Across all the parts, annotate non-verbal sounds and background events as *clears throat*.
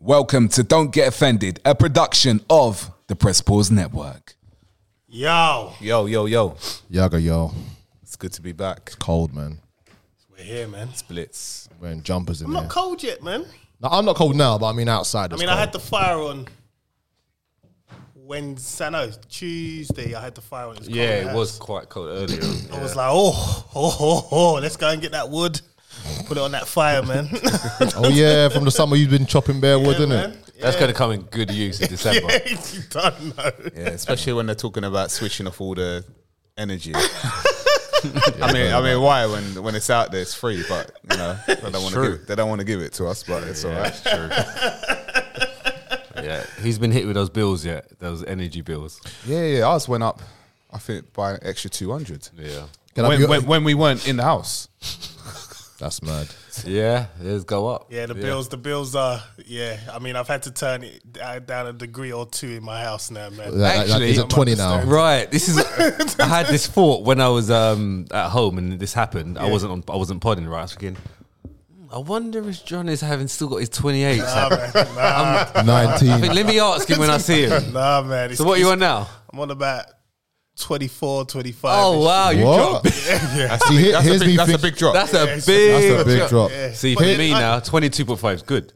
Welcome to Don't Get Offended, a production of the Press Pause Network. Yo, Yo, yo, yo. Yaga, yo. It's good to be back. Cold, man. we're here, man. Blitz. Wearing jumpers in I'm there. not cold yet, man. No, I'm not cold now, but I mean outside. I It's mean, I cold. had the fire on Wednesday, no, Tuesday. I had the fire on. It was cold Yeah, as it hell. was quite cold earlier. I was like, oh, oh, oh, oh, let's go and get that wood, put it on that fire, *laughs* man. *laughs* Oh, yeah, from the summer you've been chopping bare wood, innit? man. That's going to come in good use in December. *laughs* Yeah, you don't know. Yeah, especially when they're talking about switching off all the *laughs* energy. I mean, I mean, why when when it's out there, it's free, but you know they don't want to true. give it, they don't want to give it to us, but it's all right. Yeah, he's been hit with those bills yet? Those energy bills. *laughs* Yeah, yeah, ours went up. I think by an extra two hundred Yeah, Can I be- when, when, when we weren't in the house. That's mad. yeah, those go up. Yeah, the bills, the bills are. Yeah, I mean, I've had to turn it da- down a degree or two in my house now, man. Like, like, is Actually, it 20 now? Right. This is. I *laughs* had this thought when I was um, at home and this happened. I wasn't on. I wasn't podding. Right. I was thinking. "Hmm, I wonder if John is having still got his twenty eight. Nah, man, nah, *laughs* 19. Let me ask him when I see *laughs* him. nah, man. It's, So what are you on now? I'm on about 24, 25. Oh wow, you *laughs* What? dropped. That's, a See, big, here- that's, here's a, big, me that's a think- big drop. That's a it's- big. That's a big drop. See for But me I- now, twenty two point five is good.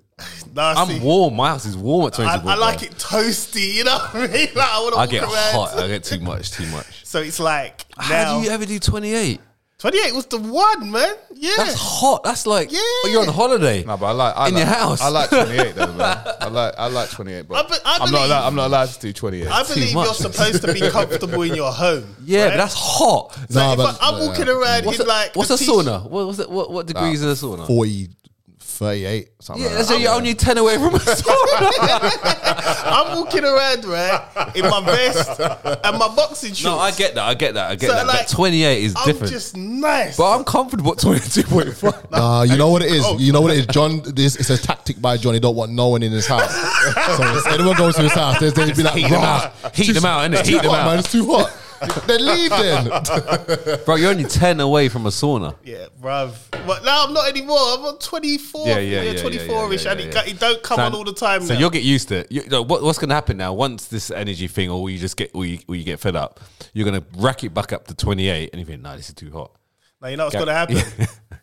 Nah, see, I'm warm. My house is warm at twenty I, two point I five. like it toasty, you know what I mean? *laughs* Like, I, wanna I walk get around. hot. I get too much. Too much. So it's like How now. do you ever do 28? 28 was the one, man. Yeah. That's hot. That's like, Yeah. oh, you're on holiday. no, but I like I In like, your house. I like twenty eight though, man. I like I like twenty eight, but I be- I I am not believe- allowed, I'm not allowed to do twenty eight. I believe much. you're supposed *laughs* to be comfortable in your home. yeah, right? but that's hot. So Nah, if but- I, am walking around What's in a, like what's the a t- sauna? What, what's it, what, what degrees is a sauna? 40, 38, something Yeah, like so that. you're only 10 away *laughs* from a sauna. *laughs* I'm walking around right in my vest and my boxing shorts. no, I get that. I get that. I get So, that. like, but 28 is I'm different. just nice. but I'm comfortable at 22.5. Nah, you know what *laughs* it is. Oh. You know what it is. John, this it's a tactic by John. He don't want no one in his *laughs* house. so if anyone goes to his house, they would be like, *laughs* heat 'em out. "Rah, Heat too- 'em out, innit? it's too Heat 'em hot, out." Man, it's too *laughs* hot. then leave then. Bro, you're only 10 away from a sauna. yeah, bruv. But now I'm not anymore. I'm on 24. Yeah, yeah, yeah, yeah, yeah, 24 ish. yeah, And yeah, it, yeah. ca- it don't come So- on all the time So now. you'll get used to it. You, you know, what, what's going to happen now? Once this energy thing, or you just get, or you, or you get fed up, you're going to rack it back up to 28, and you think, nah, this is too hot. Now you know what's Ga- gonna *laughs* happen.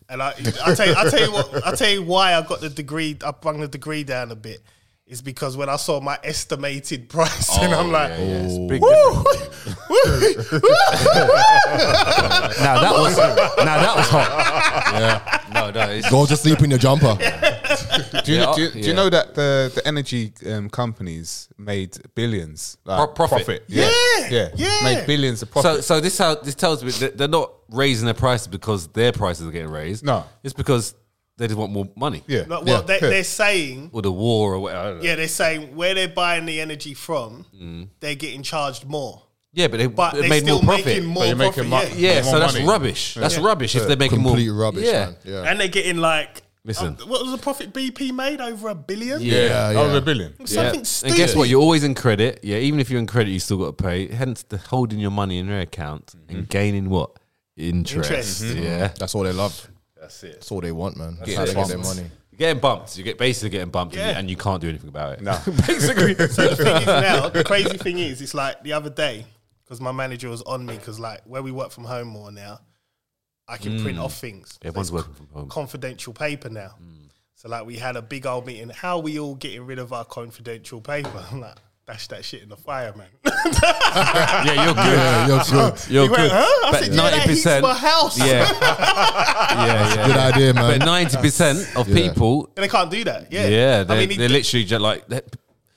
And I, I tell you, I tell you what, I tell you why I got the degree. I brung the degree down a bit. Is because when I saw my estimated *laughs* price, and I'm like, Oh, yeah, yeah, it's big woo, *laughs* woo, woo. Now that was now that was hot. Yeah. No, no. It's, Go to sleep in your jumper. Do you, Yeah, do, you, do yeah. you know that the the energy um, companies made billions like, Pro- profit. Yeah. Yeah, yeah, yeah. made billions of so profit. so this how this tells me that they're not raising their prices because their prices are getting raised. No. it's because they just want more money. yeah, Like, yeah. well, they, they're saying, or the war or whatever. I don't know. yeah, they're saying where they're buying the energy from, they're getting charged more, yeah, but they, but Mm. they they're made still more profit. making more you're profit. making yeah. mo- yeah, More so that's money. rubbish. That's rubbish if they're making more. Complete rubbish, Yeah. man. Yeah. and they're getting like, Listen. um, what was the profit BP made over a billion? Yeah. Yeah, over yeah. a Oh, billion. Yeah. Something stupid. And guess what? You're always in credit. Yeah, even if you're in credit, you still got to pay. Hence, the holding your money in their account Mm-hmm. and gaining what interest. Interest. Yeah, That's all they love. That's it. That's all they want, man. That's Yeah, how they get their bumped. money. You're getting bumped. You get basically getting bumped, and, Yeah. you, and you can't do anything about it. No. basically. So the thing is now, the crazy thing is, it's like the other day because my manager was on me because like where we work from home more now, I can print off things. Mm. Everyone's So it's working from home. Confidential paper now. So like we had a big old meeting. How are we all getting rid of our confidential paper? *laughs* I'm like, dash that shit in the fire, man. *laughs* *laughs* yeah, you're good. Yeah, *laughs* you're good. You're He went, good. huh? I But said, yeah, that heats my house. *laughs* Yeah. yeah, yeah. Good idea, man. But ninety percent of people, And they can't do that. Yeah. yeah, I they're, mean, he they're did literally just like they-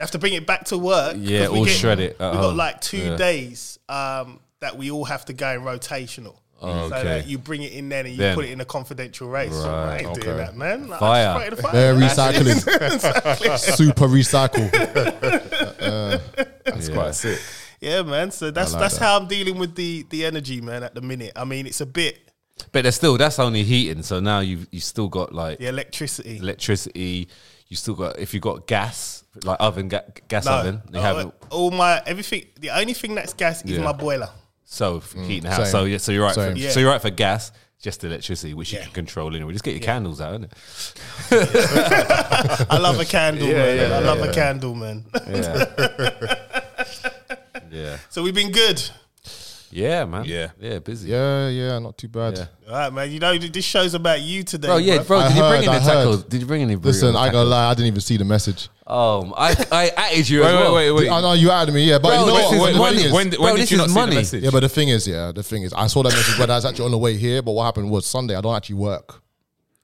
have to bring it back to work. Yeah, 'cause we all shred it at We got home. like two Yeah. days um, that we all have to go in rotational. Oh, So okay. that you bring it in then and you Then. put it in a confidential race. So I ain't doing that, man. Like, Fire. I just They're fire. recycling. *laughs* Super recycle. That's quite sick. *laughs* Yeah, man. So that's that's how I'm dealing with the the energy, man. At the minute, I mean, it's a bit but they're still that's only heating. So now you you still got like the electricity. electricity. You still got if you got gas like oven ga- gas No, oven. They uh, haven't all my everything. The only thing that's gas is Yeah. my boiler. so f- heating the house. Mm, same. So yeah, so you're right. For, Same. So you're right for gas. just electricity, which Yeah. you can control anyway. Just get your candles out, innit? I love *laughs* a candle, Yeah, man. yeah, I love yeah. a candle, man. *laughs* Yeah. yeah. So we've been good. *laughs* Yeah, man. Yeah. Yeah, busy. Yeah, yeah, not too bad. Yeah. All right, man. You know this show's about you today, Bro, yeah, bro. I Did you bring heard, in the I tacos? heard. Did you bring any? burrito Listen, I ain't gonna tacos? lie, I didn't even see the message. Um, I I added *laughs* you as Wait, well. Oh, wait, wait, wait. I know you added me, yeah, but you Bro, know this what? is When- when money. it is- When, when Bro, did this you is not money. see the message? Yeah, but the thing is, yeah, the thing is, I saw that message when I was actually on the way here. But what happened was Sunday. I don't actually work,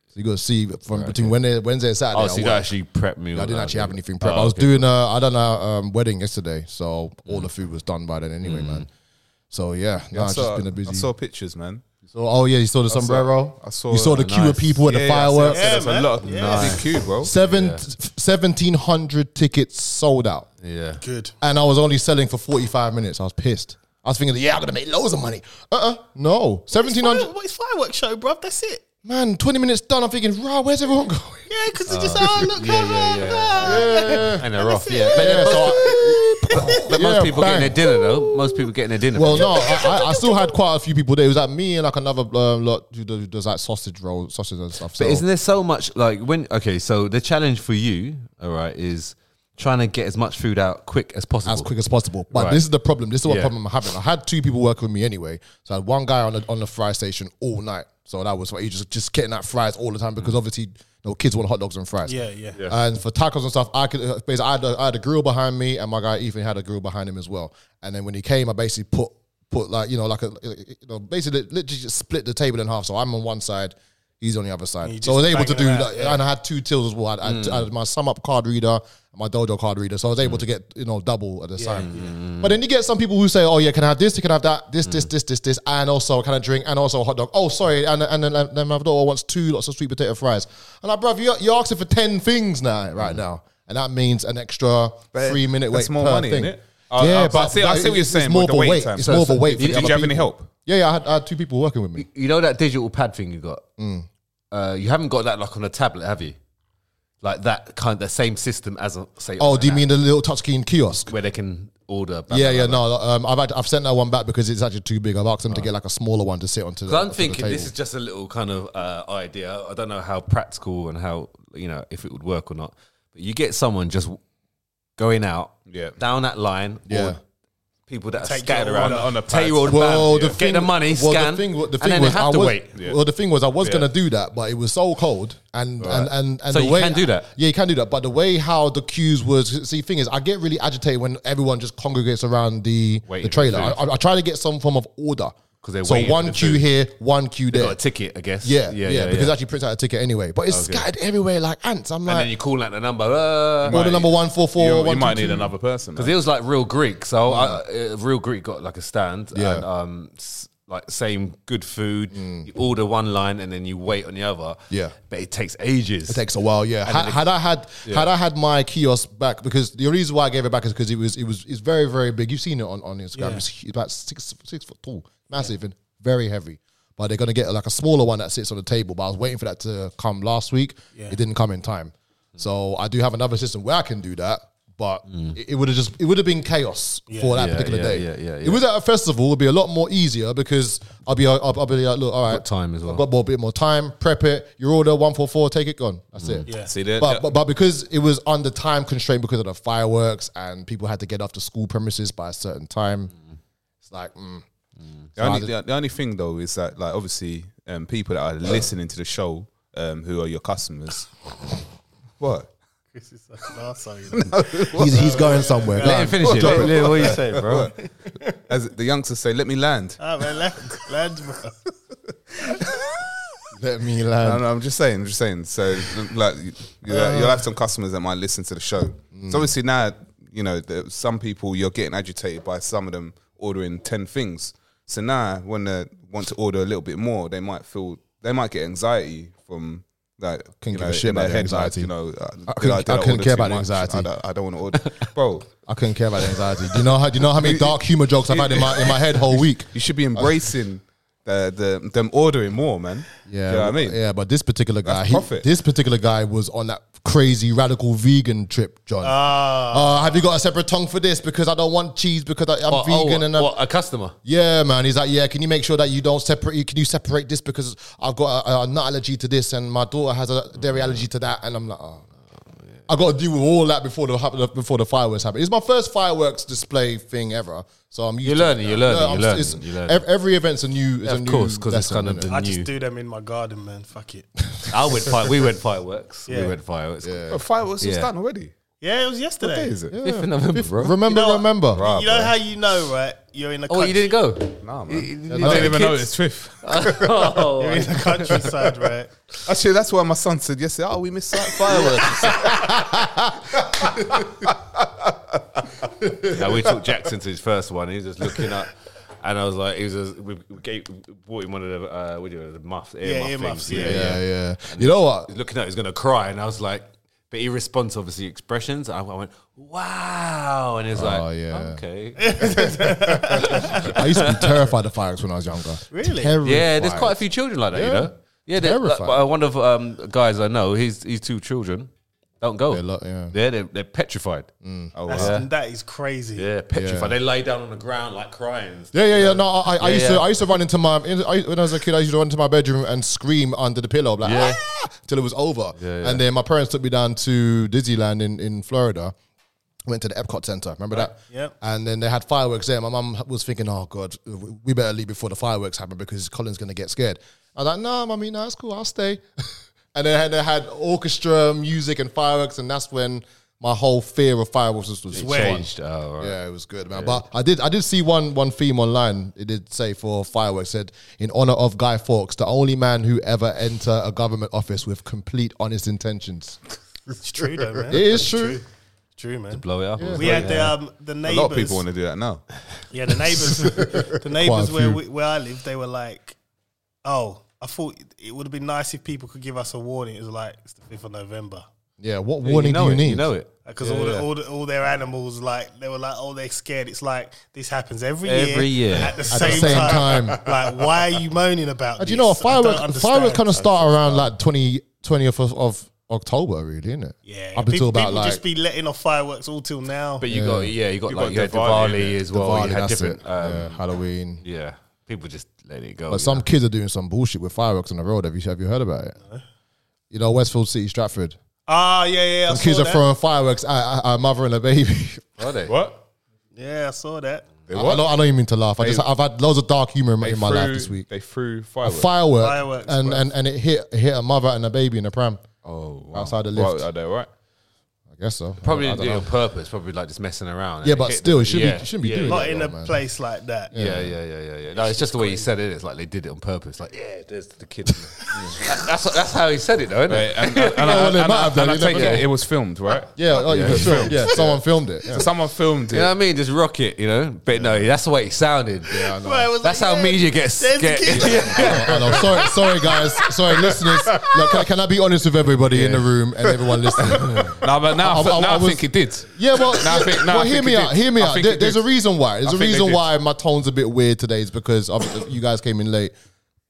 so you got to see from between Wednesday, Wednesday and Saturday. Oh, I so you work. don't actually prep me? I didn't all actually that, have did you? anything prep. Oh, I was okay. doing a I done a um, wedding yesterday, so all the food was done by then anyway, man. So yeah, no, I it's saw, just been a busy. I saw pictures, man. so, oh yeah, you saw the sombrero. I saw- you saw the Nice. queue of people at the Yeah, yeah, I see- I fireworks. see there's Yeah, a lot of man. busy Yeah. queue, bro. Seven seventeen hundred tickets sold out, *laughs* Yeah. good. and I was only selling for forty five minutes. I was pissed. I was thinking, yeah, I'm gonna make loads of money. Uh, uh no, seventeen hundred. Well, it's fireworks show, bruv. That's it. Man, twenty minutes done. I'm thinking, rah, where's everyone going? Yeah, because it's just oh look, yeah, come yeah, on, yeah. ah. And they're off. Yeah. But, Yeah, so I- *laughs* but most Yeah, people bang. getting their dinner though. Most people getting their dinner. Well, *laughs* no, I, I, I still had quite a few people there. It was like me and like another um, lot who does, who does like sausage roll, sausage and stuff. So But isn't there so much like when? Okay, so the challenge for you, all right, is trying to get as much food out quick as possible. as quick as possible. But Right. this is the problem. This is what Yeah. problem I'm having. I had two people working with me anyway. So I had one guy on the on the fry station all night. So that was he just just getting that fries all the time because obviously you know, kids want hot dogs and fries. Yeah, yeah. And for tacos and stuff, I could uh, basically I had, a, I had a grill behind me, and my guy Ethan had a grill behind him as well. And then when he came, I basically put put like you know like a you know basically literally just split the table in half. So I'm on one side, he's on the other side. So I was just able to do banging it out, that, and I had two tills as well. I had, I Mm. had- I had my sum up card reader, and my dojo card reader. So I was able to get you know double at the time. Mm-hmm. But then you get some people who say, oh yeah, can I have this? Can I have that? This Mm. this this this this, and also can I drink? And also a hot dog. Oh sorry, and and then, and then my daughter wants two lots of sweet potato fries. And like, bruv, you you're asking for ten things now, right now, and that means an extra Mm. But three minute wait that's more per money, thing. innit? I- I- I see- I that- see what you're it's saying More with of the a wait wait. time. It's So- more of a so wait. for did- the did other you have any people. help? Yeah, yeah. I had, I had two people working with me. you know that digital pad thing you got. Mm. Uh, you haven't got that like on a tablet, have you? Like that kind, the same system as a, say. Oh, like do you that, mean the little touchscreen kiosk? where they can order? blah, Yeah, blah, yeah, blah, Oh. blah. no. Um, I've had, I've sent that one back because it's actually too big. I've asked them to get like a smaller one to sit onto. The, 'Cause I'm onto the thinking this table. is just a little kind of uh, idea. I don't know how practical and how you know if it would work or not. But you get someone just going out, Yeah. down that line, Yeah. or people that are Take scattered your around order. On the Take your pads. order, Well, bam, the yeah. thing, get the money, well, scan, the thing, wa- the and thing then was, they have I to was, wait. Well, the thing was, I was gonna do that, but it was so cold, and and and, and So the you way, can do that? Yeah, you can do that. But the way how the queues was, see, thing is, I get really agitated when everyone just congregates around the Waiting the for trailer. I, food. I, I try to get some form of order 'Cause they're so waiting for one the queue food. here, one queue They there. got a ticket, I guess. Yeah, yeah, because it actually prints out a ticket anyway, but it's Okay. scattered everywhere like ants. I'm and like, then you call out the number. Uh, Order number one four four. You, you one, might two, need two. another person. Because it was like real Greek, so I, uh, real Greek got like a stand Mm. Yeah. Mm. and um, s- like same good food. You order one line and then you wait on the other. Yeah. but it takes ages. It takes a while, yeah. Had, had I had had I had my kiosk back because the reason why I gave it back is because it was it was it's very very big. You've seen it on on Instagram. Yeah. It's hu- about six six foot tall, massive and very heavy. But they're gonna get like a smaller one that sits on the table. But I was waiting for that to come last week. It didn't come in time, so I do have another system where I can do that. But it, would have just it would have been chaos for that Mm. Yeah, particular yeah, day. yeah, yeah, It was at a festival. It would be a lot more easier because I'll be I'll, I'll be like, look, all right, time as well. I've got more bit more time. Prep it. Your order one four four. Take it. Gone. That's it. Yeah. See that? But, but but because it was under time constraint because of the fireworks and people had to get off the school premises by a certain time, Mm-hmm. it's like mm. The only, the, the only thing though is that like obviously um, people that are listening to the show um, who are your customers. what? Chris is like, nah, sorry. he's he's going somewhere. Let him finish it. Let- let- *laughs* what you say, bro? As the youngsters say, let me land. Ah, man, land, land, bro. Let me No, land. no, I'm just saying. I'm just saying. So like, you, you'll Uh. you'll have some customers that might listen to the show. Mm. So obviously now you know there, some people you're getting agitated by some of them ordering ten things. So now when they want to order a little bit more, they might feel they might get anxiety from. Like, Couldn't you give know, a shit in their about the head, like, anxiety. You know, uh, did couldn't- did I couldn't order care too about the much? anxiety. I don't, *laughs* I don't want to order, bro. I couldn't care about the anxiety. Do you know how? Do you know how *laughs* many dark humor jokes I've had in my in my head whole week? You should be embracing the, the them ordering more, man. Yeah, you know what I mean. yeah. But this particular guy, That's he, profit. this particular guy was on that crazy radical vegan trip, John. Uh, have you got a separate tongue for this? Because I don't want cheese because I, I'm What, oh, vegan and I'm, what, a customer. yeah, man. He's like, yeah. Can you make sure that you don't separate? Can you separate this because I've got a, a nut allergy to this and my daughter has a dairy allergy to that, and I'm like, oh. I got to deal with all that before the hap- before the fireworks happen. It's my first fireworks display thing ever, so I'm used You're to it learning, now. you're learning, No, you're I'm- learning, it's- you're learning. ev- Every event's a new, is a of new course, 'cause it's lesson, kind of innit? the I just new. do them in my garden, man. Fuck it. I went fire, we went fireworks. Yeah. We went fireworks. Yeah. But fireworks Yeah. was done already. Yeah, it was yesterday. What day is it? Fifth of November, bro. Remember, You know- remember. Right, You know bro. how you know, right? You're in the oh, country. you didn't go? Nah, man. I didn't even know it's fifth. Oh, You're in the countryside, right? Actually, that's why my son said yesterday, oh, we missed out fireworks. No, we took Jackson to his first one. He was just looking up, and I was like, he was just, we we gave, we bought him one of the uh, what do you call it, the muffs, ear Yeah, muff earmuffs, things. yeah, Yeah, yeah. You know what? He's looking at, it, he's gonna cry, and I was like, but he responds to obviously expressions. I, I went, wow, and he's Oh, like, yeah. okay, I used to be terrified of fireworks when I was younger. Really? Terrified. yeah. There's quite a few children like that, you Yeah. know. Yeah, they're, like, Terrifying. uh, one of um, guys I know, he's he's two children, don't go. They're lo- yeah. they're, they're, they're petrified. oh, wow. That's, That is crazy. Yeah, petrified. Yeah. They lay down on the ground like crying. Yeah, yeah, yeah. No, I, I, I Yeah, used yeah. to, I used to run into my I, when I was a kid. I used to run into my bedroom and scream under the pillow, like Yeah. "Ah!" till it was over. yeah. And then my parents took me down to Disneyland in in Florida. Went to the Epcot Center. Remember that? Yep. And then they had fireworks there. My mum was thinking, "Oh God, we better leave before the fireworks happen because Colin's gonna get scared." I was like, "No, mummy, no, it's cool. I'll stay." *laughs* and then they had, they had orchestra music and fireworks, and that's when my whole fear of fireworks was, was Where- Changed. Oh, right. yeah, it was good, man. But I did, I did see one one theme online. It did say for fireworks said in honor of Guy Fawkes, the only man who ever enter a government office with complete honest intentions. It's true, though, man. It is true. True, man. blow it up. It was We like, had the yeah. um, the A neighbors. lot of people want to do that now. Yeah, the neighbors, *laughs* the neighbors a where few. we, where I live, they were like, "Oh, I thought it would have been nice if people could give us a warning." It was like it's the fifth of November Yeah. What warning know do you it, need? You know it. because all, the, all the, all their animals like they were like, "Oh, they're scared." It's like this happens every year, Every year. at the the same, same time. time. *laughs* Uh, like, why are you moaning about? Do you know this? I don't fireworks? Fireworks understand. kind of start around like 20, 20th of, of October, really, isn't it? Yeah, Up people, until about people like just be letting off fireworks all till now. But you got yeah, you got like got you had Diwali, Diwali as well. Diwali, Oh, you had that's different. it. yeah, Um, Halloween. yeah. people just let it go. But some kids are doing some bullshit with fireworks on the road. Have you have you heard about it? You know, Westfield City, Stratford. ah, yeah, yeah, I Some saw kids are that. throwing fireworks at- at at a mother and a baby. *laughs* are they? What? Yeah, I saw that. I, I don't, I don't even mean to laugh. I just I've had loads of dark humor in, my- in my life Threw- this week. They threw fireworks. Firework, Fireworks, and, bro. and and it hit hit a mother and a baby in a pram. oh, wow. Outside the Well, lift. are they all right? I guess so. Probably I, I didn't don't do it know. on purpose. Probably like just messing around. and Yeah, it but hit still, them. it should Yeah. be shouldn't be Yeah. doing Not Not that. in though, a man. place like that. Yeah, yeah, yeah, yeah, yeah. No, it's just the way he said it. It's like they did it on purpose. Like, yeah, there's the kid. *laughs* *laughs* That- that's that's how he said it, though, isn't Right, it? And, and, and, well, I- they and, might have I- done, and I you never take know. it, it was filmed, right? Yeah, oh, you could film. yeah, someone filmed it. Yeah. So someone filmed it. You know what I mean? Just rock it, you know. But no, that's the way it sounded. Yeah, I know. Right, it was That's like, how yeah, media gets. there's the Get, *laughs* kid. I know. Sorry, sorry, guys. Sorry, listeners. Look, can, can I be honest with everybody in the room and everyone listening? No, but now I, I- fe- I- now I I, was- think it did. Yeah, well, No, I think- no, well I hear think me it out. did. Hear me I out. think There- it there's did. a reason why. There's I a think they reason did. why my tone's a bit weird today is because of, you guys came in late.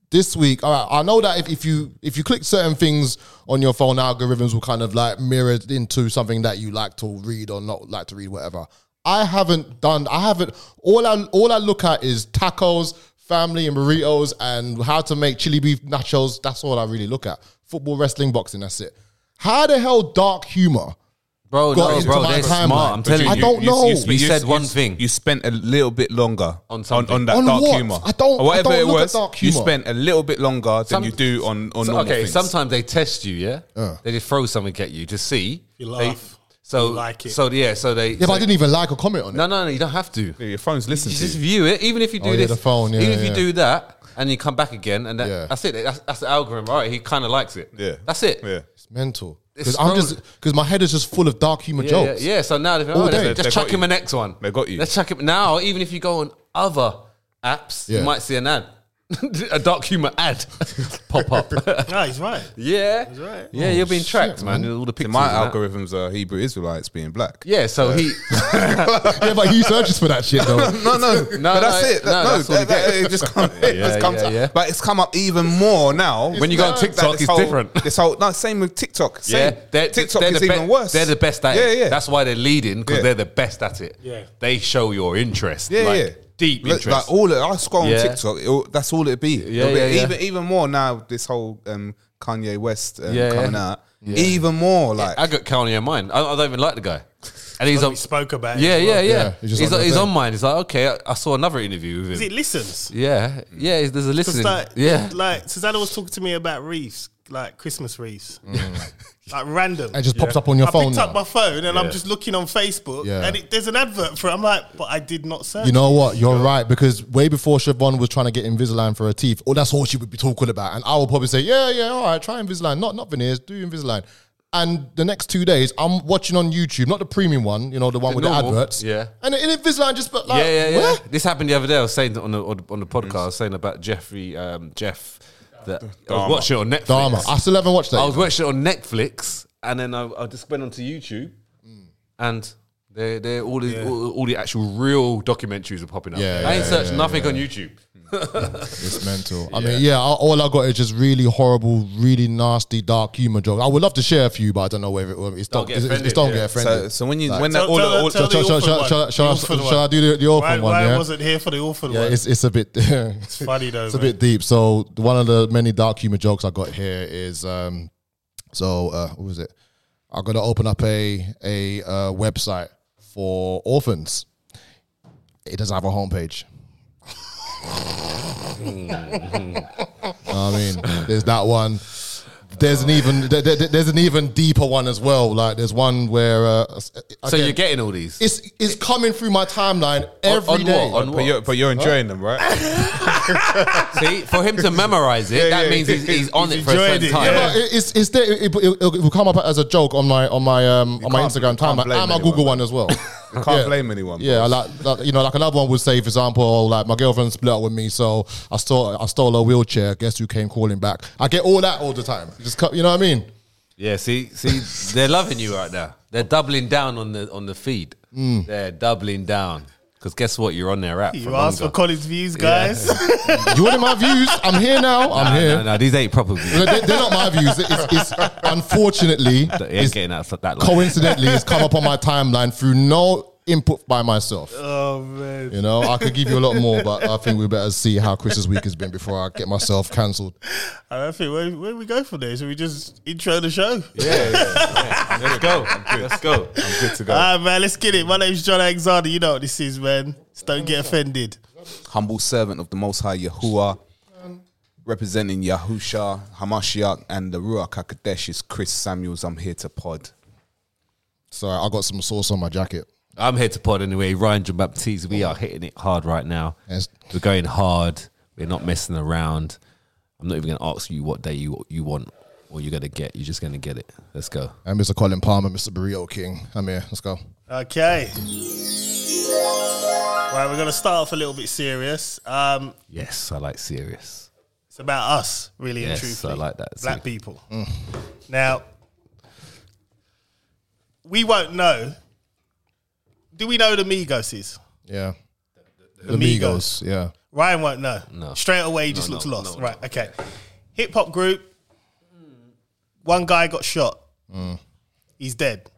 This week, all right. I know that if, if you if you click certain things on your phone, algorithms will kind of like mirror into something that you like to read or not like to read, whatever. I haven't done. I haven't. All I all I look at is tacos, family, and burritos, and how to make chili beef nachos. That's all I really look at. Football, wrestling, boxing. That's it. How the hell dark humor? bro, Got no, into bro, my they're timeline. smart. I'm But telling I you. don't know. sp- You said one s- thing. You spent a little bit longer On on something. on, that On dark what? humor. I don't- I Whatever don't it look was, at dark you humor. spent a little bit longer than Some- you do on on So, normal okay, things. sometimes they test you, yeah? Uh. They just throw something at you to see. You They- laugh. so You like it. So yeah, so they. Yeah, but I didn't even like or comment on it. No, no, no, you don't have to. You your phone's listening to just you. view it. Even if you do Oh, yeah, this, the phone, yeah, even if you yeah. do that, and you come back again, and that, Yeah. that's it. That's, that's the algorithm, right? He kind of likes it. Yeah, that's it. Yeah, It's mental. It's Because I'm just scrolling. because my head is just full of dark humor Yeah, yeah, jokes. yeah. So now they're All oh, day. let's They just chuck got him you. a next one. They got you. Let's chuck him now. Even if you go on other apps, Yeah. you might see an ad. *laughs* a dark humor ad *laughs* pop up. *laughs* No, he's right. yeah, right. Oh, yeah, you're being tracked, man. All the See, pictures. my and that. algorithms are Hebrew Israelites being black. Yeah, so he. *laughs* *laughs* yeah, but he searches for that shit though. *laughs* No, no, No, but that's no, it. Uh, no, no, that's all that, that, you it just come, it *laughs* Yeah, just comes yeah, up. yeah. But it's come up even more now. When you go on That TikTok, this it's whole- different. This whole no, same with TikTok. Same. Yeah, they're, TikTok they're is the be- even worse. They're the best at yeah, it. Yeah, That's why they're leading because Yeah. they're the best at it. Yeah. They show your interest. yeah, like, yeah. Deep Look, interest. Like all it, I scroll on Yeah. TikTok. It'll, that's all it'd be. Yeah, It'll be- yeah, yeah. Even even more now. This whole um, Kanye West um, Yeah, yeah. coming out. Even more Yeah, like I got Kanye on mine. I, I don't even like the guy. And he's But on. we spoke about it Yeah, as yeah, well. yeah. Yeah, he's he's just he's, not gonna on play. mine. He's like, okay, I, I saw another interview with Is him. it listens? Yeah, yeah. There's a listening. It's like, yeah, like Susanna was talking to me about wreaths, like Christmas wreaths, *laughs* like random. It just pops up on your I phone picked now. up my phone and Mm. Yeah. I'm just looking on Facebook, Yeah. and it, there's an advert for. it. I'm like, but I did not search. You know what? You're right because way before Siobhan was trying to get Invisalign for her teeth, oh, that's all she would be talking about, and I would probably say, yeah, yeah, all right, try Invisalign, not not veneers, do Invisalign. And the next two days, I'm watching on YouTube, not the premium one, you know, the one with normal, the adverts. yeah. And in Invisalign, just but like, yeah, yeah, yeah. where? This happened the other day. I was saying that on the on the- on the podcast, I was saying about Jeffrey um, Jeff. That I was watching it on Netflix. Dharma. I still haven't watched that. I was watching it on Netflix, and then I, I just went onto YouTube, Hmm. and they're, they're all the all, all the actual real documentaries are popping up. Yeah, I ain't yeah, searched nothing on YouTube. It's mental. I mean, yeah, I- all I got is just really horrible, really nasty, dark humor jokes. I would love to share a few, but I don't know whether it, it's don't, get it's, it's- offended, don't yeah. get so. offended. So when you when Tell- that all, tell her- all tell shall, the shall, orphan shall, one. shall, shall, The shall, orphan shall I one. do the, the orphan Ryan, one? Ryan yeah? wasn't here for the orphan yeah, one. it's, it's a bit *laughs* it's funny though, a man. bit deep. So one of the many dark humor jokes I got here is um, so uh, what was it? I'm gonna open up a a uh, website for orphans. It doesn't have a homepage. *laughs* I mean, there's that one. There's an even there- there- there's an even deeper one as well. Like there's one where uh, So again, you're getting all these. it's it's coming through my timeline every on day. what? On but what? you're, but you're enjoying them, *laughs* right? See, for him to memorize *laughs* it, that yeah, means he's, he's on he's it for a enjoyed certain it, time. yeah. No, it- it's it's there. It, it, it, will come up as a joke on my on my um on my can't- Instagram you can't timeline blame and my anyone. Google one as *laughs* well. Can't blame anyone. Yeah, like, like you know, like another one would say, for example, like my girlfriend split up with me, so I stole I stole her wheelchair. Guess who came calling back? I get all that all the time. Just cut, you know what I mean? Yeah, see, see, they're loving you right now. They're doubling down on the on the feed. They're doubling down because guess what? You're on their app. You asked for Colin's views, *laughs* guys. You wanted my views. I'm here now. I'm here. No, no, these ain't proper. views. They, are not my views. It's, it's *laughs* unfortunately, You ain't it's getting that that. long. coincidentally, it's come up on my timeline through no input by myself. oh man, You know, I could give you a lot more, but I think we better see how Chris's week has been before I get myself cancelled. I don't think where, where we go from there. Should we just intro the show? Let's go. Let's go. I'm good to go. All right, man, let's get it. My name's John Alexander. You know what this is, man. Just don't get offended. humble servant of the Most High Yahuwah, representing Yahusha, Hamashiach, and the Ruach Hakodesh is Chris Samuels. I'm here to pod. Sorry, I got some sauce on my jacket. I'm here to pod anyway. Ryan John Baptiste, we are hitting it hard right now. Yes. We're going hard. We're not messing around. I'm not even going to ask you what day you you want or you're going to get. You're just going to get it. Let's go. And Mr. Colin Palmer, Mr. Burrito King. I'm here. Let's go. Okay. Right, we're gonna start off a little bit serious. Um, Yes, I like serious. it's about us, really and Yes, truthfully. I like that. Black people. Now, we won't know. Do we know the Migos is? Yeah. The Migos. Migos. Yeah. Ryan won't know. No. Straight away, he just no, looks no, lost. no. right, okay. Hip hop group. One guy got shot. He's dead.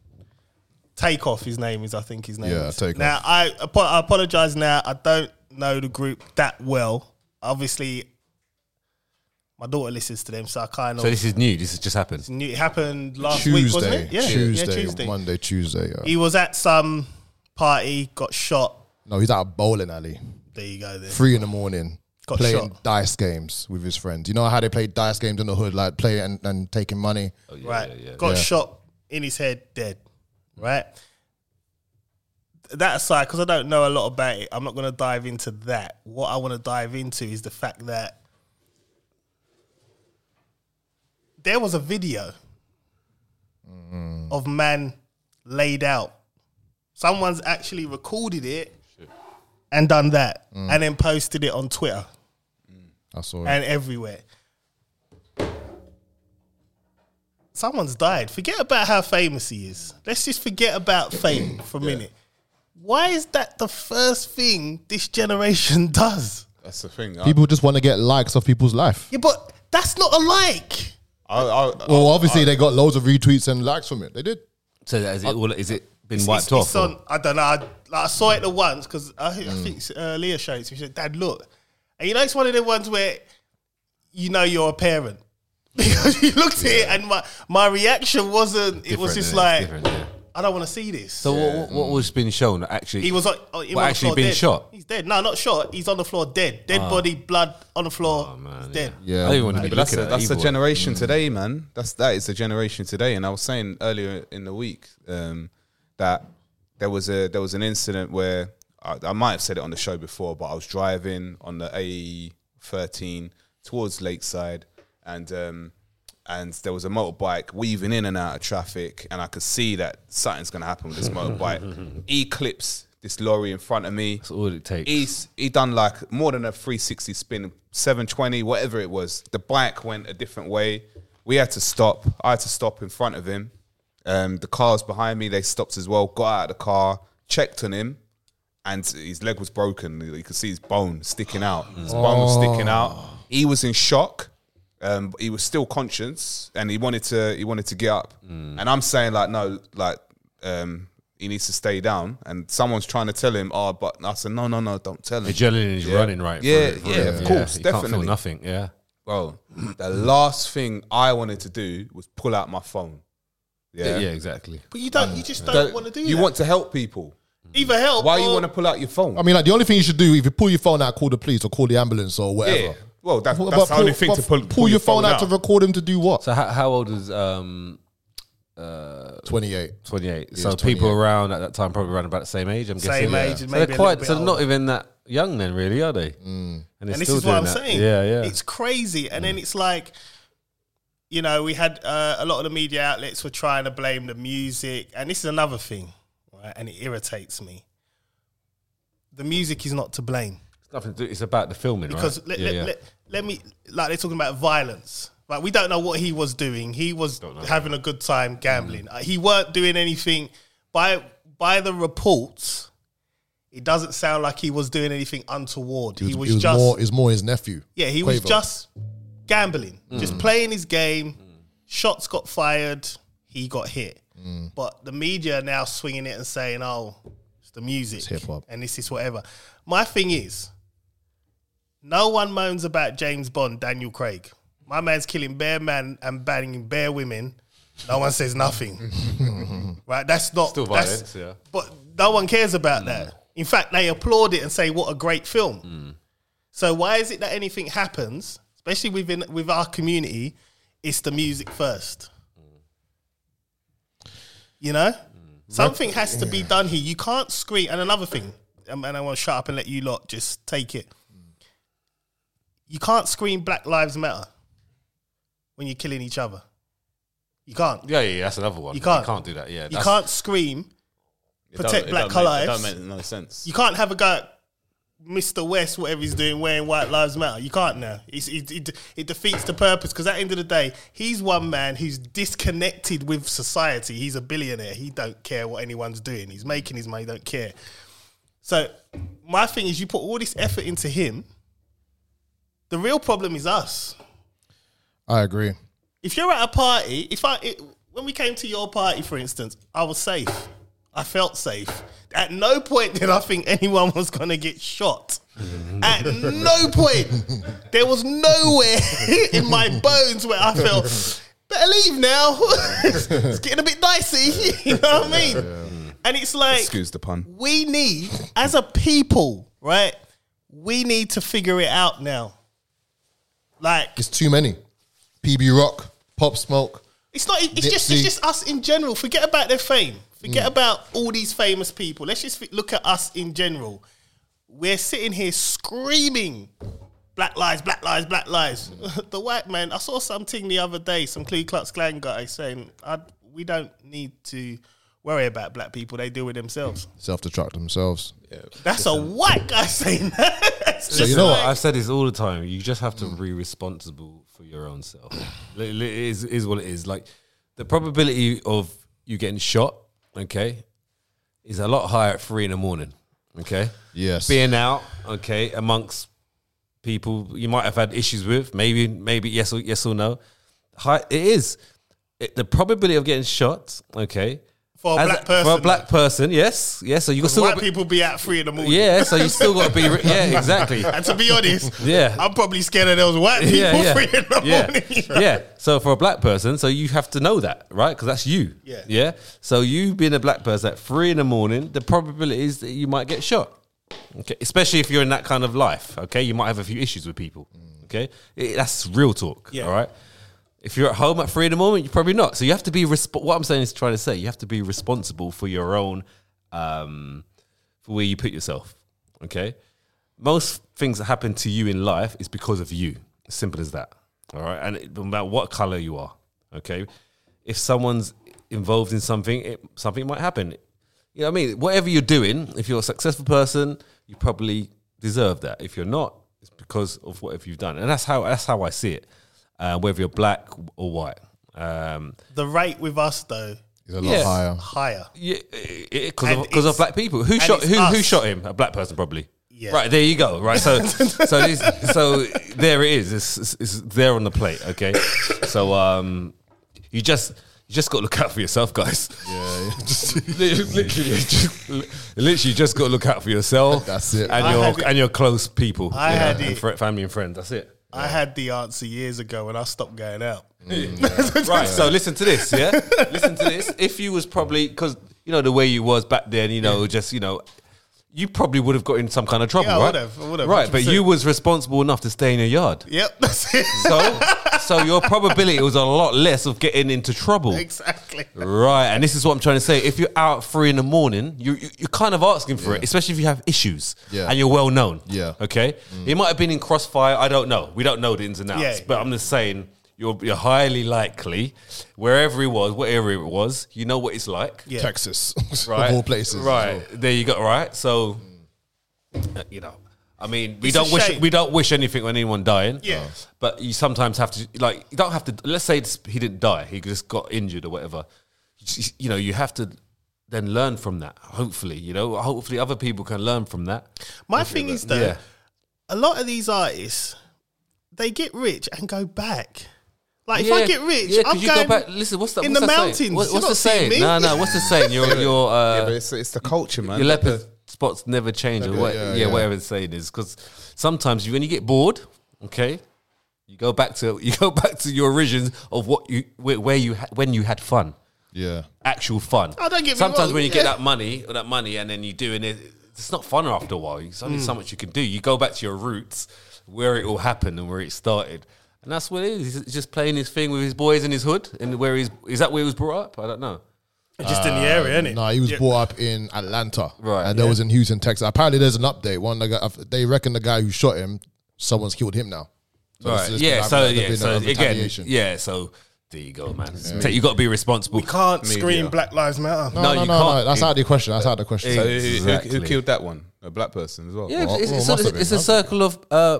Takeoff, his name is, I think his name Yeah, is. Takeoff. Now, I, apo- I apologize now. I don't know the group that well. Obviously, my daughter listens to them, so I kind of So this is new. This has just happened. knew it happened last week, wasn't Tuesday. it? Yeah, Tuesday, Yeah, Tuesday. Monday, Tuesday. Yeah. He was at some party, got shot. No, he's at a bowling alley. There you go, then. Three in the morning. Got playing shot. dice games with his friends. You know how they play dice games in the hood, like play and, and taking money? right? Got shot in his head, dead. Right. That aside, because I don't know a lot about it, I'm not going to dive into that. What I want to dive into is the fact that there was a video of man laid out. Someone's actually recorded it and done that, and then posted it on Twitter. I I saw it. and everywhere. Someone's died. Forget about how famous he is. Let's just forget about fame for a minute. Why is that the first thing this generation *laughs* does? That's the thing. People just want to get likes of people's life. Yeah, but that's not a like. I, I, I, Well, obviously they got loads of retweets and likes from it. They did. So that is it all? Is it been It's- wiped it's- off? it's or- on- I don't know. I, like, I saw it the once because I, think- I think uh, Leah showed it to me. She said, Dad, look. And you know, it's one of the ones where you know you're a parent. *laughs* Because you looked at it and my, my reaction wasn't, it was Different, just innit? like, Different, yeah. I don't want to see this. So what, what, what was being shown actually? he was like, oh, he was on What, the actually floor been dead. shot? Ah. He's dead. No, not shot. He's on the floor dead. Dead body, blood on the floor. Oh, man, He's dead. I don't even want to be But that's looking the, at that Mm. that's the evil. generation today, man. That's that is the generation today. And I was saying earlier in the week um, that there was a there was an incident where I, I might have said it on the show before, but I was driving on the A thirteen towards Lakeside, and um, and there was a motorbike weaving in and out of traffic, and I could see that something's going to happen with *laughs* this motorbike. He clips this lorry in front of me. That's all it takes. He's he done like more than a 360 spin, 720, whatever it was. The bike went a different way. We had to stop. I had to stop in front of him. Um, the cars behind me, they stopped as well. Got out of the car, checked on him, and his leg was broken. You could see his bone sticking out. His bone was sticking out. He was in shock. Um, he was still conscious, and he wanted to. He wanted to get up. And I'm saying like, no, like um, he needs to stay down. And someone's trying to tell him, oh, but I said, no, no, no, don't tell him. Adrenaline is running right. through Yeah, it, through yeah, it, of course, you Can't definitely. feel nothing. Yeah. Bro, the last thing I wanted to do was pull out my phone. yeah, Yeah, exactly. But you don't. You just don't Don't- want to do you that. want to help people. either help. Why or, you want to pull out your phone? I mean, like the only thing you should do if you pull your phone out, call the police or call the ambulance or whatever. yeah. Well, that, But that's the only thing but to pull. pull your phone out to record him to do what? So how, how old was um Twenty eight. 28? So was people 28. around at that time probably around about the same age. I'm guessing. Same age, So maybe a they're little quite. bit So they're not older. even that young then, really, are they? they're And this still is what I'm doing that. saying. Yeah, yeah. It's crazy. And then it's like, you know, we had uh, a lot of the media outlets were trying to blame the music. And this is another thing, right? And it irritates me. The music is not to blame. It's nothing to do. It's about the filming, Because right? let, yeah, let, yeah. Let, let me, like, they're talking about violence. Like, we don't know what he was doing. He was having a good time gambling. Uh, He weren't doing anything. By, by the reports, it doesn't sound like he was doing anything untoward. He was, it was just more. Is more his nephew. yeah, he was Quavo. just gambling, just playing his game. Shots got fired, he got hit. But the media are now swinging it and saying, "Oh, it's the music hip hop. and this is whatever." My thing is, no one moans about James Bond, Daniel Craig. My man's killing bare man and banging bare women. No one says *laughs* nothing. right? That's not Still that's- violence, yeah. But no one cares about that. In fact, they applaud it and say, "What a great film." Hmm. So why is it that anything happens, especially within with our community, it's the music first? Hmm. You know, something has to be done here. You can't scream. And another thing, um, and I want to shut up and let you lot just take it. You can't scream Black Lives Matter when you're killing each other. You can't. yeah, yeah, yeah. That's another one. You can't. You can't do that. Yeah, You that's- can't scream. Protect black lives. That make no sense. You can't have a guy, Mr. West, whatever he's doing, wearing White Lives Matter. You can't now. It's, it, it, it defeats the purpose because at the end of the day, he's one man who's disconnected with society. He's a billionaire. He don't care what anyone's doing. He's making his money. Don't care. So my thing is, you put all this effort into him. The real problem is us. I agree. If you're at a party, if I it, when we came to your party, for instance, I was safe. I felt safe. At no point did I think anyone was going to get shot. At no point. There was nowhere *laughs* in my bones where I felt, better leave now. *laughs* it's getting a bit dicey. *laughs* you know what I mean? And it's like, Excuse the pun. we need, as a people, right? We need to figure it out now. Like, It's too many. PB Rock, Pop Smoke. It's not. It's just. It's Nipsey. just us in general. Forget about their fame. Forget Mm. about all these famous people. Let's just f- look at us in general. We're sitting here screaming, "Black lives, black lives, black lives." *laughs* the white man. I saw something the other day. Some Ku Klux Klan guy saying, I, "We don't need to worry about black people. They deal with themselves." Self destruct themselves. That's a white guy saying that. *laughs* It's you just know But like- I've said this all the time. You just have to be responsible for your own *clears throat* self. Li- li- it is is what it is. Like the probability of you getting shot, okay, is a lot higher at three in the morning. Okay. Yes. Being out, okay, amongst people you might have had issues with, maybe, maybe yes or yes or no. High, it is it, the probability of getting shot, okay. For a as black person, For a black person, yes. Yes. So you still White got people be out three in the morning. Yeah, so you still gotta be re- *laughs* yeah, exactly. And to be honest, *laughs* Yeah. I'm probably scared of those white *laughs* people yeah, yeah, three in the yeah, morning. yeah. So for a black person, so you have to know that, right? Because that's you. Yeah. Yeah. So you being a black person at three in the morning, the probability is that you might get shot. Okay. Especially if you're in that kind of life. Okay. You might have a few issues with people. Okay. It- that's real talk. Mm. Yeah. All right. If you're at home at three in the morning, you're probably not. So you have to be. Resp- what I'm saying is trying to say you have to be responsible for your own, um, for where you put yourself. Okay most things that happen to you in life is because of you. Simple as that. All right. And it, no matter what color you are, okay. If someone's involved in something, it, something might happen. You know what I mean? Whatever you're doing, if you're a successful person, you probably deserve that. If you're not, it's because of whatever you've done. And that's how that's how I see it. Uh, whether you're black or white. Um, The rate with us though, It's a lot Yeah. Oh. higher. *laughs* higher. Yeah, because And of, 'cause of it's- black people. Who shot it's who, who us. shot him? A black person, probably. Yeah. Right there you go. *laughs* Right, so so this, so there it is. It's, it's, it's there on the plate. Okay, so um, you just you just got to look out for yourself, guys. Yeah, *laughs* literally, just, literally, just got to look out for yourself. That's it. And I your had it- and your close people. I you know, had and it. fri- family and friends. That's it. I had the answer years ago when I stopped going *laughs* out. *laughs* right. So listen to this, yeah. *laughs* listen to this. If you was probably because you know the way you was back then, you know, just you know, you probably would have got in some kind of trouble, Yeah, I right? would've, I would've, right, but 100%. you was responsible enough to stay in your yard, Yep, that's it. *laughs* so so your probability was a lot less of getting into trouble. exactly. Right, and this is what I'm trying to say. If you're out at three in the morning, you, you you're kind of asking for it, especially if you have issues Yeah. and you're well known. Yeah. Mm. Okay. It might have been in crossfire. I don't know. We don't know the ins and outs. Yeah. But I'm just saying, you're you're highly likely wherever it was, whatever it was, you know what it's like. Yeah. Texas, *laughs* Right. of all places. Right. There you go. Right. So, uh, you know. I mean, we It's a don't wish shame. we don't wish anything on anyone dying. Yeah. But you sometimes have to like you don't have to. Let's say it's- he didn't die; he just got injured or whatever. You s- You know, you have to then learn from that. Hopefully, you know, hopefully other people can learn from that. My thing is though, Yeah. a lot of these artists, they get rich and go back. Like if Yeah, I get rich, yeah, 'cause I'm you going go back. Listen, what's that? in what's the that saying? mountains. What- You're what's not the seeing me. saying? No, no, what's the *laughs* saying? Your your Yeah, but uh, it's, it's the culture, man. your leopard spots never change, or what, yeah, yeah, yeah. whatever the saying is. Because sometimes you, when you get bored, okay, you go back to *laughs* you go back to your origins of what you where, where you ha- when you had fun. Yeah. actual fun. Oh, don't get me Sometimes wrong, when you get yeah. that money or that money and then you're doing it, it's not fun after a while. There's Hmm. only so much you can do. You go back to your roots, where it all happened and where it started. And that's what it is. He's just playing his thing with his boys in his hood and where he's is that where he was brought up? I don't know. *laughs* just in the area, innit? No, he was Yeah. brought up in Atlanta, Right, And that was in Houston, Texas. Apparently, there's an update. One, the guy, they reckon the guy who shot him, someone's killed him now. So it's Right. just Yeah, been so like- yeah, there's been so a again, retaliation. yeah, so there you go, man. You got to be responsible. We can't scream Black Lives Matter. No, no, you no, no, can't. That's out of the question. That's out of the question. So Hey. who- who- who, Exactly. killed that one? A black person as well. Yeah, Well, it's, it's, well, it's, must have a, it's been, a circle of uh,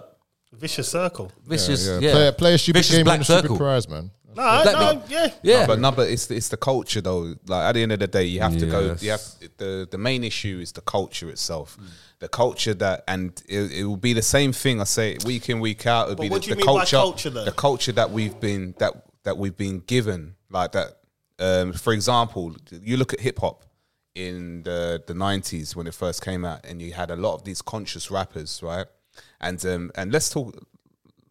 Vicious circle. vicious, yeah. Play, play a stupid Vicious game black and a stupid circle. prize, man. No, Black no, people. yeah. Yeah, But no, but it's the, it's the culture though. Like at the end of the day, you have to go. You have Yes. the the main issue is the culture itself, the culture that, and it, it will be the same thing. I say it week in week out. It'll be what the, do you the mean by culture, culture, though? the culture that we've been that that we've been given. Like that, um, for example, you look at hip hop in the the nineties when it first came out, and you had a lot of these conscious rappers, right? And um, and let's talk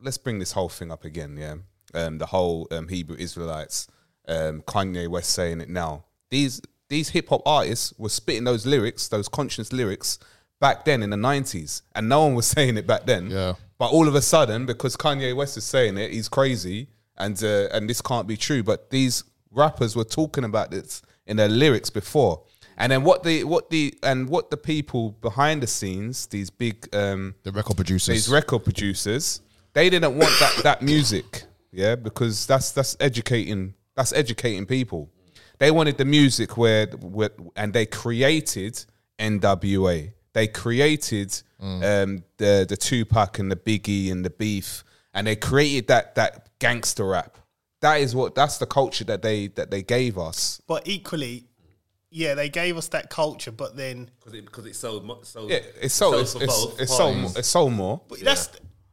let's bring this whole thing up again. Yeah, um, the whole um, Hebrew Israelites, um, Kanye West saying it now. These these hip hop artists were spitting those lyrics, those conscious lyrics, back then in the nineties, and no one was *laughs* saying it back then. Yeah. But all of a sudden, because Kanye West is saying it, he's crazy, and uh, and this can't be true. But these rappers were talking about this in their lyrics before. And then what the what the and what the people behind the scenes, these big um, The record these producers. record producers, they didn't want that that music, yeah, because that's that's educating that's educating people. They wanted the music where, where and they created NWA. they created Mm. um, the the Tupac and the Biggie and the beef, and they created that that gangster rap. That is what that's the culture that they that they gave us. But equally, yeah, they gave us that culture, but then because it because it sold mu- sold. Yeah, it's sold sold it's, for it's, both it's sold parties. more, it's sold more. but that's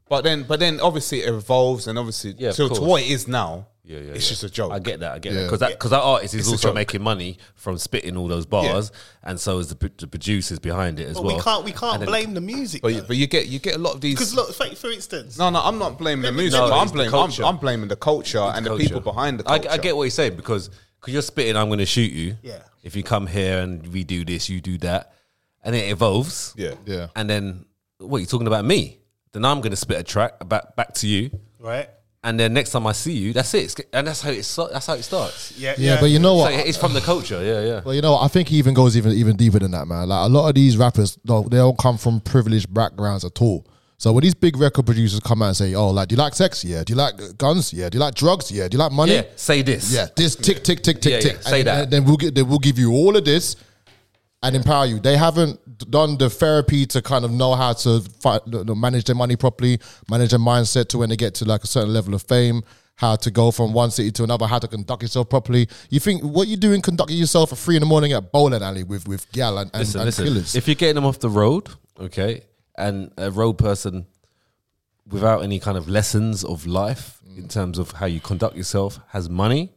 But then, but then, obviously, it evolves, and obviously, Yeah, of to, to course. what it is now, Yeah, yeah, it's yeah. just a joke. I get that. I get that. Yeah. 'Cause that because that artist is a also joke. making money from spitting all those bars, and so is the, p- the producers behind it as but well. we can't we And can't then- blame the music But you, but you get you get a lot of because these. look, for, for instance, no, no, I'm not blaming the Let me- music. no, but I'm it's the blaming I'm, culture. I'm blaming the culture and the culture. people behind the I, culture. I get what you're saying because because you're spitting, I'm going to shoot you. Yeah. If you come here and we do this, you do that, and it evolves. Yeah. Yeah. And then what you talking about me? Then I'm going to spit a track back back to you, right? and then next time I see you, that's it. It's- And that's how it so- that's how it starts. Yeah, Yeah, but you know So what? it's from the culture. Yeah, yeah. But you know, what? I think he even goes even even deeper than that, man. Like a lot of these rappers, no, they don't come from privileged backgrounds at all. So when these big record producers come out and say, "Oh, like, do you like sex? Yeah. Do you like uh, guns? Yeah. Do you like drugs? Yeah. Do you like money? Yeah. Say this. Yeah, this tick tick tick tick Yeah, yeah, tick. say and then, that. Then we'll get. Then we'll give you all of this, and empower you. They haven't d- done the therapy to kind of know how to fi- the- the- manage their money properly, manage their mindset to when they get to like a certain level of fame. How to go from one city to another? How to conduct yourself properly? You think what you doing conducting yourself at three in the morning at bowling alley with with gal and, and, listen, and listen. killers? If you're getting them off the road, okay, and a road person without any kind of lessons of life Mm. in terms of how you conduct yourself has money,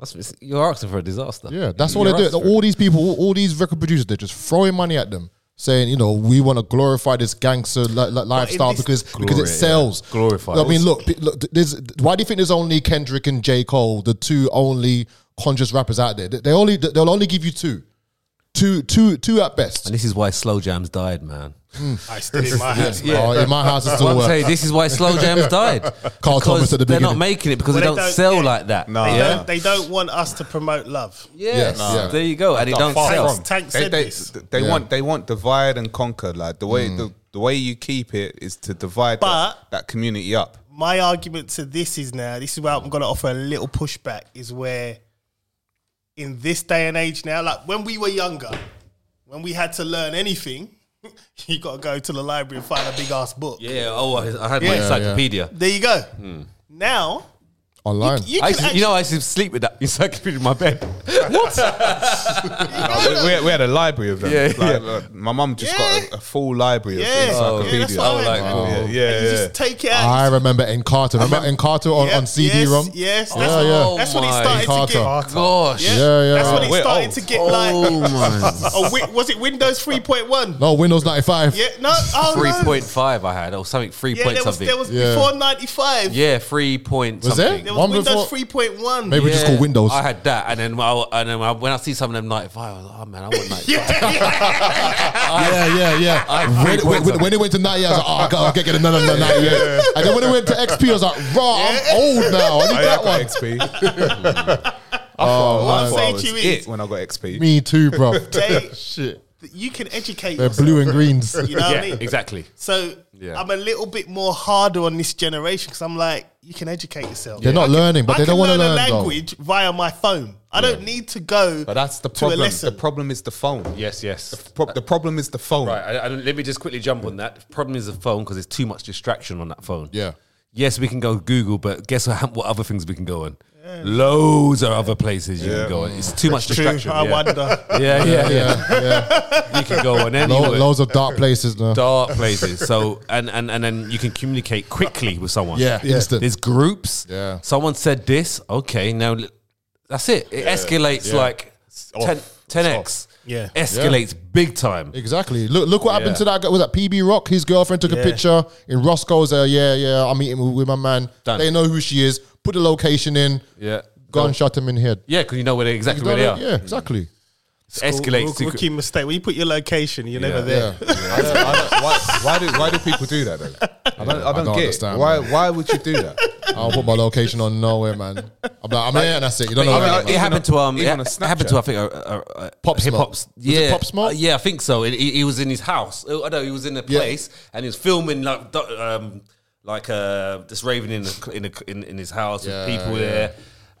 that's, it's- you're asking for a disaster. Yeah, that's all You're they do. asking for it. All these people, all, all these record producers, they're just throwing money at them, saying, you know, we want to glorify this gangster li- li- lifestyle this- because because it Glory, yeah. sells. Glorifies. I mean, look, pe- look. th- There's, why do you think there's only Kendrick and J Cole, the two only conscious rappers out there? They- They only they'll only give you two, two, two, two at best. And this is why slow jams died, man. I *laughs* stood in my house. man. Oh, in my house, it's *laughs* I'm all saying this is why slow jams died. *laughs* Carl Because Thomas at the they're not beginning. making it because Well, they they don't, don't- sell yeah. like that. No. They, Yeah. don't, they don't want us to promote love. Yes, Yeah, no. there you go, and it don't Far sell. from. Tank they, said they, this. they want they want divide and conquer. Like the Mm. way the, the way you keep it is to divide But- that, that community up. my argument to this is now this is where I'm going to offer a little pushback is where in this day and age now like when we were younger when we had to learn anything *laughs* you got to go to the library and find a big ass book Yeah. Oh, I I had my Yeah. encyclopedia. there you go now online. you I can used to, actually, you know, I used to sleep with that encyclopedia in my *laughs* bed. No, we, we, had, we had a library of them. Yeah, Like, uh, my mum just got a, a full library Yeah. of Yeah, that's encyclopedias. what I meant. yeah, Oh, yeah, you yeah, just take it out I remember Encarta. Remember Encarta on, Yep, on CD yes, ROM? yes that's, Yeah, yeah. that's when it Oh started my to get God. *laughs* Gosh. yeah, Yeah, yeah, that's yeah. when it We're started oh. old. to get like *laughs* my. oh, wi- was it Windows 3.1 No, Windows ninety five. yeah no oh Three no. point five, I had or something. Three yeah point there was, something. there was Yeah. before 95 yeah, three point. Was there? something. There One was before- Windows three point one. *laughs* Maybe just call Windows. I had that, and then I, and then I, when I see some of them ninety five, I was like, oh man, I want *laughs* ninety five. Yeah, yeah, yeah. *laughs* I- when, I- when, when, when it went to 90, I was like, oh, I gotta I gotta get another 90. *laughs* And then when it went to XP, I was like, raw, I'm old now. *laughs* Oh, I need Oh, I that got one. *laughs* XP. I thought, I man. thought I Say was to you it is- when I got XP. Me too, bro. *laughs* They- *laughs* Shit. you can educate They're yourself. blue and greens. You know yeah, what I mean? exactly. So Yeah. I'm a little bit more harder on this generation because I'm like, you can educate yourself. They're not learning, but I they can don't want to learn, a though. language via my phone. I don't need to go. But that's the to a problem. The lesson. problem is the phone. Yes, yes. Pro- the problem is the phone. Right. I, I, let me just quickly jump on that. The problem is the phone because there's too much distraction on that phone. Yeah. Yes, we can go Google, but guess what, what other things we can go on? Loads of other places you Yeah. can go on. It's too much True, distraction. I yeah. *laughs* wonder. Yeah, yeah, yeah. Yeah, yeah. You can go on any Lo- loads of dark places now. dark places. So and, and and then you can communicate quickly with someone. Yeah, Yeah. instant. There's groups. Yeah. Someone said this. Okay, now l- that's it. It escalates like 10, 10x. Yeah. Escalates big time. Exactly. Look, look what happened Yeah. to that guy. Was that PB Rock? His girlfriend took a Yeah. picture in Roscoe's. Uh, yeah, yeah. I'm eating with- with my man. Done. They know who she is. Put the location in. Yeah. Gun shot him in head. Yeah, because you know where they exactly where they are. Yeah, exactly. Escalates. to- Rookie mistake. When you put your location, you're never there. Yeah. I don't, I don't, why, why do why do people do that though? I don't, I don't, don't get understand, it. Why man. why would you do that? I'll put my location on nowhere, man. I'm like, I'm here and that's it. You don't know. I where mean, I am, Even it happened to um, it, even on it happened Snapchat. to I think uh, a, a, a Pop hip Smoke. hop. Was it Yeah, Pop Smoke? Uh, yeah, I think so. It, he, he was in his house. Oh, I know he was in a Yeah. place and he was filming like do- um, like uh, just raving in the, in, the, in in his house Yeah, with people yeah. there.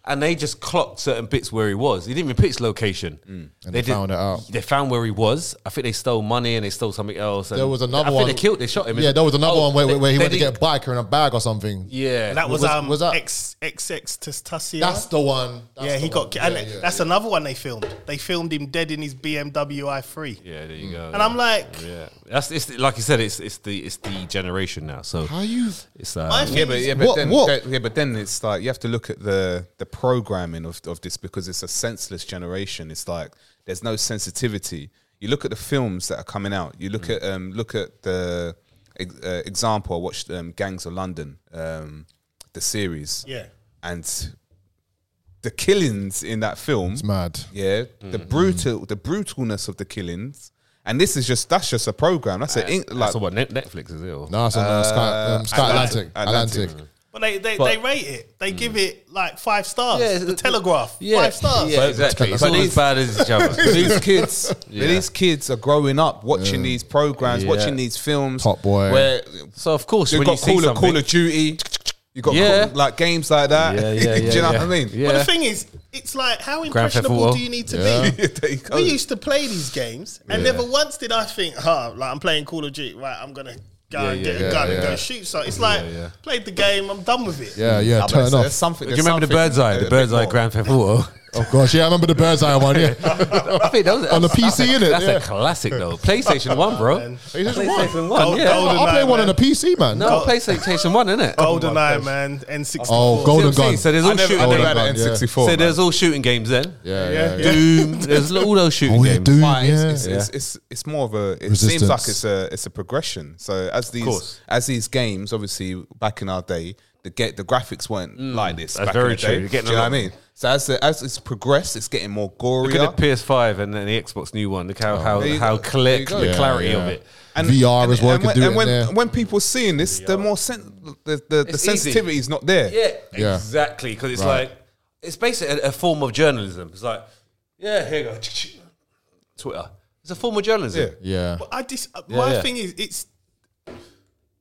and they just clocked certain bits where he was. He didn't even put his location. Mm. they found it out. They found where he was. I think they stole money and they stole something else. and There was another I one. Think they killed. They shot him. Yeah, there was another Oh, one where, they- where he they went to didn't- get a biker in a bag or something. Yeah, That was, Was- um was that- X XX Testacia. That's the one. That's yeah, the he got. one. ki- And Yeah, yeah, that's yeah. another one they filmed. They filmed him dead in his BMW i3. yeah. There you go. And I'm like, yeah, that's it's like you said. It's it's the it's the generation now. So How you? it's uh, My Yeah, but yeah, but What- then what? that- yeah, but then it's like you have to look at the the programming of of this because it's a senseless generation. It's like there's no sensitivity. You look at the films that are coming out. You Mm. look at um look at the ex- uh, example. I watched um, Gangs of London, um, the series. Yeah. and the killings in that film. It's mad. Yeah, the brutal the brutalness of the killings. And this is just that's just a program. That's, a a like so what Net- Netflix is it? Or? No, it's on uh, Sky, um, Sky Atlantic. Atlantic. Atlantic. but they they, But- Mm. they rate it. They give it like five stars. Yeah, the Telegraph, five stars. Yeah, exactly. It's But all as these- bad as each other. *laughs* *laughs* But these kids, but Yeah. these kids are growing up watching these programs, Yeah. watching these films. Top boy. Where So of course, you've when you got see Call of, something, Call of Duty, you got Yeah. Call- like games like that. *laughs* Yeah, yeah, Do you know yeah, what I mean? yeah. But the thing is, it's like how Grand Theft impressionable Auto. do you need to be? There you go. Oh. We used to play these games, and never once did I think, "Huh, like I'm playing Call of Duty, right? I'm gonna go Yeah, and yeah, get yeah, a gun and yeah. go shoot." So it's like yeah. played the game, I'm done with it. Yeah, yeah. Nah, but *laughs* Turn there's- it off. there's something- Do you there's remember the something- bird's eye? a The bit bird's eye more. Grand Theft Auto. Oh gosh, yeah, I remember the bird's eye one. Yeah, *laughs* I think that was, On the that's- that's PC, a- innit? That's Yeah. a classic though. PlayStation One, bro. man. PlayStation, Gold- One. Yeah. gold- I play Goldeneye, one on a man. PC, man. No, PlayStation One, innit? GoldenEye, man, N64. Oh, See what Golden I'm saying? Gun. So there's all I never, I shooting. never games. had an Yeah. N64. So man. there's all shooting games then. Yeah, Yeah, yeah, yeah. Doom. There's all those shooting Oh yeah, games. Doom. But it's, it's, Yeah. it's, it's, it's more of a. It Resistance. seems like it's a it's a progression. So as course. these as these games, obviously back in our day, the get the graphics weren't like this. Mm. that's back very in the true. Day. You're Do getting you know a what I lot- mean? So as the, as it's progressed, it's getting more gory. Look at the PS5 and then the Xbox new one. Look how how, There you how go. clear, There you the go. clarity Yeah, of yeah. it. VR as well And could when, do and it when, in there. when people seeing this, the more sen- the the, the It's easy. sensitivity is not there. Yeah, Yeah. exactly. Because it's Right. like it's basically a, a form of journalism. It's like, yeah, here you go, *laughs* Twitter. It's a form of journalism. yeah, But I just my yeah. thing is, it's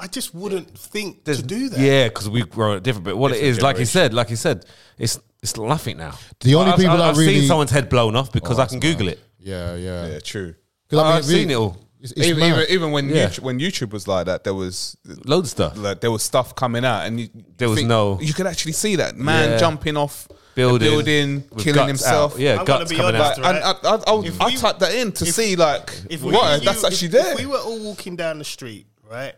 I just wouldn't think There's- to do that. Yeah, because we grow it different. But what it Different is, like you generation. said, like you said, it's it's nothing now. The only I've, people I've, that I've really- seen someone's head blown off because I can Google it. yeah, yeah. Yeah, true. 'Cause I've seen it all. It's, it's Even, mad. even even when Yeah. YouTube, when YouTube was like that, there was Loads of stuff. like there was stuff coming out, and you, There was no- You could actually see that man Yeah. jumping off the Building, building with killing guts himself. out. Yeah, I'm gonna guts be coming honest, out. Like, and I, I, I, would- If I we- typed that in to if- see like If we, what you- that's if- actually there. If we were all walking down the street, right,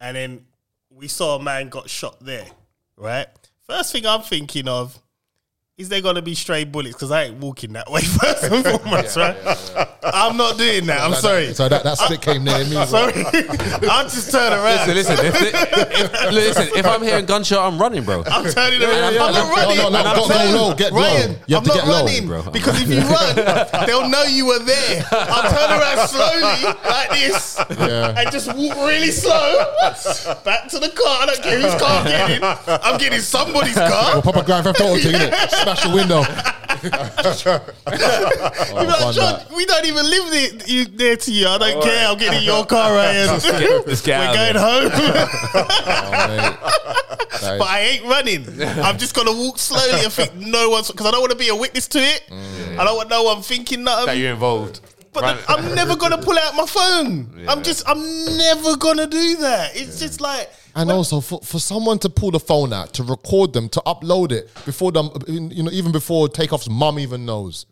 and then we saw a man got shot there, right. First thing I'm thinking of is there gonna be stray bullets because I ain't walking that way. *laughs* First and foremost, right? I'm not doing that. I'm sorry. So that, that stick came near me. Sorry, *laughs* I'll just turn around. Listen, listen, if, if, listen. If I'm hearing gunshot, I'm running, bro. I'm turning around. I'm not running. No, no, no, And I'm go- go telling low, you, get Ryan, low. You I'm have to not get low, running bro. because *laughs* if you run, they'll know you were there. I'll turn around slowly like this Yeah. and just walk really slow back to the car. I don't care whose car I'm getting. I'm getting *laughs* somebody's car. Pop a Grand Theft Auto thing, innit? Smash the window. You're like, find John, that. we don't even live near, you, near to you. I don't care. I'm getting in your car, Ryan. get- let's *laughs* get We're out going of home. That *laughs* is- but I ain't running. I'm just gonna walk slowly and think no one's because I don't want to be a witness to it. Mm. I don't want no one thinking That nothing. you're involved. But I'm never gonna pull out my phone. I'm just I'm never gonna do that. It's just like And also for, for someone to pull the phone out, to record them, to upload it before them, you know, even before takeoff's mum even knows.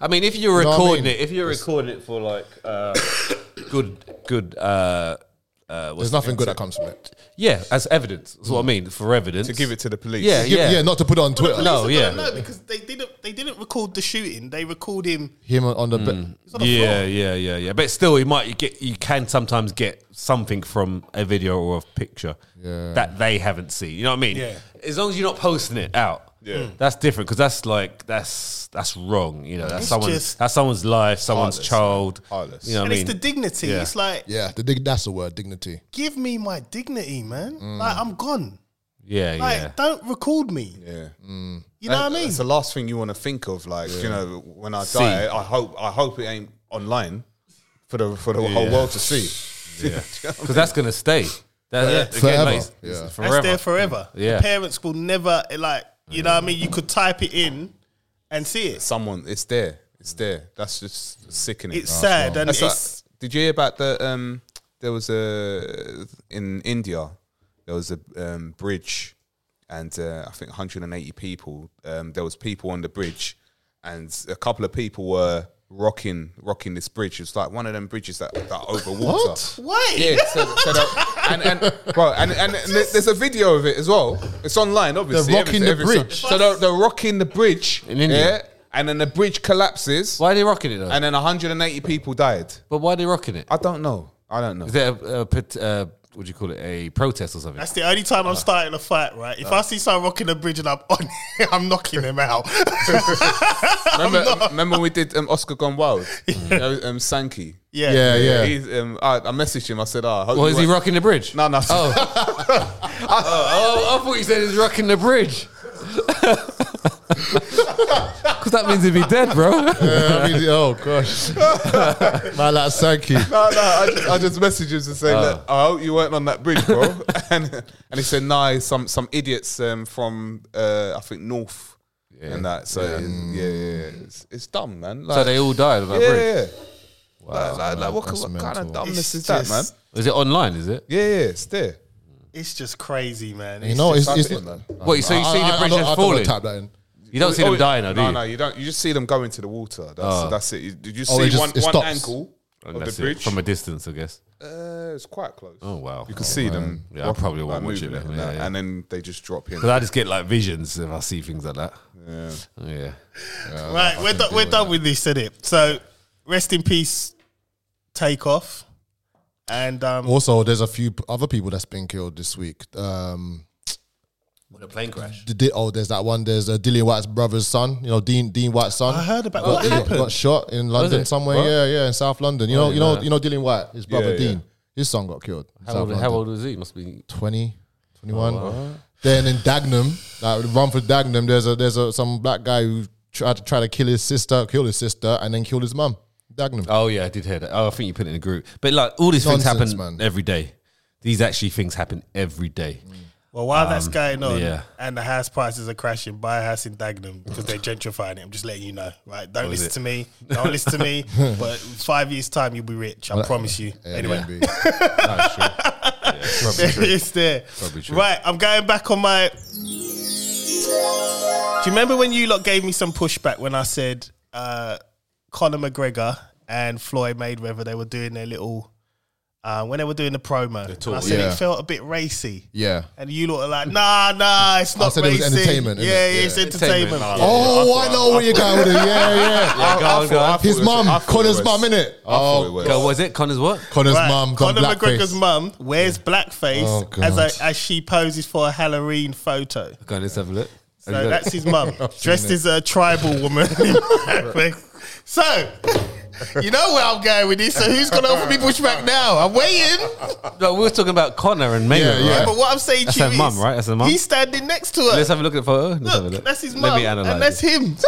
I mean, if you're know what I recording mean? it, if you're recording it for like uh, good, good, uh, uh, what's There's nothing good that comes from it. yeah, as evidence. That's what I mean for evidence to give it to the police. Yeah, Give- yeah, yeah, not to put it on Twitter. No, Police are yeah. gonna know because they didn't they didn't record the shooting. They record him. Him on the be- on the yeah, floor. yeah, yeah, yeah. But still, you might you get you can sometimes get something from a video or a picture Yeah. that they haven't seen. You know what I mean? Yeah. As long as you're not posting it out, yeah, that's different because that's like that's that's wrong. You know, that's It's someone's just- that's someone's life, someone's Heartless, child. Heartless. You know and what I mean? it's the dignity. Yeah. It's like Yeah, the dig- that's the word, dignity. give me my dignity, man. Like I'm gone. Mm. yeah, Mm. Like *laughs* yeah. don't record me. Yeah. You know what I mean? It's the last thing you want to think of. Like you know, when I die, I hope I hope it ain't online for the for the whole world to see. Because that's gonna stay. That, that- again, Forever. like, it's- Yeah. it's That's there forever. forever. Yeah. The parents will never eh, like You know what I mean? You could type it in and see it. Someone, it's there. It's there. That's just sickening. It's sad and That's it's like- did you hear about the? Um, there was a in India. There was a um, bridge, and uh, I think 180 people. Um, there was people on the bridge, and a couple of people were rocking rocking this bridge. It's like one of them bridges that that over water. wait. Yeah, so, so that, and, and bro, and, and there's a video of it as well. It's online, obviously. They're rocking the everything- bridge. So they're, they're rocking the bridge In India. yeah, and then the bridge collapses, Why are they rocking it though? and then 180 people died. but why are they rocking it? I don't know. I don't know. *laughs* Is there a, a, pet- uh, what do you call it? A protest or *laughs* something? That's the only time I'm Uh. starting a fight, right? If I see someone rocking a bridge and I'm on *laughs* it, I'm knocking them out. *laughs* remember, remember when we did um, Oscar Gone *laughs* Wild? Uh, um, Sankey. yeah. Yeah, yeah. He's, um, I, I messaged him. I said, "Ah, oh, Or is he rocking the bridge? No, no. Oh. oh, I thought you said he's rocking the bridge. *laughs* Because that means he'd be dead, bro. Yeah, I mean, oh gosh, man, that's Sankey. No, no, I just, I just messaged him to say, look, I Oh. hope you weren't on that bridge, bro. *laughs* *laughs* and and he said, nah, it's some some idiots um, from uh, I think North and that. So yeah, yeah, yeah. It's, it's dumb, man. Like, *laughs* So they all died on that yeah, bridge. yeah. like, like, like, what, that's what kind mental. of dumbness It's is that, just- man? Is it online? Is it? Yeah, yeah, it's there. It's just crazy, man. You know, it's, Type it's it in, man. Wait, so Oh, you see the bridge I, I, that's I, falling? Type that in. You don't see them Oh, dying, now, do no, you? Ah. No, you don't. You just see them go into the water. That's, that's it. You, did you Oh, see it just- one, it one stops. ankle And of Oh, that's the it, bridge? from a distance, I guess. uh, it's quite close. Oh wow! *laughs* You can see them. Yeah, I probably won't watch moving it, and yeah, that, yeah. And then they just drop in. Because I just get like visions if I see things like that. Yeah. Yeah. right, we're, do- we're done with this, isn't it? So, rest in peace, take off. And um, Also, there's a few p- other people that's been killed this week. Um, With a plane crash. the, di- oh, there's that one. There's uh, Dillian White's brother's son. You know, Dean Dean White's son. I heard about- got, what got- happened? Got shot in London it? Oh, somewhere. Yeah, yeah, in South London. You know, you know, you know, Dillian White, his brother Yeah, yeah. Dean, his son got killed. in How South old, London. how old Oh, was he? Must be. 20, 21. Then in Dagenham, like Rumford Dagenham, there's a there's a some black guy who tried to try to kill his sister, kill his sister, and then killed his mum. Dagenham. Oh yeah, I did hear that. Oh, I think you put it in a group. But like all these Nonsense, things happen man. every day. These actually things happen every day. well, while that's going on yeah. and the house prices are crashing, buy a house in Dagenham because they're gentrifying it. I'm just letting you know, right? Don't listen it? to me. Don't listen to me. But five years' time, you'll be rich. I promise you. Yeah, anyway, maybe. *laughs* it's there. Probably true. Right, I'm going back on my. Do you remember when you lot gave me some pushback when I said uh, Conor McGregor and Floyd Mayweather they were doing their little uh, when they were doing the promo? talk, I said yeah. it felt a bit racy. yeah. And you lot are like, nah, nah, it's not said it was racy. entertainment, yeah, innit? yeah, it's Yeah. entertainment. Entertainment, nah. Oh, I know where you're going with it. Yeah, *laughs* yeah. go on, go on. His mum, Connor's mum, innit? Oh, Oh, Go, was it Connor's what? Connor's Right, mum got Conor McGregor's blackface. mum wears blackface Oh, God. as a, as she poses for a Halloween photo. Go on, let's have a look. So that's his *laughs* mum, dressed as a tribal woman. *laughs* so, you know where I'm going with this. So, who's going to offer me *laughs* pushback now? I'm waiting. no, we were talking about Connor and Yeah, Mayweather. yeah. right? But what I'm saying That's to you her is, mum, right? That's her mum. He's standing next to her. Let's have a look at the photo. Let's have a Look, look. that's his Let mum, me analyze. and that's it. him. *laughs*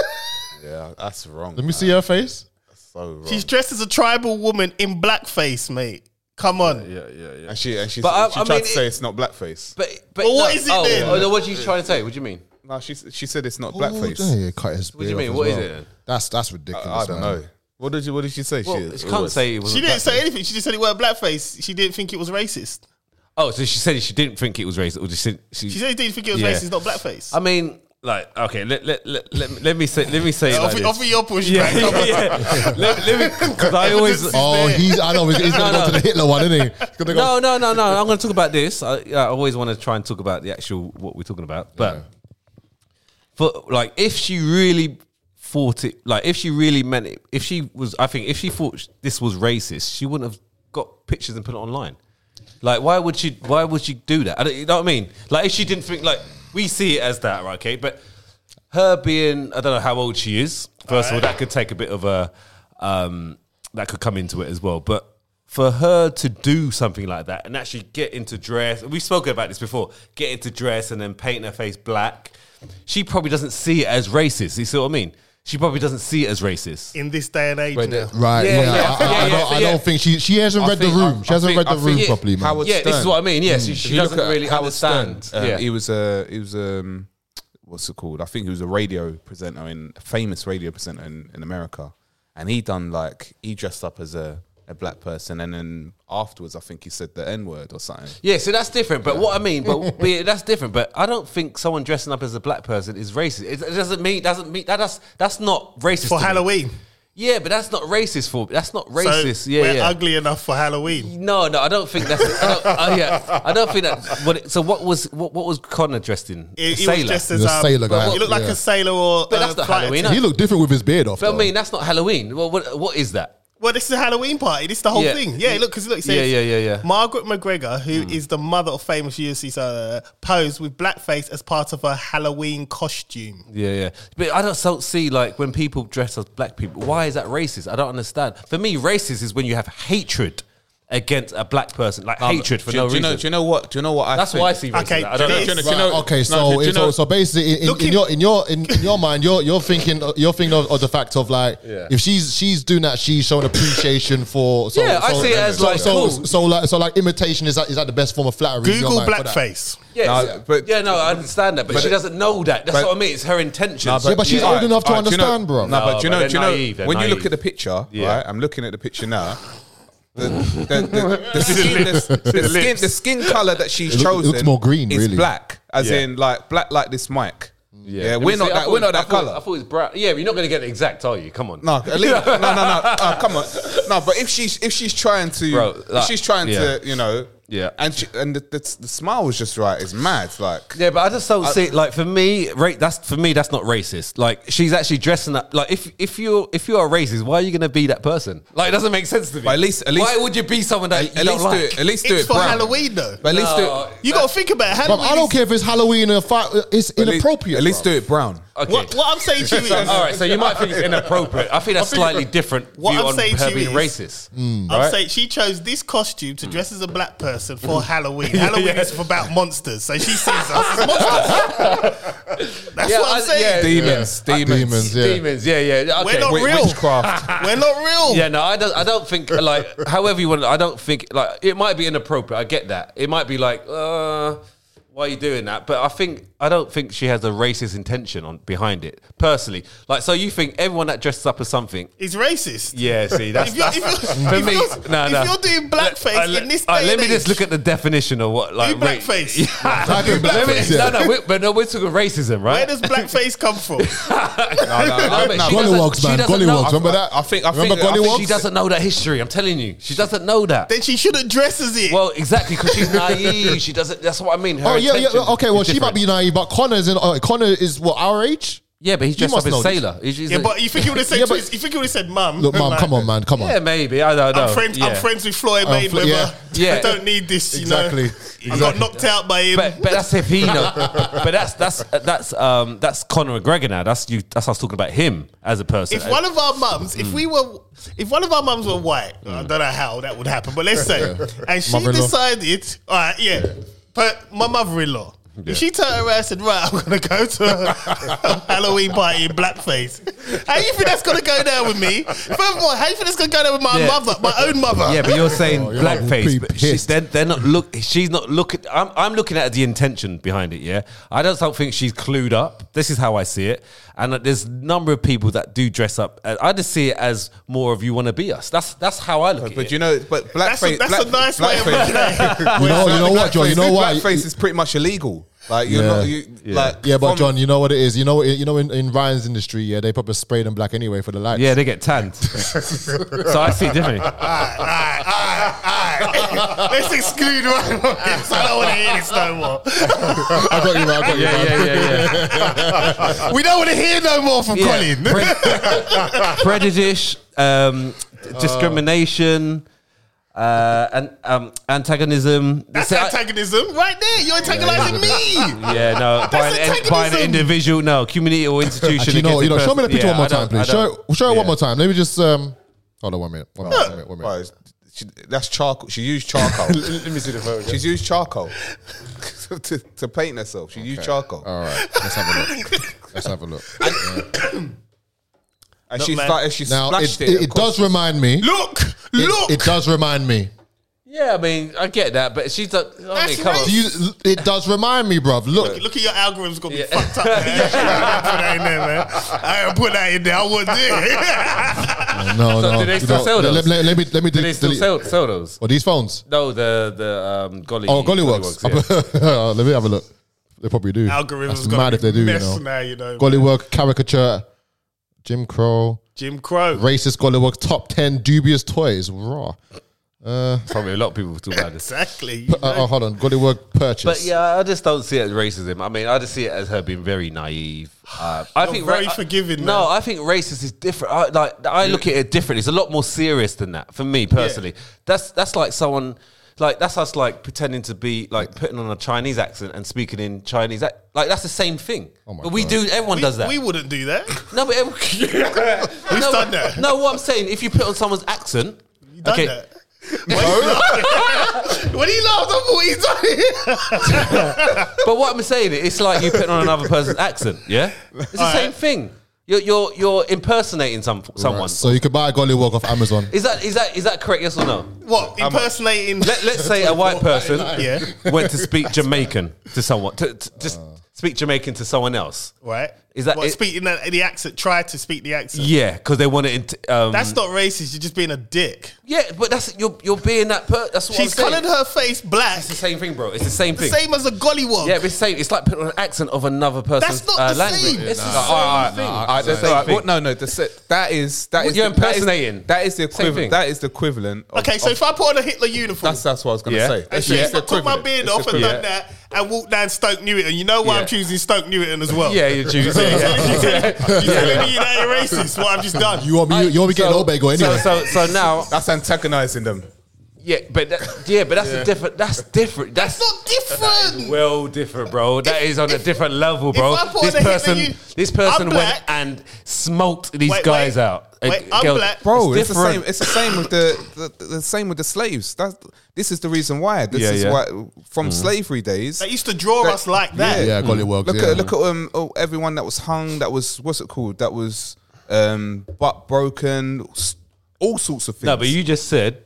Yeah, that's wrong. Let me see her face. So wrong. She's dressed as a tribal woman in blackface, mate. Come on. and she and she, But I- she I tried mean, to say it- it's not blackface. But, but Well, what no, is it oh, then? oh, no, what are you trying to say? What do you mean? No, she she said it's not Oh, blackface. yeah, cut his do you beard mean? off as What is well. it then? That's that's ridiculous. I don't man. know. What did you What did she say? Well, she, she can't say it was. She a didn't blackface. say anything. She just said it weren't blackface. She didn't think it was racist. Oh, so she said she didn't think it was racist, or just said she. She said she didn't think it was Yeah. racist, not blackface. I mean, like, okay, let let let, let, me- let me say let me say it like offer, this. offer your pushback. yeah, *laughs* Come on. *laughs* yeah. let, let me because I always. Evidence is Oh, there. he's I know he's, he's gonna go to the Hitler one, isn't he? He's gonna go. No, no, no, no. I'm going to talk about this. I, I always want to try and talk about the actual what we're talking about. But for like, if she really thought it, like, if she really meant it, if she was, I think, if she thought sh- this was racist, she wouldn't have got pictures and put it online. Like, why would she? Why would she do that? I don't, you know what I mean? Like, if she didn't think, like, we see it as that, right? Okay, but her being, I don't know how old she is. First of all, that could take a bit of a, um, that could come into it as well. But for her to do something like that and actually get into dress, we've spoken about this before, get into dress and then paint her face black, she probably doesn't see it as racist. You see what I mean? She probably doesn't see it as racist. in this day and age now. Right, Yeah, yeah. I, yeah, I, yeah, I yeah, don't, I yeah. don't think she she hasn't I read think- the room. I- she hasn't I read think- the I room think properly, man. Howard Yeah, this is Stern. Mm. what I mean. Yeah, she, she doesn't really Howard um, understand. Stern, um, yeah. He was a he was um, well, what's it called? I think he was a radio presenter in a famous radio presenter in, in America, and he done like he dressed up as a, a black person, and then afterwards I think he said the N word or something. Yeah, so that's different. But what I *laughs* mean, but but yeah, that's different. But I don't think someone dressing up as a black person is racist. It, it doesn't mean doesn't mean that, that's that's not racist for to me. Halloween. Yeah, but that's not racist for that's not So racist. yeah, we're yeah. ugly enough for Halloween. no, no, I don't think that's. *laughs* I don't, oh, yeah, I don't think that. What it, so what was what, what was Connor dressed in? It, A it was just as The um, sailor guy. He looked like Yeah. a sailor or. But uh, that's not flight Halloween, attendant. He looked different with his beard off. but I though. mean, that's not Halloween. Well, what what is that? Well, this is a Halloween party. This is the whole Yeah. thing. Yeah, look, because look, it says, Yeah, yeah, yeah, yeah. Hmm. Margaret McGregor, who is the mother of famous UFC star, posed with blackface as part of her Halloween costume. Yeah, yeah. But I just don't see like when people dress as black people. Why is that racist? I don't understand. For me, racist is when you have hatred against a black person, like hatred for Um, do, no do you reason. Know, do you know what? Do you know what? I That's think? why I see racism. Okay, I don't know. do you Do you know- Right, okay, no, so, do you it's know- so so basically, in, in, Looking- in your in your in, in your mind, you're you're thinking you're thinking of, of the fact of like if she's she's doing that, she's showing appreciation for. So, Yeah, I so- see it as, so- like, so, cool. so, like so like imitation is that is that the best form of flattery? in your Google mind for that? blackface. Yes. No, but- yeah, no, I understand that, but, she it- doesn't know that. That's but- what I mean. It's her intention. No, Yeah, but she's old enough to alright, do you know- understand, bro. No, but do you No, know? but Do you they're know? naive, they're when you look naive. at the picture, Yeah. right? I'm looking at the picture *laughs* now. The, the, the, the skin, the, the skin, the skin color that she's It look- it chosen looks more green, is really. black, as Yeah. in like black like this mic. Yeah, Let me we're not see, I that. thought- We're not I thought- that color. I thought it's brown. Yeah, but you're not going to get it exact, are you? Come on. No, *laughs* at least, no, no, no. Uh, come on, no. But if she's if she's trying to, Bro, like, if she's trying yeah. to, you know, Yeah. and she, and the, the, the smile was just right. It's mad, like Yeah, but I just don't see. Like for me, ra- that's for me. That's not racist. Like she's actually dressing up. Like if if you're if you are racist, why are you going to be that person? Like it doesn't make sense to me. But at least- at least- why would you be someone that at you don't least like? Oh, do it. At least do It's it for brown. Halloween, though. But at No. least do it. you got to think about it. Bruv, Halloween. I don't is- care if it's Halloween or fi- it's at least- inappropriate. At least bruv. do it brown. Okay. What, what I'm saying to you is, *laughs* All right, so you might think it's inappropriate. I think that's slightly different What view I'm on saying to her you being is- Mm. racist. I'm saying she chose this costume to dress as a black person for *laughs* Halloween. Halloween yeah. is about monsters, so she sees us as monsters. *laughs* That's Yeah, what I'm I- saying. Demons, demons, Demons, yeah. Demons, yeah, yeah. Okay. We're not Wi- real. *laughs* Witchcraft. We're not real. Yeah, no, I don't. I don't *laughs* think like. However you want, I don't think like it might be inappropriate. I get that. It might be like, uh, why are you doing that? But I think I don't think she has a racist intention on behind it. Personally, like, so you think everyone that dresses up as something? It's racist. *laughs* Yeah, see, that's If you're, if that's- you're, *laughs* for if me. you're, no, if no. you're doing blackface Uh, in this day uh, let and me age, just look at the definition of what like ra- blackface. *laughs* Yeah. Type in Let me- blackface, yeah. No, no, we but no, we're talking racism, where right? does blackface come from? No, no, no, but no, she doesn't- Gollywogs, she man. doesn't Gollywogs. know- Remember that? I think- I remember think- I think She Gollywogs. doesn't know that history. I'm telling you, she doesn't know that. then she shouldn't dress as it. Well, exactly, because she's naive. She doesn't. That's what I mean. Her Oh yeah, yeah. intention Okay, is well she might different. be naive, but Connor's in. Uh, Connor is what our age. Yeah, but he's dressed up must as know this. sailor. He's, he's yeah, a- but you think he would have said, Yeah, to but- his- you think he would have said, "Mum, Look, mom, Like, come on, man, come on. yeah, maybe I don't know. I'm friends. Yeah. Um, I'm friends with Floyd I'm fl- Mayweather. yeah. I don't need this. You Exactly. Know? I got knocked out by him. But, but that's if he *laughs* know. but that's that's that's um that's Conor McGregor now. That's you. That's us talking about him as a person. if one of our mums, if we were, if one of our mums were white, I don't know how that would happen, but let's *laughs* say, and she Mother-in-law. decided, all right, yeah, but my mother-in-law, if she turned around and said, right, I'm gonna go to a *laughs* Halloween party in blackface, how you think that's gonna go down with me? Furthermore, how you think that's gonna go down with my Yeah. mother, my own mother? yeah, but you're saying Oh, you're like, blackface. be But she, pissed. they're, they're not look. She's not looking. I'm, I'm looking at the intention behind it. Yeah, I just don't think she's clued up. This is how I see it. And that there's a number of people that do dress up. and I just see it as more of you want to be us. That's that's how I look. at But it. you know, but blackface. That's, a, that's black, a nice way of looking *laughs* at it. You know, you know what, John? You know why why? Blackface is pretty much illegal. Like you're Yeah. not. You, Like Yeah, but from- John, you know what it is. You know, you know, in, in Ryan's industry, yeah, they probably spray them black anyway for the lights. Yeah, they get tanned. so I see it differently. Alright, alright, alright, alright. *laughs* Let's exclude one of this. I don't want to hear this no more. *laughs* I got you, man. I got you. Yeah, man. *laughs* yeah, yeah, yeah. We don't want to hear no more from yeah. Colin. Pre- prejudice, um, discrimination, uh, and um, antagonism. That's So I- antagonism right there. You're antagonizing me. yeah, no, by an, en- by an antagonism. individual, no, community or institution. Actually, you know, against you know, a show me the person. picture Yeah, one more I don't- time, please. I don't- Show, show it yeah. one more time. Let me just. Um, hold on, one minute. One minute. One minute. One minute. Bro, she, that's charcoal. She *laughs* used charcoal. Let me see the photo. She's used charcoal *laughs* to, to paint herself. She used charcoal, All right, let's have a look. let's have a look. and she man. started. She Now, it, splashed it, it. it does remind me. Look, it- look. it does remind me. Yeah, I mean, I get that, but she's like, I mean, That's come on. right. Do you, it does remind me, bruv. Look, Look at your algorithm's gonna be fucked up. Man. put that in there, man. I ain't put that in there. I wasn't there. no, So no. do they you still know, sell let, those? let- let me let me Do they still delete- sell, sell those? Or these phones? No, the the um, golly. Oh, Gollyworks. *laughs* Gollywogs, yeah. let me have a look. They probably do. Algorithm's That's gonna mad be if they do. You mess know, now. You know, Gollywork caricature, Jim Crow, Jim Crow. racist Gollywork top ten dubious toys. Raw. Probably a lot of people talk about this. Exactly. you Uh, oh, hold on. Gollywork purchase. But yeah, I just don't see it as racism. I mean, I just see it as her being very naive. Uh, I You're think very I- forgiving, No, man. I think racist is different. I, like I look at it differently. It's a lot more serious than that for me personally. That's that's like someone like that's us like pretending to be like putting on a Chinese accent and speaking in Chinese. ac- Like that's the same thing. my but we God. do. Everyone Oh We, does that. we wouldn't do that. No, but *laughs* we've no, done that. No, what I'm saying, if you put on someone's accent, You done that. What he laughed at what he's done. But what I'm saying, it's like you putting on *laughs* another person's accent. Yeah, it's the Alright. same thing. You're you're you're impersonating some someone. Right, so you could buy a Gollywork off Amazon. Is that is that is that correct? Yes or no? What impersonating? Let, let's say *laughs* a white person Yeah. Uh. went to speak Jamaican to someone to, to just speak Jamaican to someone else. right? Is that what, it- speaking the, the accent? Try to speak the accent. Yeah, because they wanted. To, um, That's not racist. You're just being a dick. yeah, but that's you're you're being that. Per- that's what She's I'm saying. coloured her face black, It's the same thing, bro. It's the same thing. same as a gollywog. Yeah, but it's same. It's like putting on an accent of another person's That's not uh, the language. same. It's "Oh, the Nah. same thing. Alright, that's- Same alright, thing. what- no, no. The, se- that is that is You're the- that is- impersonating. That is the Same thing. equivalent. That is the equivalent. Of, Okay, so of- if I put on a Hitler uniform, that's that's what I was gonna Yeah. say. and That's shit, it's if the I took my equivalent. beard It's the off and done equivalent. that, and walked down Stoke Newington, you know why Yeah. I'm choosing Stoke Newington as well. oh." Yeah, you choose. So *laughs* Yeah, you're yeah. *laughs* telling me- you're telling me that you're racist? What I've just done. You want me? You want me getting So- old bagel anyway? So, so, so now, That's antagonizing them. yeah, but that, yeah, but that's a different. That's different. That's, It's not different. well different, bro. That If- is on a if- different level, bro. if I put This on a hit person, that you- this person I'm went black. and smoked these Wait, guys wait. out. Uh, Wait, I'm girl, black. Bro, it's, the different. same. It's the same with the, the, the same with the slaves. That this is the reason why. This Yeah, is yeah. Mm. why from slavery days. They used to draw That- us like that. yeah, Gollywork. Look yeah. at look at um, oh, everyone that was hung. That was what's it called? That was um, butt broken. s- All sorts of things. No, but you just said.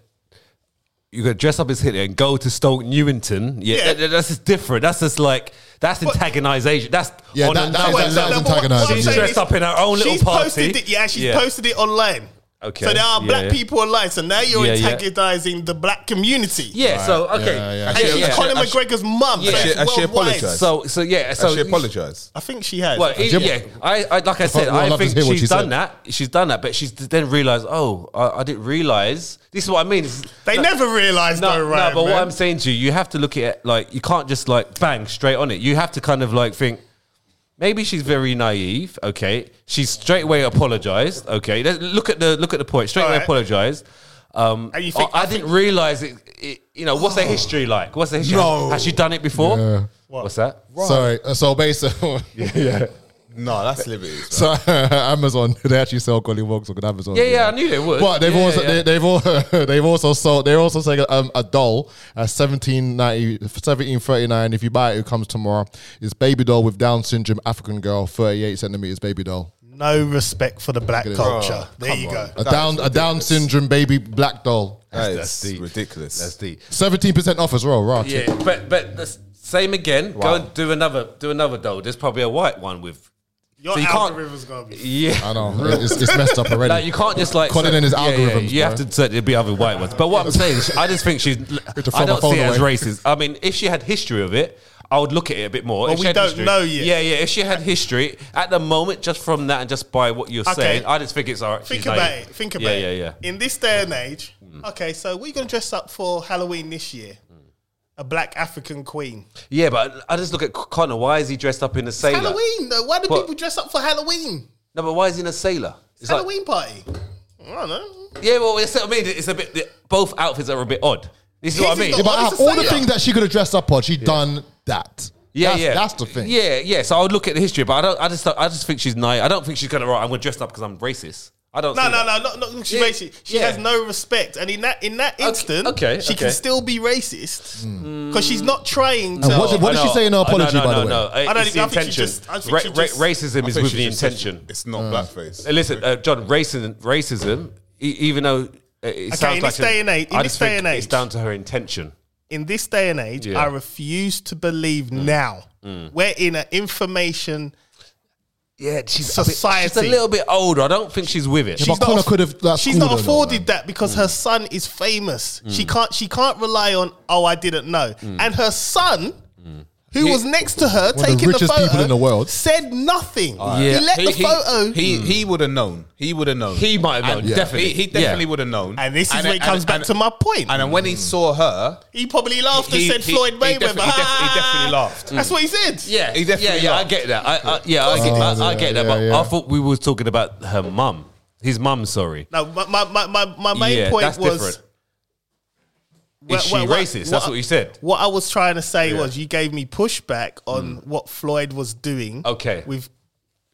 You could dress up as Hitler and go to Stoke Newington. Yeah, Yeah. that- that- that's just different. That's just like that's antagonisation. That's Yeah, on that- that another is Wait, a level. loud no, but what- antagonising, what I'm yeah. She's saying dressed is up in her own little she's party. Posted it, yeah, she's Yeah. posted it online. Okay, So there are yeah, black yeah. people online. So now you're Yeah, yeah. antagonising the black community. Yeah. So okay. Yeah, yeah. And she's yeah. Conor I sh- McGregor's mum. Yeah. so I should- it's I should worldwide. apologise. So so yeah. So she apologized. I think she has. Well, it- Jim- yeah, I, I like I said, Well, I'd I love to think hear what she's she done said. that. She's done that, but she's then realised. Oh, I, I didn't realise. This is what I mean. It's- they no, never realised *laughs* No, though, right? no, but what man? I'm saying to you, you have to look at it like you can't just like bang straight on it. You have to kind of like think. Maybe she's very naive. Okay, she's straight away apologized. Okay, Let's look at the look at the point. Straight away Alright. apologized. Um, And you think- I, I didn't realize it, it. You know, what's their history like? What's their history? No. Has she done it before? Yeah. What's that? Sorry. uh, *laughs* So basically, No, that's liberty. *laughs* so uh, Amazon *laughs* they actually sell Gollyworks on Amazon. Yeah, you yeah, know. I knew they would. But they've Yeah, also yeah, yeah. They, they've all, *laughs* they've also sold they're also selling um, a doll at 1790 1739 if you buy it it comes tomorrow it's baby doll with down syndrome african girl 38 centimeters baby doll no respect for the black Oh, culture. there you go. a down a down syndrome baby black doll That's, ridiculous. That's deep. 17% off as well right Yeah, but but the s- same again. Go Wow. and do another do another dough. There's probably a white one with. Your So you can't- algorithm's gonna be. Yeah. i know *laughs* it's, it's messed up already Like you can't just like Colin say- Um, and his algorithms, You have bro. to say there'll be other white ones. But what I'm saying, is, I just think *laughs* she's. to throw I my don't see phone it as away. racist. I mean, if she had history of it, I would look at it a bit more. But If she we had don't history- know yet. Yeah, yeah. If she had history at the moment, just from that and just by what you're Okay. saying, I just think it's alright. Think she's about naive. it. Think about yeah, it. Yeah, yeah, yeah. Mm. In this day and age, okay, so we're gonna dress up for Halloween this year. Mm. A black African queen. Yeah, but I just look at Connor. Why is he dressed up in a sailor? Halloween though. Why do But- people dress up for Halloween? No, but why is he in a sailor? It's like- Halloween party. I don't know. Yeah, well, it's, I mean, it's a bit. Both outfits are a bit odd. This is He's what I mean. got- Yeah, but Oh, it's out of a all the sailor. things that she could have dressed up on she done that Yeah, that's, yeah, that's the thing Yeah, yeah. So I would look at the history, but I don't. I just, don't- I just think she's naive. I don't think she's gonna. Right, I'm gonna dress up because I'm racist. I don't. No, see no, that. no, not, not she's Yeah, racist. She yeah. has no respect, and in that in that instant, okay, she okay. Mm. can still be racist because she's not trying to. No, what did- I did she know. say in her I- apology, No, no, by the no, way? no. I don't It's even- the I think she intention. just- I think Ra- she ra- just- racism is with the intention. Mm. It's not blackface. Uh, Listen, uh, John. Racism, racism. E- even though It, it Okay, sounds in like this an- day and age- in I this just day think and it's age. down to her intention. in this day and age, Yeah. I refuse to believe now. We're in an information. Yeah, she's a bit- she's a she's a Society. little little bit older. I don't think she's with it. But Connor could have. that's She's cool not though, afforded man. that because her son is famous. She can't. She can't rely on. Oh, I didn't know. And her son, who was next to her, the taking richest photo, people in the world. said nothing. Yeah. He let the he, photo. He he would have known. He would have known. Mm. He might have known, And- definitely. He, he definitely Yeah. would have known. and this is where it comes back to my point. And then when he saw her, he probably laughed he- and said he- Floyd he Mayweather. definitely- he def- *laughs* he "Ah." definitely laughed. That's what he said. yeah, He definitely yeah, yeah. I laughed. get that. I, I, yeah, I get, I, I yeah, get that. But yeah, yeah. I thought we were talking about her mum, his mum. Sorry. No, my my my, my, my main yeah, point that's was. different. Well, Is she well, well, racist? that's well, what you said. What I was trying to say was you gave me pushback on what Floyd was doing. Mm. Okay. With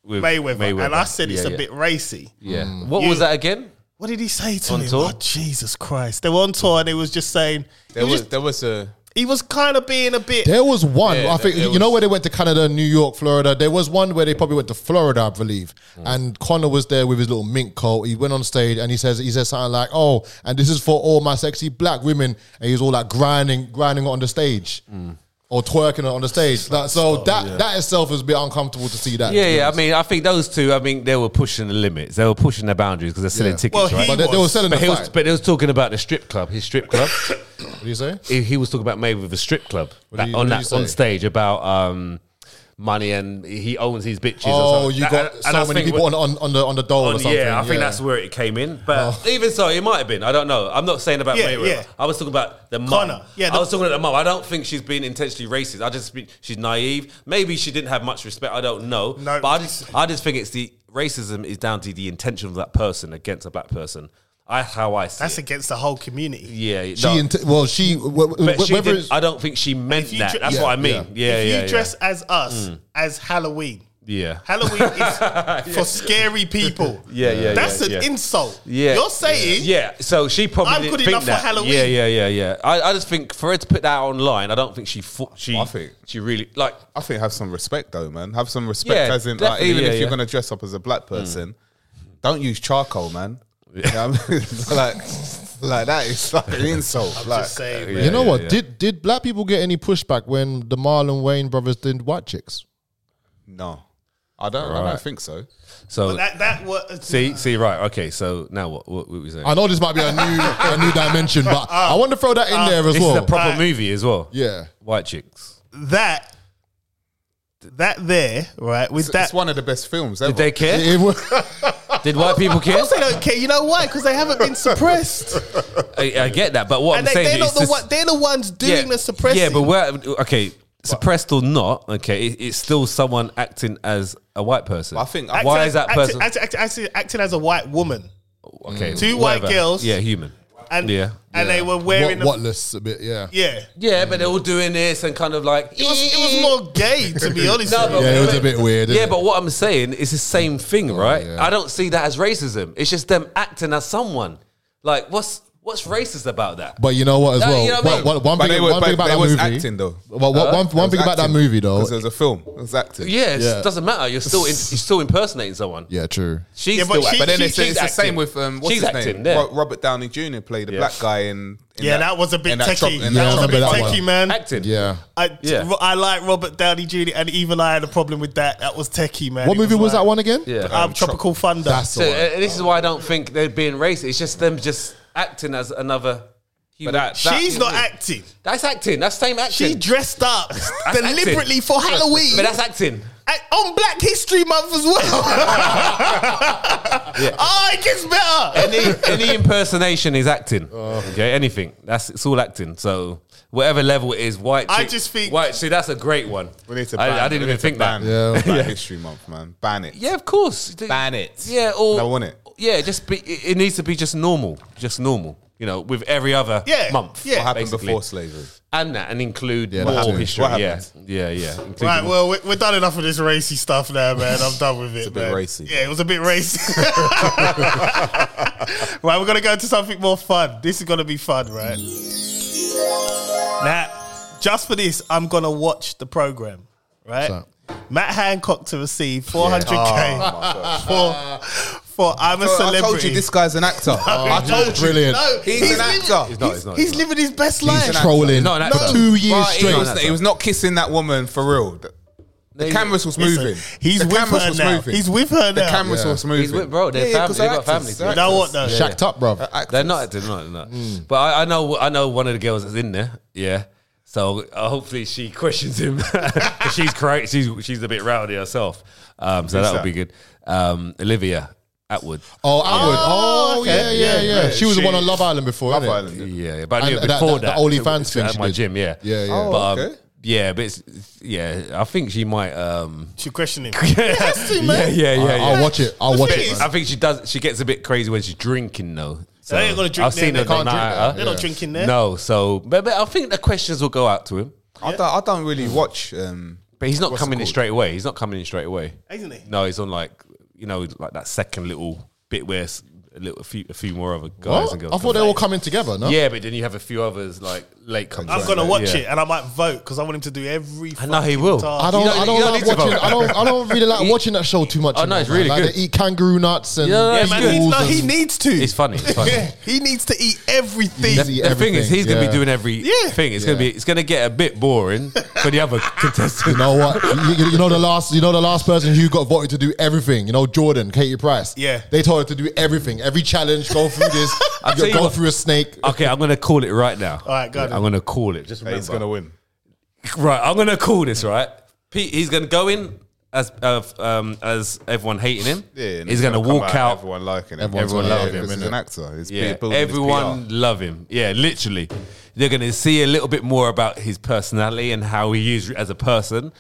With Mayweather, and I said it's Yeah, a yeah. bit racy. Yeah. What You- was that again? What did he say to On him? tour? Oh, Jesus Christ! They were on tour and he was just saying he there was, was just- there was a he was kind of being a bit. There was one. Yeah, I think there you know where they went to Canada, New York, Florida. There was one where they probably went to Florida, I believe. Mm. And Connor was there with his little mink coat. He went on stage and he says he says something like, "Oh, and this is for all my sexy black women." And he's all like grinding, grinding on the stage. Mm. Or twerking on the stage, Like, so that that itself is a bit uncomfortable to see that. Oh, Yeah, yeah. I mean, I think those two. I mean, they were pushing the limits. They were pushing the boundaries because they're selling Yeah. tickets, Well, he right? but they, they were was. selling But the he was, fight. but he was talking about the strip club, his strip *laughs* club. what do you say? he, he was talking about Mayweather with a strip club did he- that- on what did that he say? on stage about um, money and he owns his bitches. Oh, or something. you got And- and I so many think people we- on, on, on the on the dole or on- something. Oh. yeah, I think that's where it came in. But even so, it might have been. I don't know. I'm not saying about Yeah, Mayweather. yeah. I was talking about the mum. Connor, yeah, the- I was talking about the mum. I don't think she's been intentionally racist. I just think she's naive. Maybe she didn't have much respect. I don't know. No. But I just, I just think it's the racism is down to the intention of that person against a black person. I how I see That's it. against the whole community. yeah, no. she int- well she w- w- But she whether didn't, it's- I don't think she meant If you that. dre- That's Yeah, what I mean. yeah. Yeah, if yeah. Mm. you yeah. dress as us as Halloween, yeah. Halloween is *laughs* for scary people. Yeah, yeah, That's yeah, an yeah. insult. Yeah. you're saying Yeah, so she probably I'm didn't good think enough for that. Halloween. Yeah, yeah, yeah, yeah. I, I just think for her to put that online, I don't think she thought she I think- she really like I think have some respect though, man. Have some respect Yeah, as in like, definitely, even yeah, if yeah. Mm. you're gonna dress up as a black person, don't use charcoal, man. Yeah. I mean, *laughs* *laughs* like like that is like an insult. like just saying, yeah, man. You know yeah, what? yeah. Did did black people get any pushback when the Marlon Wayne brothers did white chicks? no. I don't I Right. don't think so. so. that that was uh, see, see, right? Okay, so now what? What, what were we saying? I know this might be a new a new dimension, but I want to throw that in there as this is well. a proper movie as well. yeah, White chicks. that that there right with It's, that it's one of the best films ever. Did they care? *laughs* It was- Did white *laughs* people care? They don't care. You know why? Because they haven't been *laughs* suppressed, I, I get that, but what and I'm they, saying they're not is the this- one, they're the ones doing the suppressing. Yeah, but where? Okay, suppressed or not? Okay, it, it's still someone acting as a white person. I think- Acting- why is that acting- person? acting, acting, acting, acting as a white woman? okay, Two white girls. Yeah, human. And Yeah. and they were what, wearing the- whatless a bit. Yeah, yeah. Yeah, but they're all doing this and kind of like It was, it was more gay, to be honest. No, with you. but- yeah, it was a bit weird. Yeah, isn't it? but what I'm saying is the same thing, right? I don't see that as racism. It's just them acting as someone. Like, what's what's racist about that? But you know what? As Nah, well, you know what I Well, mean? one, one But thing, they were- one thing but about they that was movie. acting, though. Well, what- one, one thing about that movie though. Because it was a film. It was acting. yeah, it's- it doesn't matter. You're still in, you're still impersonating someone. Yeah, true. She's Yeah, but still she- acting. But then she- it's, it's she's the acting. same with um, what's She's his acting name? there. Ro- Robert Downey Jr. played a Yeah. black guy in. in yeah, that was a in bit that techie. Trump- that, in I was a remember Trump bit that era. techie, one. man. acting. Yeah. I, Yeah. I like Robert Downey Jr. and even I had a problem with that. That was techie, man. What It movie was like- that one again? Yeah. Um, Tropical Thunder. That's So the one. uh, this is why I don't think they're being racist. It's just them just acting as another human. that- She's not acting. That's acting. That's same acting. She dressed up *laughs* acting. deliberately for Halloween but that's acting. at- on Black History Month as *laughs* well. *laughs* Oh, it gets better. Uh, any, any impersonation is acting. Oh. Okay, anything. That's it's all acting. So whatever level it is, white. I chick- just think- white. See, that's a great one. We need to I- ban I, it. didn't We even need to think that. ban Yeah. Black History Month, man. Ban it. Yeah, of course. Ban it. Yeah, or I want it. Yeah, just be. It it needs to be just normal. Just normal. You know, with every other Yeah, month. yeah. What happened basically. before slavery? And that, and include Yeah, more that too. history. What yeah, happened? yeah, yeah. Include Right, more- well, we- we're done enough of this racy stuff now, man. I'm done with it. It's a bit racy. Yeah, it was a bit racy. *laughs* *laughs* right, we're going to go to something more fun. This is going to be fun, right? Now, just for this, I'm going to watch the program, right? So- Matt Hancock to receive 400k my Oh, God. *laughs* for for I'm a So I celebrity. told you this guy's an *laughs* actor. I I told you. Brilliant. No, Oh. He's an living- actor. He's, He's not, he's not, he's he's living his best an life. actor. Trolling No, an for actor. two years Bruh, straight. He was, he was not kissing that woman for real. The, the They- cameras was Listen, moving. He's the with cameras her was now. moving. He's with her the now. cameras was moving. He's with- bro, they're fam- 'cause they've got actors, families, they're yeah. You know what actors. though? Shacked up, bro. Actors. They're not. They're not. They're not. Hmm. But I, I know. I know one of the girls that's in there. Yeah. So uh, hopefully she questions him. *laughs* 'Cause she's correct. She's she's a bit rowdy herself. Um, so that would that? be good. Um, Olivia Atwood. Oh, Atwood. Oh, okay. yeah, Yeah, yeah, yeah. yeah. She was the She- one on Love Island before, Love wasn't it? Island. Yeah, yeah, but I knew And that- before that- that, the OnlyFans thing at she my did. gym. Yeah, Yeah, yeah. Oh, But, um, okay. yeah, but it's, yeah, I think she might. Um, She questioned him. He has to, *laughs* yeah, man. yeah, yeah. I- yeah. I'll watch it. I'll The watch thing it. is- man. I think she does. She gets a bit crazy when she's drinking, though. So They ain't gonna drink I've there, seen they her. can't nah, drink uh, They're not drinking there. No, so but, but I think the questions will go out to him. I, don't, I don't really watch. Um, But he's not What's it coming in called? straight away. He's not coming in straight away. Isn't he? No, he's on like you know like that second little bit where s- a little a few a few more other guys What? and girls. I thought come they were all later. coming together, no? Yeah, but then you have a few others like late come. I'm gonna watch it and I might vote because I want him to do every. I know he fucking will. task. I don't, You don't- I you don't don't like need to watching. vote. I don't, I don't really *laughs* like You- watching that show too much. Oh, you no, know, it's man. really like good. They eat kangaroo nuts and Yeah, Yeah, It's man, good. he's eagles not, he and- needs to. It's funny. It's funny. *laughs* Yeah, he needs to eat everything. That's- The thing is, he's gonna Yeah. be doing every Yeah. thing. It's gonna be, it's gonna get a bit boring for the other *laughs* You contestants. know what? You, you- you know the last. You know the last person who got voted to do everything. You know Jordan, Katie Price. Yeah. they told her to do everything. Every challenge, go through this. *laughs* I'll go tell you what. through a snake. Okay, I'm gonna call it right now. All right, go on. I'm gonna call it. Just remember. he's gonna win. Right, I'm gonna call this right. Pete, he's gonna go in as uh, um, as everyone hating him. Yeah, he's gonna, come walk out. Everyone liking him. Everyone's Everyone gonna love loving him, him. He's innit? an actor. He's Yeah, building his everyone PR. love him. Yeah, literally, they're gonna see a little bit more about his personality and how he is as a person.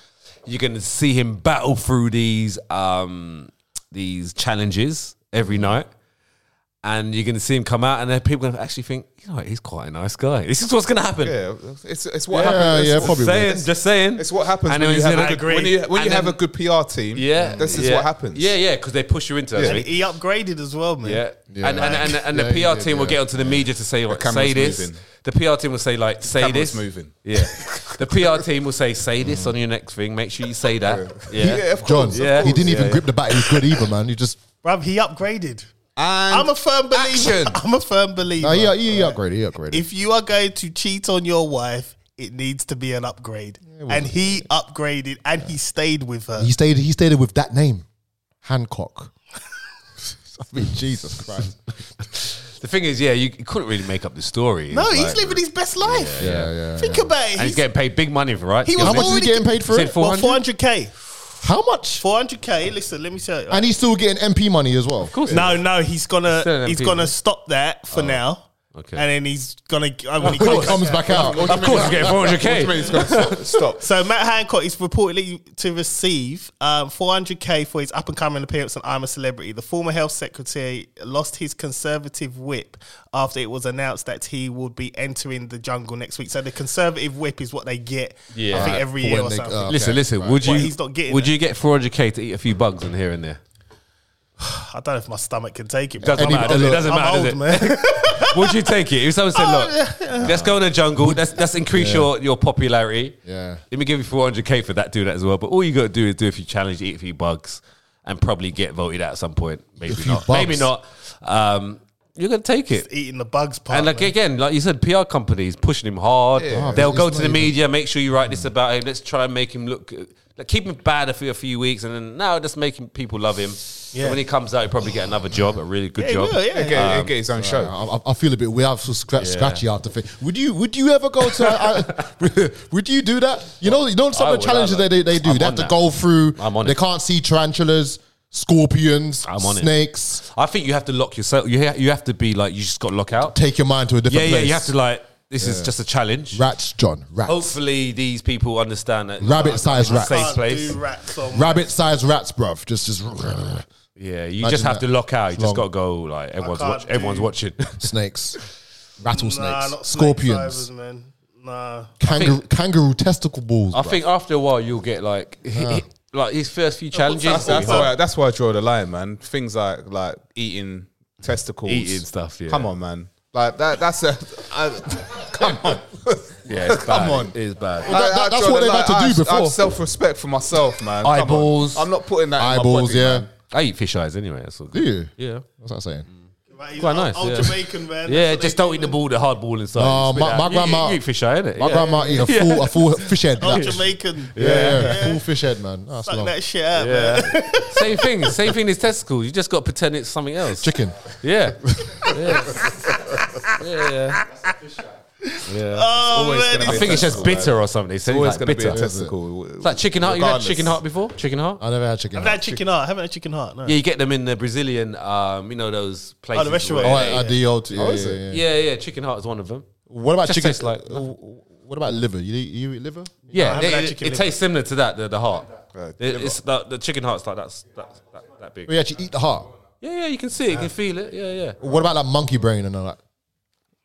You're gonna see him battle through these um, these challenges every night. And you're going to see him come out, and then people going to actually think, you know, what, he's quite a nice guy. This is what's going to happen. Yeah, it's it's what Yeah, happens. Uh, yeah, it's- probably saying, will. just saying. It's what happens And when then you, he's have a gonna- good, when you, when And you have a then- good PR team. Yeah, this is yeah. what happens. Yeah, yeah, because they push you into Yeah. it. he upgraded as well, man. Yeah. Yeah. and and, and, and the Yeah, PR he did, team will yeah. get onto the media to say like, camera's say this. moving. The PR team will say like say camera's this. moving. Yeah, the PR team will say say this on your next thing. Make sure you say that. Yeah, Yeah, of John, course. Yeah. Of he course. didn't even yeah. grip the bat. He was good either, man. He just Bruv, he upgraded. And I'm a firm believer. action. *laughs* I'm a firm believer. no, he, uh, he, he upgraded. He upgraded. if you are going to cheat on your wife, it needs to be an upgrade. And he upgraded and he stayed with her. he stayed. He stayed with that name, Hancock. I mean, *laughs* Jesus Christ. The thing is, yeah, you, you couldn't really make up the story. No, It's he's like- living his best life. Yeah, yeah. Think about it. and he's He's, getting paid big money for right. He How was much is he already- getting paid for Said it? four- well, 400k. How much? 400k. Listen, let me tell you. And he's still getting MP money as well. Of course. no, no, he's Still an gonna he's MP, gonna man. stop that for now. Oh, Okay. And then he's gonna uh, when he When comes, he comes back out. of course, he's getting four hundred What do you mean k. it's gonna stop? Stop. So Matt Hancock is reportedly to receive um, 400k for his up-and-coming appearance on I'm a Celebrity. The former health secretary lost his conservative whip after it was announced that he would be entering the jungle next week. So the conservative whip is what they get, Yeah. I think, every For year when or they- something. uh, Listen, Okay, listen. Would you Well, he's not getting would it. you get four hundred k to eat a few bugs in here and there? I don't know if my stomach can take it. Doesn't but I'm- matter. I'm It doesn't matter, old, does it? man. *laughs* Would you take it? If someone said, "Look, let's go in the jungle. Let's let's increase your, your popularity. Yeah. let me give you 400k for that. Do that as well. But all you got to do is do a few challenge, eat a few bugs, and probably get voted out at some point. Maybe few not. bugs. Maybe not. Um, you're gonna take it. Eating the bugs part. And like man. again, like you said, PR companies pushing him hard. They'll It's go not to the even- media, make sure you write this about him. Let's try and make him look, good. like keep him bad for a few weeks, and then now just making people love him. Yeah. And when he comes out, he'll probably get another job, a really good Yeah, he job. will, yeah. He'll get, Um, he'll get his own show. I, I- I feel a bit weird. I'm so scra- scratchy after. Thing. Would you Would you ever go to? I, *laughs* would you do that? You know, you know some I of would, the challenges I would. that they, they do. I'm they have on to that. go through. I'm on they it. can't see tarantulas, scorpions, I'm on it. snakes. I think you have to lock yourself. You ha- you have to be like you just got to lock out. Take your mind to a Yeah, different yeah. place. You have to like Oh, this is just a challenge. Rats, John. Rats. Hopefully, these people understand that Rabbit-sized it's a rats. Safe Can't place. do rats on- Rabbit-sized rats, bruv. Just, just Yeah, you Imagine just have that. to lock out. You Long. just got to go. Like everyone's can't watch, everyone's do- *laughs* watching. snakes, Nah, rattlesnakes, not snake scorpions, drivers, man. Nah. kangaroo, kangaroo testicle balls. I bruv. think after a while you'll get like like his first few That's, challenges. that's, all why, that's why I draw the line, man. Things like like eating testicles, Eating stuff, yeah. Come on, man. Like that. That's a. I, come on. Yeah, it's Come bad. on. It is bad. that- that- that's what they've had to do I have, I before. have self-respect for myself, man. Come on. Eyeballs. I'm not putting that. Eyeballs, In my body, yeah. man. I eat fish eyes anyway. That's all Do good. you? Yeah. What's that saying? Right, he's Quite old- nice, Old yeah. Jamaican man. Yeah, That's what just they don't do. eat the ball, the hard ball inside. Oh, Spit my- it out. my You- you- grandma- You eat fish eye, innit? My Yeah. grandma eat a full, a full fish head. Old like- Jamaican. yeah, yeah, full fish head, man. That's Suck love. that shit out, man. Yeah. *laughs* same thing. Same thing as testicles. You just got to pretend it's something else. Chicken. Yeah. yeah. Yeah. yeah. Yeah. Oh, man. always gonna I it's- be- think it's just bitter or something. It's always always going like to be bitter. a testicle. It's like chicken heart. You had Regardless. chicken heart before? Chicken heart? I never had chicken. I've had chicken heart. I haven't had chicken heart. No. Yeah, you get them in the Brazilian, um, you know, those places. where restaurant. Oh, they- I, I do old. Yeah, is yeah, it? yeah. yeah, yeah. Chicken heart is one of them. What about Just chicken? tastes like uh, what about liver? You eat, you eat liver? Yeah, haven't it- had it, chicken it liver. tastes similar to that, the, the heart. Right. It- it's the, the chicken heart's like that's that, that, that big. We actually eat the heart. Yeah, yeah, you can see it, you can feel it. Yeah, yeah. What about that monkey brain and all that?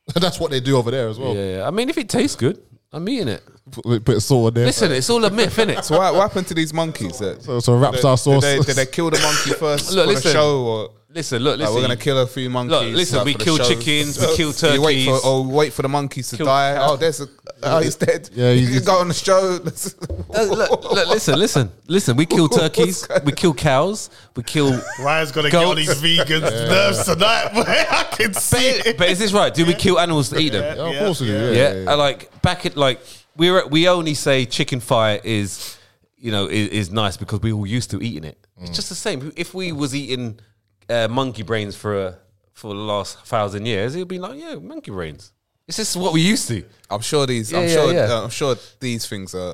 *laughs* That's what they do over there as well. Yeah, yeah. I mean, if it tastes good, I'm eating it. Put, put a salt in there. Listen, it's all a myth, *laughs* innit? So what, what happened to these monkeys? That, So, so wrap star did, sauce. they, did they kill the monkey *laughs* first Look, for listen. the show, or Listen, look, like, listen. we're going to kill a few monkeys? Look, listen, like, we for the kill show? chickens, *laughs* we kill You wait for, turkeys. oh, wait for the monkeys to Kill- die. Oh, there's a. *laughs* Oh, he's dead. Yeah, you you, can just- go on the show. *laughs* Uh, look, look, listen, listen, listen. We kill turkeys, going we kill cows, we *laughs* kill. Ryan's gonna get on Goats. these vegans' nerves tonight, *laughs* man. I can see it. But is this right? Do we kill animals to eat them? Yeah, of course we do. Yeah, Yeah, yeah, I like back at like we are we only say chicken fire is you know is, is nice because we all used to eating it. Mm. It's just the same. If we was eating uh, monkey brains for uh, for the last thousand years, it'd be like yeah, monkey brains. It's just what we used to. I'm sure these. Yeah, I'm yeah, sure. yeah. uh, I'm sure these things are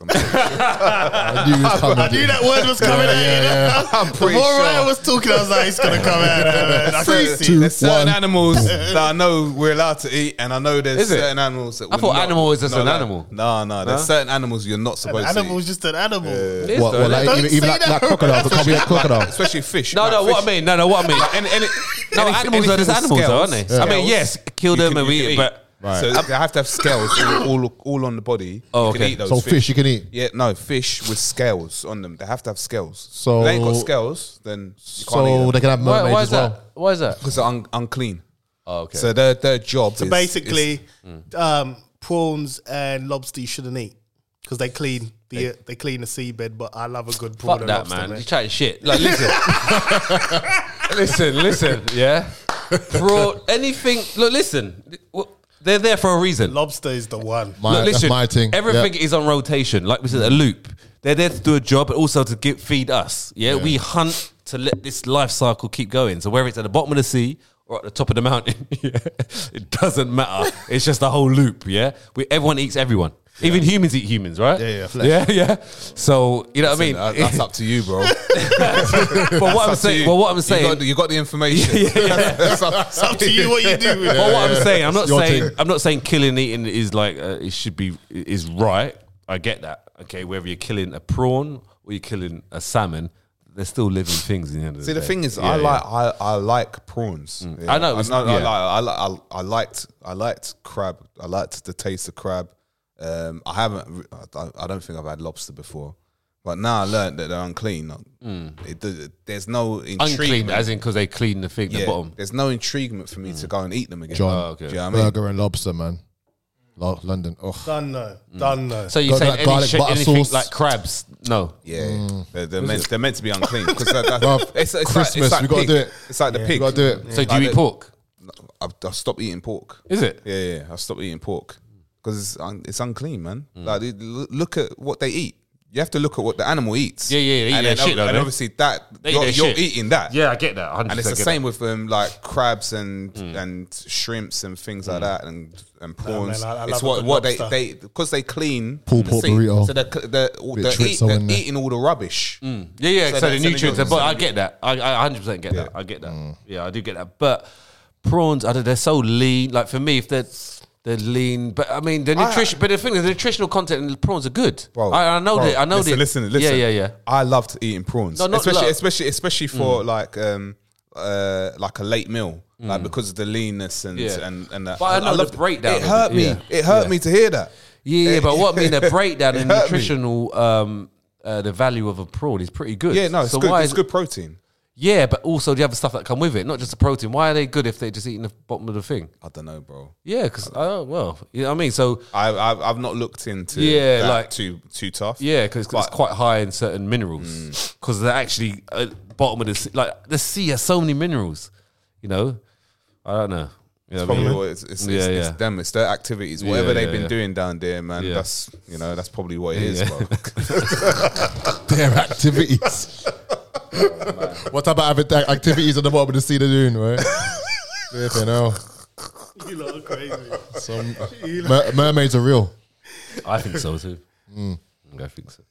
*laughs* I'm sure- I knew it was coming. I knew that word was coming out. you know? I'm The pretty more Ryan sure. was talking, I was like, it's gonna come out. Man. I Three, can see it. there's certain one. *laughs* animals that I know we're allowed to eat, and I know there's Is it? certain animals that I we're thought not- animal is just not an allowed. animal. No, no, there's Huh? certain animals you're not supposed An to. animal's eat. just an animal. It is, What, though, what, innit? like, Don't even, say even like, that, like bro. crocodiles, it can't *laughs* be a crocodile. especially fish. No, Like, no, fish- what I mean, no, no, *laughs* what I mean. Any, any, No, anything- animals are anything just with animals, though, scales- aren't they? I mean, scales, yes, kill you them can- and you we can eat, eat. but So they have to have scales all, all, all on the body. Oh, you can okay. eat those So fish you can eat. Yeah, no, fish with scales on them. They have to have scales. So- if they ain't got scales, then you can't eat So them they can have mermaids why, why as is well. that? Why is that? because they're un- unclean. Oh, okay. So their their job. So is, basically, is- um, prawns and lobster you shouldn't eat because they clean the they clean the seabed. But I love a good prawn Fuck and that, lobster, man. man. You're chatting shit. Like, listen. listen, listen, yeah? Bro, anything. Look, listen. Wh- They're there for a reason. Look, Lobster is the one. My, listen. that's my thing. Everything Yeah. is on rotation. Like we said, a loop. They're there to do a job, but also to get, feed us. Yeah? We hunt to let this life cycle keep going. So whether it's at the bottom of the sea or at the top of the mountain, *laughs* yeah, it doesn't matter. It's just a whole loop. Yeah, we, everyone eats everyone. Even humans eat humans, right? Yeah, yeah, flesh. yeah, yeah. So you know what I mean? that- Uh, that's up to you, bro. *laughs* but what I'm Up to saying, you. well, what I'm You saying, got the- you got *laughs* the information. That's up- It's up to you what you do. With well, it. what I'm saying, I'm not It's your saying, thing. I'm not saying killing and eating is like uh, it should be is right. I get that. Okay, whether you're killing a prawn or you're killing a salmon, they're still living things. In the end of See, the, the day. thing is, Yeah, I yeah. like I, I like prawns. Yeah. I know, I, it's- know- I yeah. like, I, li- I, I liked I liked crab. I liked the taste of crab. Um, I haven't. re- I- I, I don't think I've had lobster before, but now I learned that they're unclean. It, th- there's no Mm. unclean, intriguement. as in because they clean the thing, the Yeah, bottom. there's no intriguement for me to go and eat them again. John. Oh, okay. Do you know what I mean? Burger and lobster, man. Lo- London. Oh, Done no, done no. So you Got say that any garlic shit, butter anything sauce. like crabs? No. Yeah, Mm. they're, they're meant, they're meant to *laughs* be unclean. 'cause that- that- Bruv, it's, it's Christmas, like, we it's like gotta pig. do it. It's like the pig. you gotta do it. Yeah. So do you Like eat the- pork? I've, I've stopped eating pork. Is it? Yeah, yeah. yeah. I've stopped eating pork because it's, un- it's unclean, man. Mm. Like, it- l- look at what they eat. You have to look at what the animal eats. Yeah, yeah, they eat And, their then ob- shit, don't and they? obviously that They eat you're, their you're shit. eating that. Yeah, I get that. Mm. 100 And it's the same with um, like crabs and and shrimps and things Mm. like that and and prawns. man, I- I love it's a what good what they lobster. they because they clean Pulled the pork sea. burrito. So they're cl- they're, all- Bit they're, of eat, chorizo they're in there. eating all the rubbish. Yeah, yeah. So, So the that's- so nutrients, then but I you're- get that. I, I 100 percent get that. I get that. Mm. Yeah, I do get that. But prawns, I don't, they're so lean. Like for me, if they're they're lean, but I mean the nutrition. but the thing is, the nutritional content in the prawns are good. I, I know bro, that. I know listen, that. Listen, listen. Yeah, yeah, yeah. I loved eating prawns, No, not especially, love. Mm. especially, especially for like, um, uh, like a late meal, like because of the leanness and Yeah. and and that. But I know the loved- breakdown It of hurt it, me. yeah. It hurt Yeah. me to hear that. Yeah, yeah. But what I mean, *laughs* the breakdown It in hurt me. nutritional, um, uh, the value of a prawn is pretty good. Yeah, no, it's So good. why It's is- good protein. Yeah, but also the other stuff that come with it, not just the protein. Why are they good if they're just eating the bottom of the thing? I don't know, bro. Yeah, because oh well, you know what I mean. So I, I've I've not looked into Yeah, that like- too too tough. yeah, because it's But- quite high in certain minerals because they're actually at bottom of the sea. like the sea has so many minerals. You know, I don't know. You know what I Probably mean? what it's, it's, Yeah, it's, yeah. it's them. It's their activities. Yeah, Whatever they've yeah, been yeah. doing down there, man. Yeah. That's you know that's probably what it is. Yeah. Bro. *laughs* Their activities. *laughs* what type of avi- activities at the bottom of the sea they're doing, right? Flipping hell. You lot are crazy. Some mer- mermaids are real. I think so too. I think so.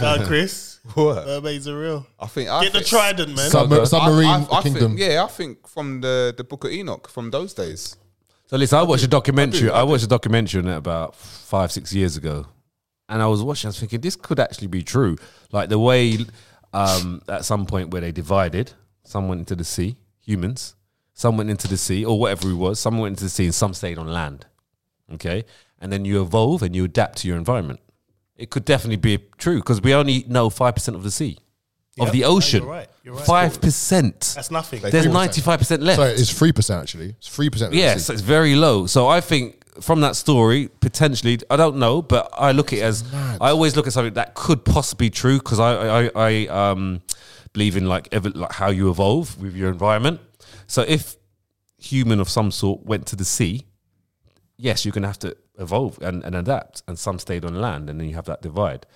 God, Chris, What? mermaids are real. I think I Get the think- trident, man. Submer- I- I- I- submarine I think- kingdom. yeah, I think from the the Book of Enoch from those days. So listen, I watched a documentary. I, watched a documentary on it about five, six years ago, and I was watching. I was thinking this could actually be true. Like the way um, at some point where they divided, some went into the sea, humans. Some went into the sea, or whatever it was. Some went into the sea, and some stayed on land. Okay, and then you evolve and you adapt to your environment. It could definitely be true because we only know five percent of the sea, of Yep. the No, you're ocean. right. You're right. Five percent. That's nothing. There's ninety five percent left. Sorry, it's three percent actually. It's three percent. Yeah, so it's very low. So I think from that story, potentially, I don't know, but I look at it as I always look at something that could possibly be true because I, I I um believe in like ever like how you evolve with your environment. So if human of some sort went to the sea, yes, you're gonna have to evolve and, and adapt, and some stayed on land, and then you have that divide.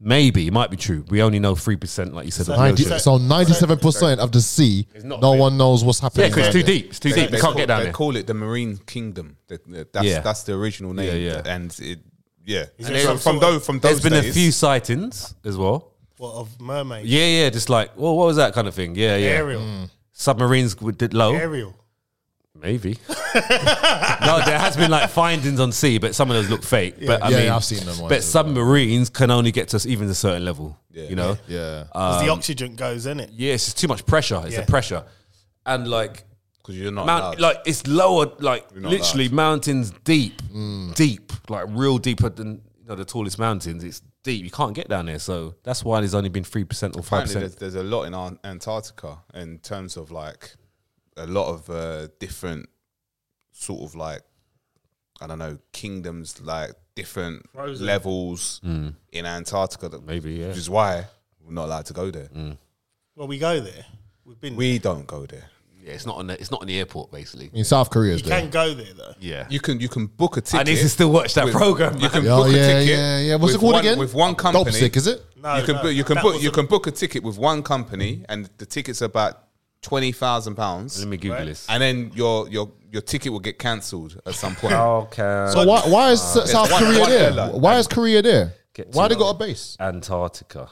Maybe it might be true. We only know three percent, like you said. of the Ninety, ocean. so ninety-seven percent of the sea, not no big. one knows what's happening. Yeah, 'cause it's too deep. It's too deep. You can't call, get down they there. call it the Marine Kingdom. That- that- That's Yeah. that's the original name. Yeah, yeah. And it, yeah, Is And there some from, from sort of- those from There's those been days, a few sightings as well. What of mermaids? Yeah, yeah, just like, well, what was that kind of thing? Yeah, yeah. Ariel. Submarines would- did low, Ariel. maybe. no, there has been like findings on sea, but some of those look fake. But I Yeah, yeah, mean, I've seen them ones But as well. submarines can only get to us even a certain level. You know, Yeah. yeah, uh, 'Cause the oxygen goes in it. it's just too much pressure. It's Yeah. the pressure, and like, because you're not mount, allowed. like it's lower, like not literally mountains deep, deep, like real deeper than you know the tallest mountains. It's deep. You can't get down there, so that's why there's only been three percent or five apparently there's, percent. there's a lot in Ar- Antarctica in terms of like a lot of uh, different sort of like I don't know kingdoms like different levels in Antarctica that Hmm. Maybe, yeah. which is why we're not allowed to go there Well, we go there. We've been. we don't go there Yeah, it's not on. The, it's not on the airport, basically. in South Korea, is you there? can go there though. Yeah. you can you can book a ticket I need to still watch that with- program. you can Yeah, book a yeah, ticket yeah, yeah. What's it with called one- again? with one company Dopesick, is it? No, you can no, bu- you can that book was you a- can book a ticket with one company and the ticket's about 20,000 pounds Let me Google Right. this. and then your your your ticket will get cancelled at some point. Oh. Okay. So why, why is S- South one- Korea one there? airline. Why is Korea there? Get Why to they got a know. base? Antarctica.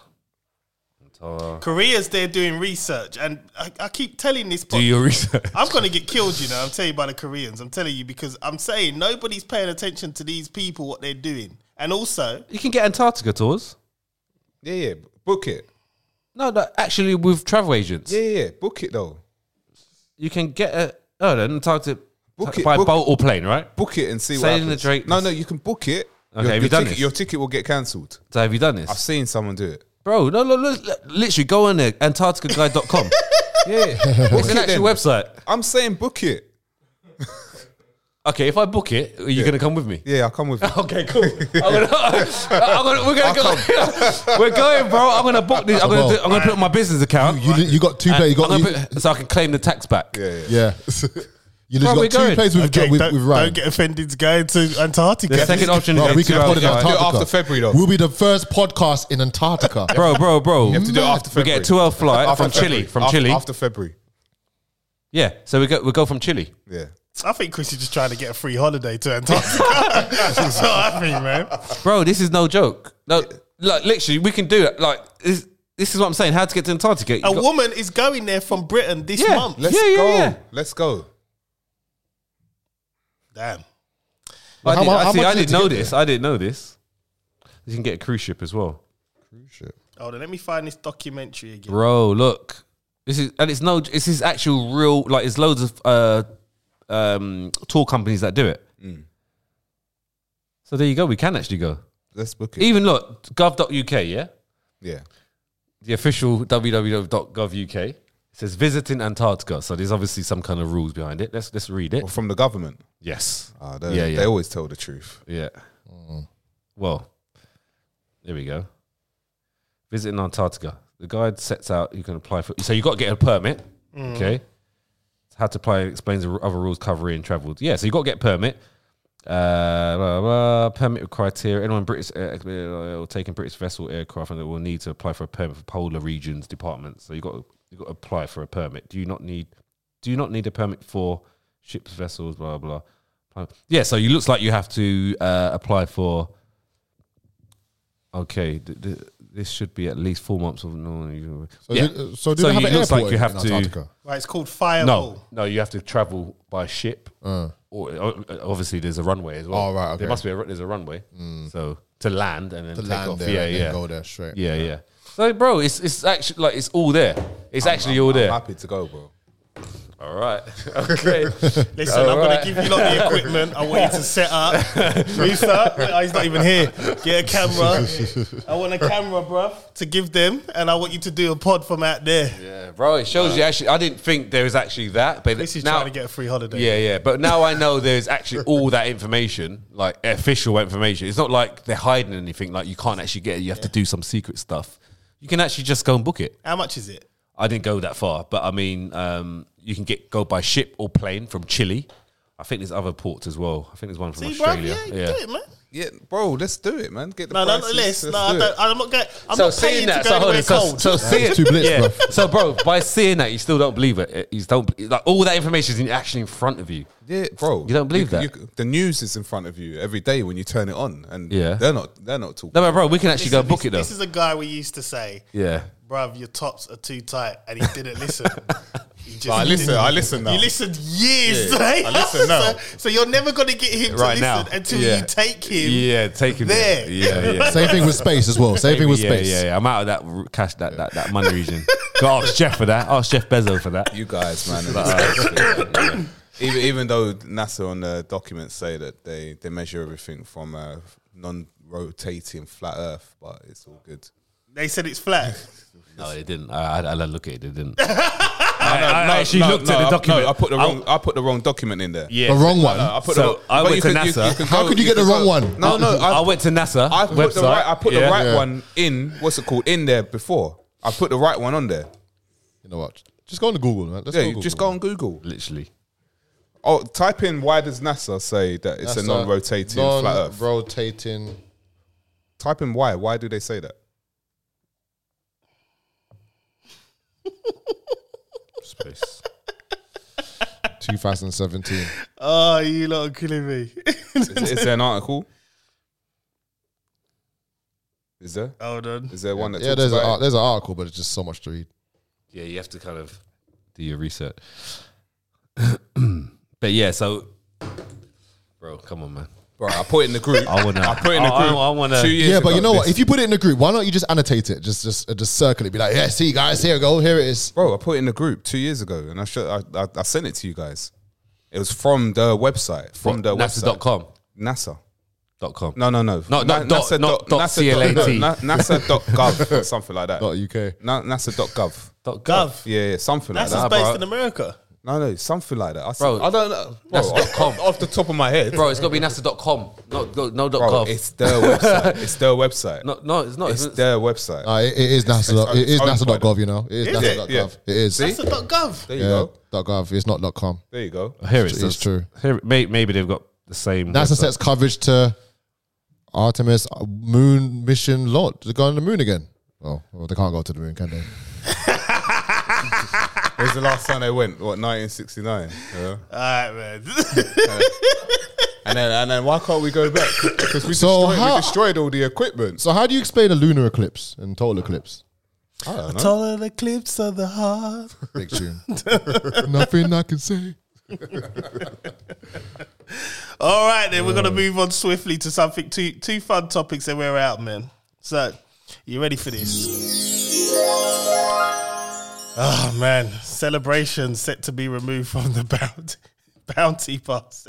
Antar- Korea's there doing research, and I, I keep telling this. Do pod- your research. I'm gonna get killed, you know. I'm telling you by the Koreans. I'm telling you because I'm saying nobody's paying attention to these people what they're doing, and also You can get Antarctica tours. Yeah, yeah, book it. No, no, actually, with travel agents, Yeah, yeah, book it though. you can get a oh, no, Antarctica Book it, by book boat or plane, right? Book it and see what Sailing happens. the Drake- No, no, you can book it. Okay, your, have you your done ticket, this? Your ticket will get cancelled. So have you done I've this, seen someone do it. bro? No, no, no, literally go on there, AntarcticaGuide.com. *laughs* Yeah, book it's an it then. actual website. I'm saying book it. Okay, if I book it, are you gonna come with me? *laughs* Yeah, I'll come with you. Okay, cool. I'm gonna, I'm gonna, we're gonna go. *laughs* we're going, bro. I'm gonna book this. I'm gonna, do, I'm gonna put it on my business account. You, you got two And plays. You got I'm you, gonna put- so I can claim the tax back. yeah, yeah. yeah. you Bro, we're just got going. two plays with, Okay, with, don't, with Ryan. don't get offended to going to Antarctica. The second option Bro, is we can Antarctica. put it in Do it Antarctica. after February, though. We'll be the first podcast in Antarctica. Bro, bro, bro. You have to do it after we February. get a two-hour flight After from February. Chile. From after, Chile. After February. Yeah. So we go. We go from Chile. Yeah. I think Chris is just trying to get a free holiday to Antarctica. *laughs* That's what I think, man. Bro, this is no joke. No, like literally, we can do it. Like this. This is what I'm saying. How to get to Antarctica? You A got- woman is going there from Britain this Yeah. month. Let's Yeah, yeah, go. yeah. Let's go. Damn. I, How did, mu- I, how see, much I is it didn't to know get this. I didn't know this. You can get a cruise ship as well, Hold on, let me find this documentary again. bro. Look, this is and it's no. This is actual real. Like, there's loads of uh, um, tour companies that do it. So there you go. We can actually go. E- Let's book it. Even look, gov.uk. Yeah, yeah. the official www.gov.uk it says visiting Antarctica. So there's obviously some kind of rules behind it. Let's let's read it. Or from the government. Yes. Ah, they, Yeah, they yeah. always tell the truth. Yeah. Well, there we go. Visiting Antarctica. The guide sets out you can apply for. So you got to get a permit. Okay. How to apply explains the other rules covering travel. Yeah. So you got to get a permit. Uh, blah, blah, blah, permit with criteria. Anyone British uh, uh, or taking British vessel aircraft and they will need to apply for a permit for polar regions departments. So you got to, you got to apply for a permit. Do you not need do you not need a permit for ships, vessels, blah blah? blah. Yeah, so you looks like you have to uh, apply for. Okay, th- th- this should be at least four months of no. you- So, yeah. do, uh, so do they have you- an it looks airport like you have in to. Antarctica? Right, it's called Fireball. No, no, you have to travel by ship. Or o- obviously, there's a runway as well. Mm. Oh, right, okay. Mm. There must be a, ru- there's a runway. So to land and then to take land off. there yeah, and yeah, then go there straight. yeah, yeah. So, bro, it's it's actually like it's all there. It's actually all there. I'm happy to go, bro. All right. *laughs* *laughs* Okay. Listen, I'm Alright. going to give you lot the equipment. I want you to set *laughs* up. Risa, oh, he's not even here. Get a camera. I want a camera, bruv, to give them, and I want you to do a pod from out there. Yeah, bro, it shows you actually. I didn't think there was actually that, but This is now, trying to get a free holiday. Yeah, yeah, but now I know *laughs* there's actually all that information, like official information. It's not like they're hiding anything. Like you can't actually get it. You have to do some secret stuff. You can actually just go and book it. How much is it? I didn't go that far, but I mean, um, you can get go by ship or plane from Chile. I think there's other ports as well. I think there's one from See, bruv, Australia. yeah, you do it, man. Yeah, bro, let's do it, man. Get the No, no, no, list. prices, No, let's I do don't, it. I'm not going. I'm so not seeing paying that, to so go hold anywhere on, so, cold. so seeing too blitz, yeah. bro. So, bro, by seeing that, you still don't believe it. It- You don't like all that information is in- actually in front of you. Yeah, bro. You don't believe that? c- the news is in front of you every day when you turn it on, and Yeah. they're not they're not talking. No, but bro, we can actually go This- book it though. This is a guy we used to say, yeah. bruv, your tops are too tight, and he didn't *laughs* listen. He just But I listen. didn't. I listen now. You listened years. *laughs* Yeah, right? I listen now. so, so you're never going to get him Right to listen now. until Yeah. you take him. Yeah, taking There. it. Yeah, *laughs* yeah. Same thing with space as well. Same thing with yeah, space. yeah, yeah. I'm out of that r- cash, that, that, that money region. Go ask Jeff for that. Ask Jeff Bezos for that. You *laughs* guys, man. it's- even even though NASA on the documents say that they they measure everything from a non-rotating flat Earth, but it's all good. They said it's flat. No, it didn't. I, I, I look at it. It didn't. I, I No, actually Oh, no, looked no, at the I- document. no, I put the I'll- wrong I put the wrong document in there. yeah. The wrong one. I put So the, I but went you to can- you- NASA. you can How go- could you get can the wrong go- one? No, *laughs* no. I, went to NASA. I put website. the right. I put the Yeah. right Yeah. one in. What's it called? In there before. I put the right one on there. You know what? Just go on to Google, man. Let's Yeah, Google. you just go on Google. Literally. Oh, type in why does NASA say that it's a non-rotating flat Earth? Non-rotating. type in why. Why do they say that? Space. 2017. *laughs* Oh, you lot are killing me. Is, is there an article? Is there? *laughs* Hold on. Is there one that? yeah, talks there's an about ar- it? there's an article, but it's just so much to read. Yeah, you have to kind of do your research. *clears throat* but yeah, so bro, come on, man. Bro, I put it in the group. I wanna- I put it in the I- I- group. I wanna- Two years Yeah, but you ago, know what? this- If you put it in the group, why not you just annotate it? Just just uh, just circle it. Be like, yeah, see guys, here we go, here it is. bro, I put it in the group two years ago, and I show, I, I, I sent it to you guys. It was from the website. From the website. NASA.com. NASA. Dot com. No, no, no. No, not dot- not dot CLAT. no, *laughs* na- NASA.gov *laughs* or something like that. Dot UK. Na- NASA.gov. Dot com. Gov. Yeah, yeah, something like That's that. based bro. in America. No, no, something like that. I, Bro, bro, I don't know. Bro, that's off, .com. off the top of my head. Bro, it's got to be NASA.com. Not, no, no dot Bro, gov. it's their *laughs* website. It's their website. no, Ah, no, it's not. it's It's- their website. Uh, it, it is NASA. it's- it is it's owned by NASA.gov. You know, it is, Is it? NASA.gov. Yeah. It is. See? That's a dot gov. *laughs* There you Yeah, go. dot .gov. It's not dot .com. There you go. Here It's, it is. true. Here, may, maybe they've got the same. NASA website. sets coverage to Artemis uh, moon mission launch. They're going to the moon again. Oh, well, they can't go to the moon, can they? When's the last time they went? What, 1969? Yeah. All right, man. And then, and then why can't we go back? Because we, So destroyed, how- we destroyed all the equipment. So, how do you explain a lunar eclipse and total eclipse? *laughs* I don't know. Total eclipse of the heart. *laughs* Big tune. *laughs* Nothing I can say. All right, then we're gonna move on swiftly to something two two fun topics, and we're out, man. So, you ready for this? Oh man, celebration set to be removed from the *laughs* bounty bounty pass.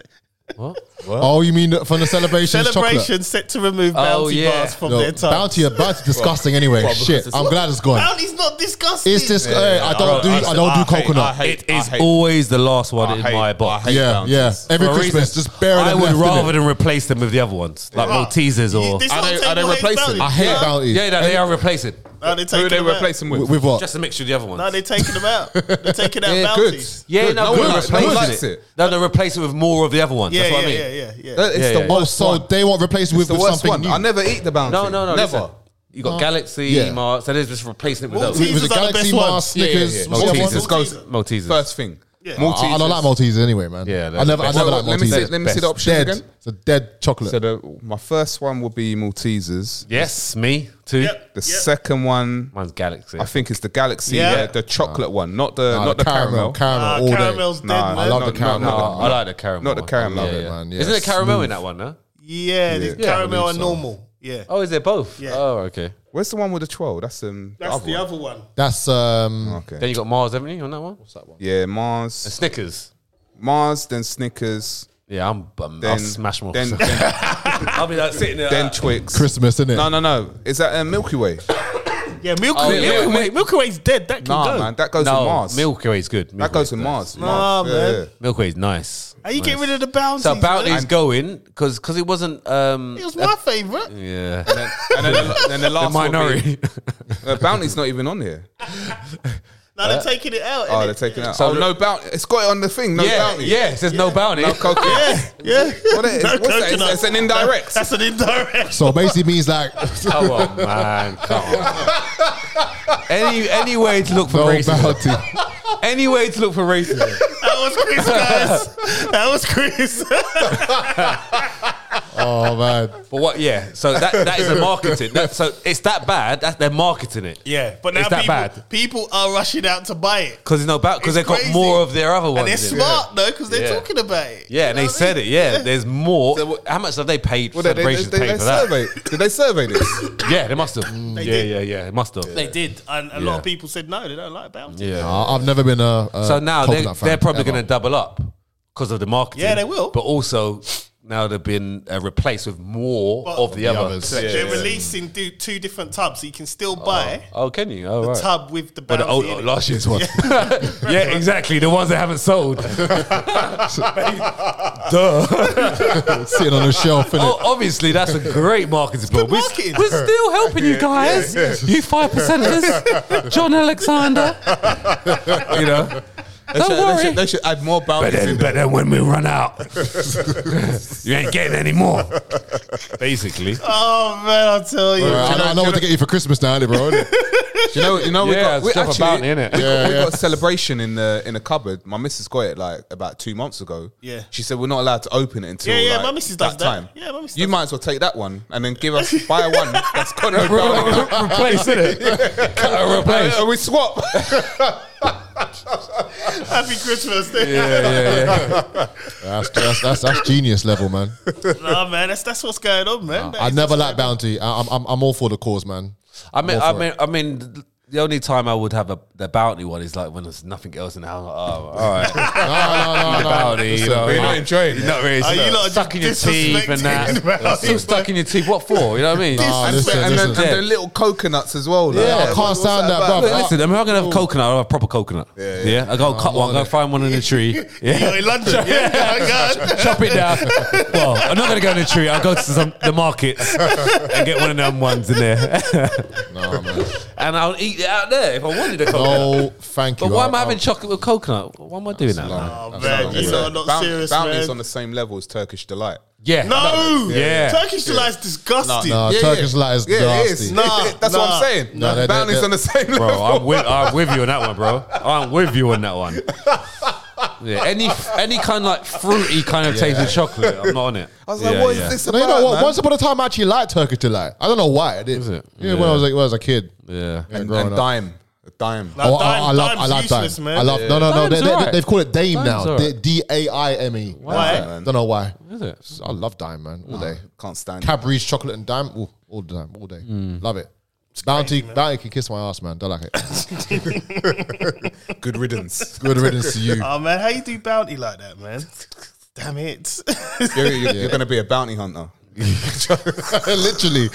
What? Oh, you mean from the celebrations? Celebration set to remove bounty yeah. bars from Chocolate? No, their time. bounty, are- bounty's disgusting anyway. Shit, I'm glad it's gone. Bounty's not disgusting. It's just hey, I Bro, don't do I don't do hate- I coconut. hate- It is I hate- always the last one I in hate- my I box. hate Yeah, yeah. bounties. Every For a Christmas, reason. just bury them. I would left, rather innit? than replace them with the other ones, like Right. Maltesers or. This Are one they- table are they hates replacing? I bounties. hate No, bounties. Yeah, no, they are replacing. no, they're Who taking they them out. replacing with? With what? Just a mixture of the other ones. No, they're taking them *laughs* out. They're taking out Yeah, good. bounties. yeah, Good. no, No we're one likes- no replacing one it. likes it. No, they're replacing it with more of the other ones. Yeah, That's yeah, what I mean. yeah, yeah, yeah, It's Yeah, the yeah. worst Oh, so one. they won't replace It's with, the with worst something one. new. I never eat the bounty. No, no, no. never. listen. You got Galaxy, Yeah. Mars, so they're just replacing it with Maltesers those. was it are the Galaxy best Mars, ones. Yeah, yeah, Snickers? yeah. what's the other Maltesers. one? Let's go. Maltesers. First thing. Yeah. Maltesers. I I don't like Maltesers anyway, man. Yeah, I they're never, the I best. never like Let me- let me see. Maltesers. Let me see the Best. options Dead. again. It's a dead chocolate. So the, my first one will be Maltesers. Yes, me too. Yep. The second one, Mine's Galaxy. I think, is the Galaxy. Yeah. Yeah, the chocolate one, not the Nah, not the, caramel. Ah, Caramel all caramel's day. dead, Nah, man. I love No, the no, caramel. no, Oh, I like the caramel. Not the one. caramel, Yeah, though, yeah. man. Yeah, Isn't there caramel in smooth. that one? No. yeah, this Yeah, I caramel believe and so. normal. Yeah. Oh, is it both? Yeah. Oh, okay. Where's the one with the twirl? That's um. That's the other one. That's um. Okay. Then you got Mars, haven't you, on that one? What's that one? Yeah, Mars, Snickers. Mars, then Snickers, Yeah, I'm. bum then I'll smash more. *laughs* *laughs* then then, I'll be like sitting there. then like- Twix. Christmas, isn't it? No, no, no. Is that uh, Milky Way? Yeah, Milky, Oh, Way. yeah. Milky, Way. Milky Way's dead. That can Nah, go. man, that goes no, to Mars. Milky Way's good. Milky that goes to Way's Mars. Nah, Mars. man. nice. Milky Way's nice. How you get Nice. rid of the bounties? So bounty's man? going because because it wasn't. Um, It was my favorite. yeah. Yeah. And then, the- then the last *laughs* One Minority. will be, uh, Bounty's not even *laughs* on here. Now they're taking it out. Oh, innit? they're taking it out. So oh, the- no bounty. It's got it on the thing. No yeah. bounty. Yeah. It says no bounty. No coconut. Yeah. *laughs* What is- what's that? It's- coconut. it's an indirect. That's an indirect. So basically means like *laughs* Come on, man. Come on. Any any way to look for no racism. bounty. Any way to look for racism. That was Chris, *laughs* guys. That was Chris. Oh man. But what? Yeah. So that that is a marketing. That, so it's that bad. That they're marketing it. yeah, but now It's that people, bad. people are rushing out to buy it. Because it's no bad. Because It's they've got crazy. more of their other ones. And they're in. smart, though, because they're Yeah. talking about it. Yeah, and they said it. Yeah, there's more. So what- How much have they paid? for Well, they, they, they, celebrations they, paid they for that. survey. Did they *laughs* survey this? Yeah, they must have. yeah, did. yeah, yeah, they must have. They did. And a lot Yeah. of people said, no, they don't like bounties. Yeah. Nah, I've never been a. a So now they, coconut fan, they're probably ever. *laughs* going to double up because of the marketing. Yeah, they will. But also now they've been uh, replaced with more But- of the, The other. others. Yeah. They're releasing do, two different tubs, so you can still buy Oh, can you? Oh, the right. oh, tub with the Or bounty. the old, in it. last year's one. *laughs* yeah, exactly. The ones that haven't *laughs* sold. Duh. *laughs* sitting on a shelf. Innit? Oh, obviously, that's a great marketing plan. We're, marketing. we're still helping you guys, you five percenters, John Alexander. you *laughs* know, don't worry. They should, they should add more but bounties then, in but then when we *laughs* run out, you ain't getting any more. Basically, Oh, man, I'll tell you. Bro, I, know, I know what to get you for Christmas now, innit, bro. *laughs* innit? Do you know, you know, we Yeah, got it's we stuff actually, about it, innit? We, *laughs* Yeah, got, we yeah. got a celebration in the in the cupboard. My missus got it like about two months ago. Yeah. she said we're not allowed to open it until Yeah, yeah, like, my missus does that, that. time. Yeah, my missus you does might as well take that one and then give us *laughs* buy one that's got no bounty. replace it. Cut and replace. Uh, we swap. Happy Christmas. That's, that's, that's, that's genius level, man. *laughs* nah, man, that's, that's what's going on, man. That I is- never like bounty. I, I'm, I'm, I'm all for the cause, *laughs* man. I mean, More I for mean, I mean, th- the only time I would have a the bounty one is like when there's nothing else in the house. Like, oh, all *laughs* right, No, no, no, the no. bounty. You know, We're not like, enjoying you're it. not really Are you lot stuck in your just teeth and disrespecting the that. bounty? Still stuck in your teeth. What for? You know what *laughs* I mean? Nah, *laughs* And, listen, and, then, listen. and the little coconuts as well. like, Yeah, I can't what's stand that, about? bruv. Look, listen, I'm not gonna have coconut. I'll have proper coconut. Yeah, yeah. I go cut one. Go find one in the tree. Yeah. *laughs* You're in London. Yeah, yeah, God. Chop it down. Well, I'm not gonna go in the tree. I'll go to some, the markets and get one of them ones in there, *laughs* No, man. and I'll eat it out there if I wanted a coconut. no thank you. But why I- am I having I- chocolate with coconut? Why am I doing that? man? Oh, man, you lot are not Bounty- serious, Bounty's man. on the same level as Turkish delight. Yeah. No, Yeah. Turkish delight's disgusting. No, Turkish light is Yeah, it is. nasty. Nah, *laughs* that's what nah. I'm saying. Nah, they- Bounty's they- on the same level. Bro, I'm with I'm with you on that one, bro. I'm with you on that one. Yeah, any any kind of like *laughs* fruity kind of taste of chocolate, I'm not on it. I was like, yeah, what is yeah. this No, about? you know what? man? Once upon a time, I actually liked Turkish delight. I don't know why I did. Is it? Yeah, when I was like, when I was a kid. Yeah. Yeah, and, growing and up. dime, a dime. Nah, Oh, dime- I, I love, dime's I love useless, dime. man. I love, no, no, no. Dime's They, they, alright. They've called it Dame Dime's now. alright. D A I M E. Why? Don't know why. Is it? I love dime, man. All day. Can't stand it. Cadbury's chocolate and dime. Ooh, all the time, all day. Hmm. Love it. Bounty, Bounty can kiss my ass, man. Don't like it. *laughs* Good riddance. *laughs* Good riddance to you. Oh man, *laughs* how you do bounty like that, man? Damn it. *laughs* You're, you're, you're going to be a bounty hunter. Literally.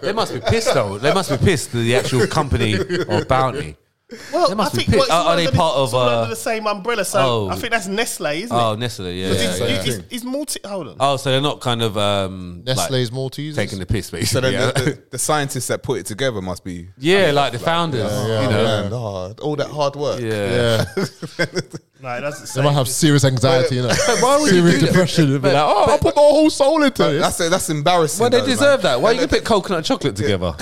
They must be pissed though. They must be pissed. The actual *laughs* company of Bounty. Well, They must I be think well, pissed. it's Are- all are they under the- part of, it's all uh, under the same umbrella? So Oh. I think that's Nestle, isn't Oh, it? Nestle. Yeah. 'Cause yeah, it's, yeah. you- it's- it's multi. Hold on. Oh, so they're not kind of um, like, Nestle's Maltese. taking the piss, basically. So then yeah. the, the, the scientists that put it together must be. yeah, like the founders. yeah, you know. yeah, no, all that hard work. Yeah. Yeah. No, it doesn't They might have serious anxiety, you know. *laughs* why would you serious do that? depression. They'd be like, oh, I put my whole soul into this. That's that's embarrassing. Well, they though, man. deserve that. Why you can put coconut and chocolate together?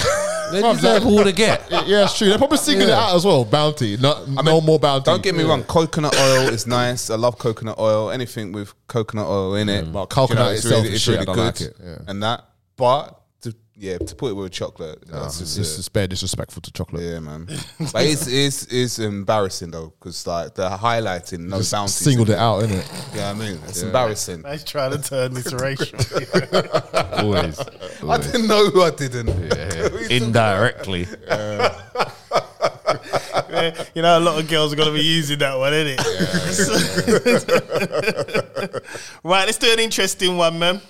they deserve all they *laughs* get. yeah, it's true. They're probably singing it out as well. Bounty, not, no more bounty. Don't get me wrong. Coconut oil is nice. I love coconut oil. Anything with coconut oil in it, but Mm. coconut itself is shit, I don't like good it, yeah. and that. But to, yeah, to put it with chocolate, that's It's just just it's bare disrespectful to chocolate. *laughs* yeah, man. but it's, it's it's embarrassing though, because like they're highlighting no bounty. Singled it out, innit? Yeah, I mean it's embarrassing. They're trying to turn *laughs* this racial. Always. I didn't know who I didn't. Indirectly. *laughs* you know, a lot of girls are going to be using that one, isn't it? *laughs* right, let's do an interesting one, man.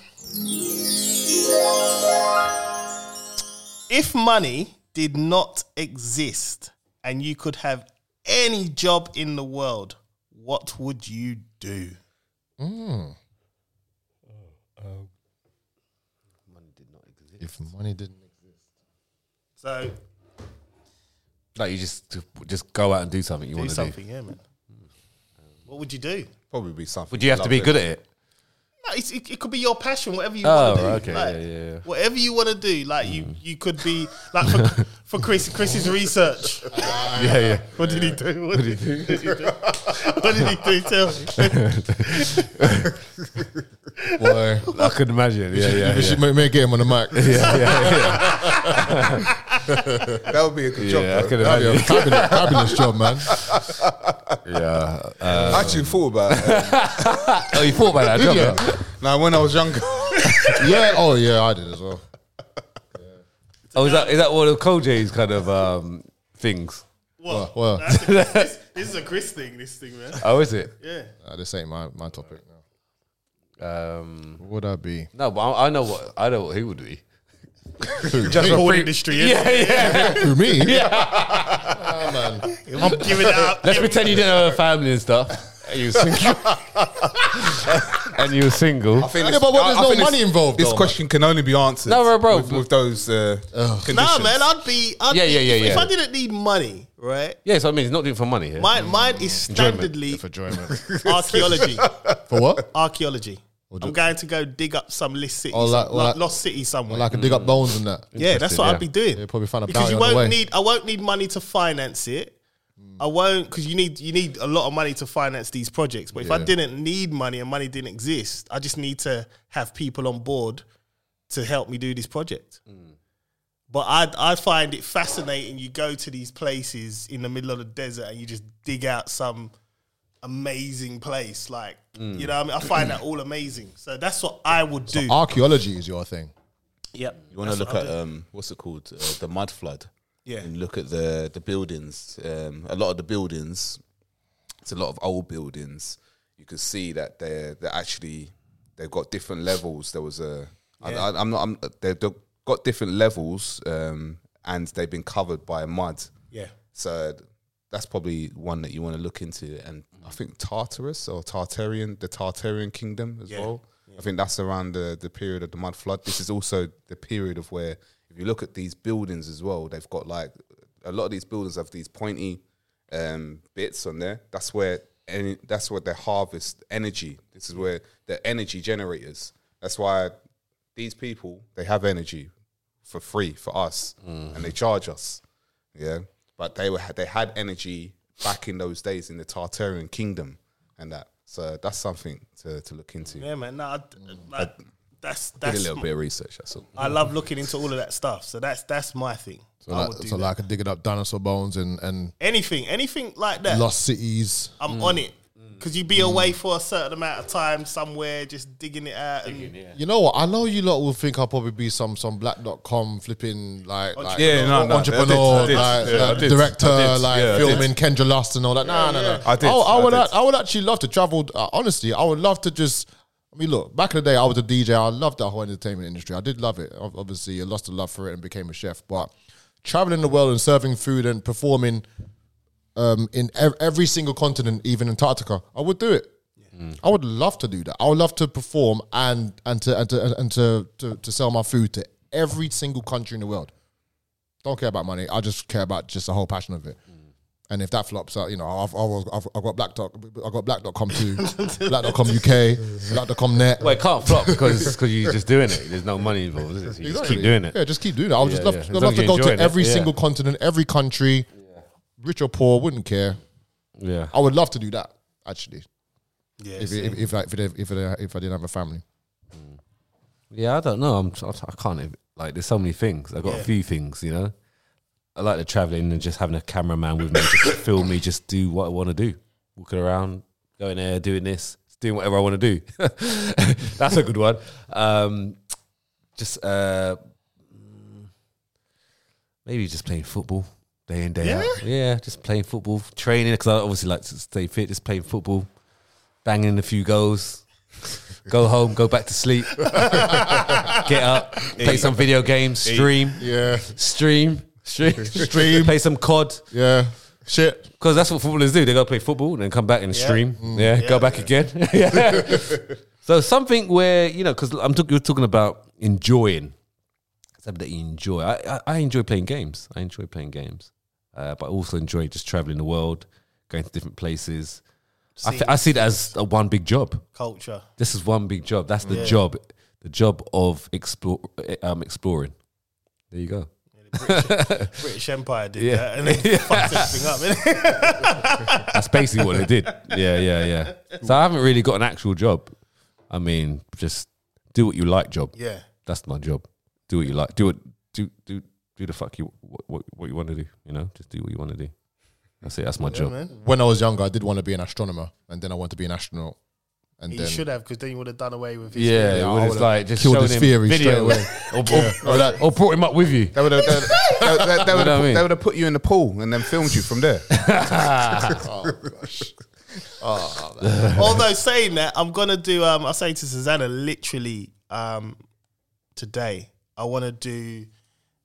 If money did not exist and you could have any job in the world, what would you do? Hmm. If money didn't So, Like you just just go out and do something you do want to do. something, yeah, man. What would you do? Probably be something. Would you have to be lovely. good at it? No, it's, it, it could be your passion, whatever you Oh, want to do. okay, like, yeah, yeah, Mm. yeah. Whatever you want to do, like you, you could be like for, for Chris, Chris's research. Yeah, yeah. What did he *laughs* do? What did he do? What did he do? Tell me. Boy, *laughs* I could imagine. Yeah, yeah. we yeah. should may, may get him on the mic. That would be a good job. Yeah, I though. could That'd be a imagine. fabulous, fabulous job, man. Yeah. *laughs* I actually thought about it. *laughs* oh, you thought about that job? Yeah. huh? now when I was younger. Yeah. Oh, yeah, I did as well. Oh, is that is that one of Koji's kind of um, things? What? Well, That's a Chris- this, this is a Chris thing. This thing, man. Oh, is it? Yeah. uh, this ain't my, my topic now. Um, What would I be? no, but I, I know what I know what he would be. Just Porn for free- industry. Yeah. Yeah, yeah. Who, me? *laughs* Yeah. Give it *laughs* up. *laughs* Let's pretend you didn't have a family and stuff. And you were single. *laughs* and you were single. think Yeah, this- but what, I- there's I no think this- money involved, This though, *laughs* question can only be answered. No, bro, bro. With, with those. Uh, conditions. Nah, man. I'd be. I'd Yeah, be- yeah, yeah, if, If yeah. I didn't need money, right? Yeah, so I mean, he's not doing it for money here. Mine, mine is standardly enjoyment. *laughs* archaeology. For what? archaeology. I'm going to go dig up some list city, Or like- some- or lo- like- lost city somewhere. Well, I can dig up bones and that. yeah, that's what yeah. I'd be doing. Yeah, probably find a because bounty you on the won't way. need. I won't need money to finance it. I won't because you need you need a lot of money to finance these projects. But if I Yeah. didn't need money and money didn't exist, I just need to have people on board to help me do this project. But I I find it fascinating. You go to these places in the middle of the desert and you just dig out some amazing place. Like you know, what I mean, I find that all amazing. So that's what I would do. Archaeology is your thing. yep. You want to look at um, what's it called? Uh, the mud flood. Yeah. And look at the the buildings. Um, a lot of the buildings. It's a lot of old buildings. You can see that they're they're actually they've got different levels. There was a I Yeah. I, am not. I'm, they've d- got different levels, um, and they've been covered by mud. Yeah. So that's probably one that you want to look into. And Mm-hmm. I think Tartarus or Tartarian, the Tartarian kingdom as Yeah. well. I think that's around the, the period of the mud flood. This is also the period of where, if you look at these buildings as well, they've got like a lot of these buildings have these pointy um, bits on there. That's where any, that's where they harvest energy. This is where the energy generators. That's why these people they have energy for free for us, Mm. and they charge us. Yeah, but they were they had energy back in those days in the Tartarian kingdom and that. So that's something to, to look into. Yeah, man. No, I, like, that's Did a that's. little bit of research. That's all. I love looking into all of that stuff. So that's that's my thing. So, I like, would do so that. like I can dig up dinosaur bones and, and anything, anything like that. lost cities. I'm on it. because you'd be away for a certain amount of time somewhere, just digging it out. And You know what? I know you lot will think I'll probably be some some black.com flipping like, like Oh, uh, Yeah, no, no, I entrepreneur, did, I like, did, yeah, I like, did, director, I did, like yeah, I did. filming Kendra Lust and all that. Nah, no, no, no. I did, I, I would, did. I would actually love to travel. Uh, honestly, I would love to just. I mean, look, back in the day, I was a DJ. I loved that whole entertainment industry. I did love it. Ob- Obviously, I lost the love for it and became a chef. But traveling the world and serving food and performing um, in ev- every single continent, even Antarctica, I would do it. I would love to do that. I would love to perform and and to and to and to, to, to sell my food to every single country in the world. Don't care about money. I just care about just the whole passion of it. Mm. And if that flops out, you know, I've, I've, I've, I've got black dot, I've got black.com *laughs* too, black.com UK, black.com net. Well, it can't flop because because you're just doing it. There's no money involved. Is it? So you just keep doing it. Yeah, just keep doing it. I would just Yeah, love, yeah. As I'd long love as to you're go to enjoying it, every yeah. single continent, every country, rich or poor, wouldn't care. Yeah. I would love to do that actually. yeah, If see. if if I, if, I, if, I, if I didn't have a family, Yeah, I don't know. I'm I I can't even- like. There's so many things. I got a few things. You know, I like the traveling and just having a cameraman with me, just *coughs* film me, just do what I want to do, walking around, going there, doing this, doing whatever I want to do. *laughs* That's a good one. Um, just uh, mm, maybe just playing football day in day out. Yeah, just playing football, training because I obviously like to stay fit. Just playing football, banging a few goals. Go home, go back to sleep *laughs* get up, play some video games, stream, yeah, stream, stream, stream, play some COD. yeah, shit. Because that's what footballers do. They go play football and then come back and stream. Yeah, go back again. *laughs* yeah. So something where, you know, because I'm talk- you're talking about enjoying. Something that you enjoy. I, I, I enjoy playing games. I enjoy playing games. Uh, but I also enjoy just traveling the world, going to different places. I, th- I see it as a one big job culture. this is one big job. That's the job, the job of explore, um, exploring. There you go. British Empire did Yeah. that, and they fucked everything up. innit? That's basically what it did. Yeah, yeah, yeah. So I haven't really got an actual job. I mean, just do what you like. Job. *laughs* yeah, That's my job. Do what you like. Do what do do do the fuck you what what, what you want to do. You know, just do what you want to do. That's it. That's my job. man. When I was younger, I did want to be an astronomer, and then I wanted to be an astronaut, and You then should have, because then you would have done away with. His I Yeah, well, it's would've like just killed showing his him theory video straight away. *laughs* or, or, or, that- or brought him up with you. They would have *laughs* they know what I mean? would have put you in the pool and then filmed you *laughs* from there. Although saying that, I'm gonna do. Um, I say to Susanna, literally, um, today, I want to do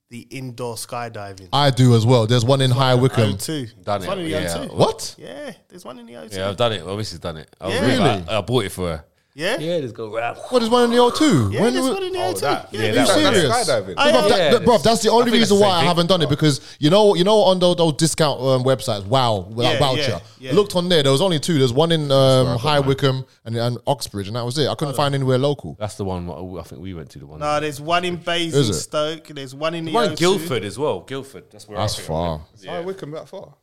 the indoor skydiving. I do as well. There's one in High Wycombe. O2. Done There's one in the yeah. O2. What? Yeah, there's one in the O2. Yeah, Yeah, I've done it. Obviously done it. I, was Yeah. with- Really? I, I bought it for her. yeah, Yeah, just go round. What is one in the O2? yeah When- there's one in the O2. Oh, that- yeah, there's Are that you That's serious? skydiving. I- Bruv, that- Yeah, that- bruv, that's the only think reason that's the why same I thing. haven't done it because you know, you know, on those, those discount um, websites, wow, without Yeah, voucher, yeah, yeah. I looked on there. There was only two. There's one in um, High Wycombe and, and Oxbridge, and that was it. I couldn't find anywhere local. That's the one what I think we went to. The one. No, there's one in Basingstoke. There's one in the one in O2. Guildford as well. Guildford. That's where. I That's think I far. Why Wickham that far?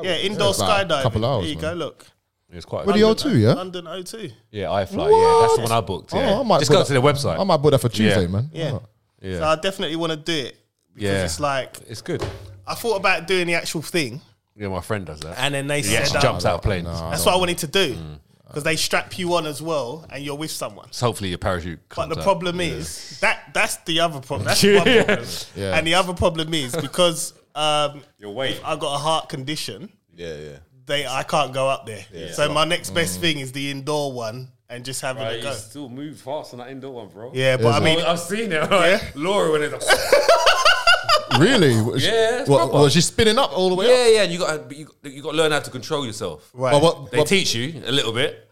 Yeah, indoor it's about a skydiving. couple hours, there you go. man. Look, went. It's quite. With the O2, yeah. London O2. yeah, iFly. Yeah, that's the What? one I booked. Oh, Yeah. I might just put go that- to their website. I might book that for Tuesday, man. Yeah. yeah, So I definitely want to do it because Yeah. it's like it's good. I thought about doing the actual thing, Yeah, my friend does that. and then they He said actually um, jumps out Mm. of planes. That's what I wanted to do because they strap you on as well, and you're with someone. So hopefully your parachute. But Comes the out. problem is that that's the other problem. *laughs* That's one problem. Yeah. And the other problem is because um, Your weight. I got a heart condition, Yeah, yeah. they I can't go up there. so my next best thing is the indoor one and just having a go. still move fast on that indoor one, bro. Oh, Yeah, but I mean, I've seen it. *laughs* Yeah. Laura when it's Really? Was- *laughs* Yeah, it's What, proper. was she spinning up all the way? *laughs* yeah, yeah. And you got you, you got to learn how to control yourself. right. Up? But what, They what- teach you a little bit,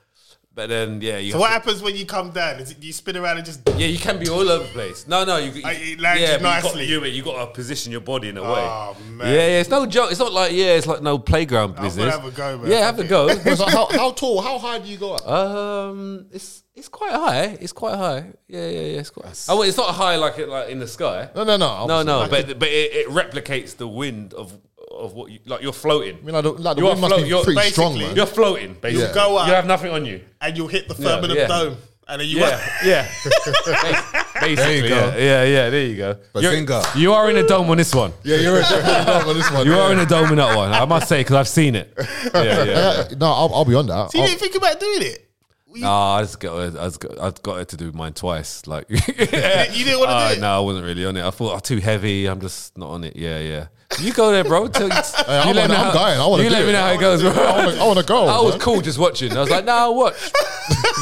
but then yeah, you so what happens when you come down? Is it you spin around and just? Yeah, you can be all over the place. No, no, you, you I- it lands yeah, but nicely. You got, you, you got to position your body in a way. Oh, man. Yeah, yeah, it's no joke. It's not like yeah, it's like no playground business. have a go, man. Yeah, have a go. so how, how tall? How high do you go up? *laughs* um, it's it's quite high. It's quite high. Yeah, yeah, yeah. It's quite. Oh, well, it's not high like it like in the sky. no, no, no. No, no, but but it, it replicates the wind of of what you like. You're floating. I mean, like the, like the You are wind must float- be you're- *laughs* pretty strong, basically- man. You're floating. Basically, go up. You have nothing on you. and you'll hit the firmament yeah. dome. and then you Yeah, yeah. yeah. *laughs* Basically, go. yeah, yeah, yeah. There you go. Bazinga. You're, you are in a dome on this one. Yeah, you're *laughs* in this one. You are in a dome on that one. I must say because I've seen it. Yeah, yeah. yeah. No, I'll, I'll be on that. You I'll- didn't think about doing it. Nah, I just got, I just got, I've got her to do mine twice. Like, *laughs* you didn't, you didn't wanna do it? No, I wasn't really on it. I thought, oh, too heavy. I'm just not on it. Yeah, yeah. You go there, bro. Tell, you I'm let on- me know I'm how- going. I wanna You do let me it. know how it goes, bro. *laughs* I wanna- I wanna go, I was man. cool just watching. I was like, nah, I'll watch.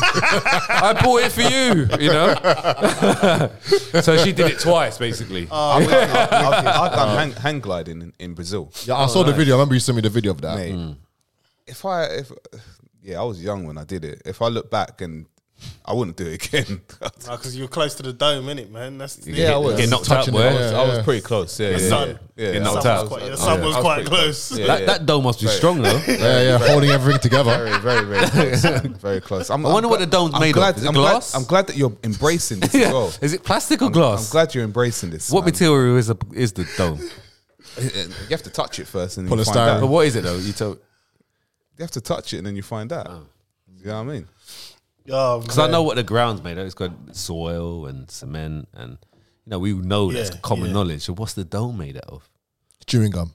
I bought it for you, you know. *laughs* so she did it twice, basically. Oh, I've done, I've, I've done Oh. hang, hang gliding in, in Brazil. yeah, I saw the video. I remember you sent me the video of that. Mate, if I if yeah, I was young when I did it. If I look back and I wouldn't do it again. *laughs* Because you were close to the dome, innit, man? That's Yeah, I was. Get knocked Touching out, it, boy. yeah, I was yeah. pretty close. Yeah, The yeah, sun. yeah. Get yeah. The knocked sun out. Oh, was quite, Yeah, the sun I was was quite pretty close. Yeah, that, yeah. that dome must be strong, though. Yeah, yeah, holding everything together. Very, very, very close. very close. I'm, I wonder what the dome's made of. glad, Is it I'm glass? Glad, I'm glad that you're *laughs* embracing this as well. Is it plastic or I'm glass? glad you're embracing this. what man. material is the, is the dome? *laughs* You have to touch it first and then you find Polystyrene. out. But what is it, though? You tell. Oh. You have to touch it and then you find out. You know what I mean? Oh, Because I know what the ground's made of. It's got soil and cement, and you know we know that's Yeah, common yeah. knowledge. So what's the dome made out of? Chewing gum.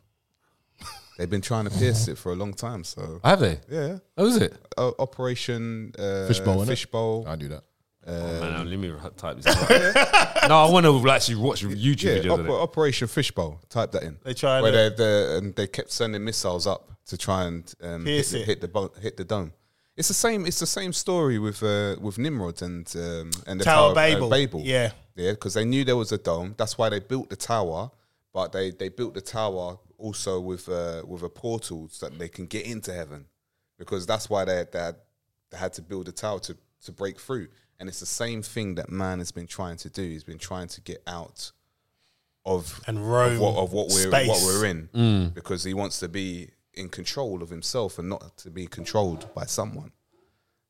They've been trying to pierce it for a long time, so Have they? yeah. What is it? O- Operation uh, Fishbowl, innit? Fishbowl. I do that. Oh, Man, let me type this. out. Um, *laughs* no, I want to actually watch YouTube Yeah, videos. Op- of it. Operation Fishbowl. Type that in. They tried where to- they, they, um, they kept sending missiles up to try and um, hit, Pierce the, it. hit the bo- hit the dome. It's the same. It's the same story with uh, with Nimrod and um, and the Tower of Tower, uh, Babel. Babel. Yeah. yeah, because they knew there was a dome. That's why they built the tower. But they, they built the tower also with uh, with a portal so that they can get into heaven, because that's why they they had, they had to build a tower to to break through. And it's the same thing that man has been trying to do. He's been trying to get out of And roam of what, of what we're what space. we're in because he wants to be in control of himself and not to be controlled by someone.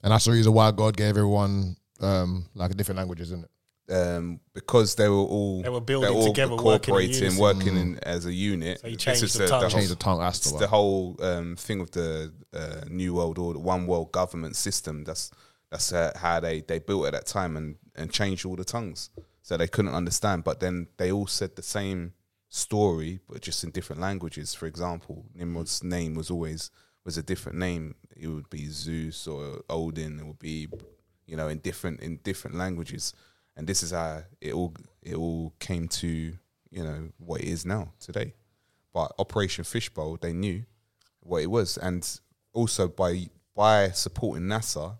And that's the reason why God gave everyone um, like different languages, isn't it? Um, because they were all They were building they're all together, working in cooperating, unison. working in, as a unit. he changed the tongue. whole- Change the tongue. That's it's the the one. whole um, thing with the uh, new world order, one world government system. That's that's uh, how they they built at that time and and changed all the tongues, so they couldn't understand. But then they all said the same story, but just in different languages. For example, Nimrod's name was always was a different name. It would be Zeus or Odin. It would be you know in different in different languages, and this is how it all it all came to you know what it is now today but Operation Fishbowl, they knew what it was, and also by by supporting NASA,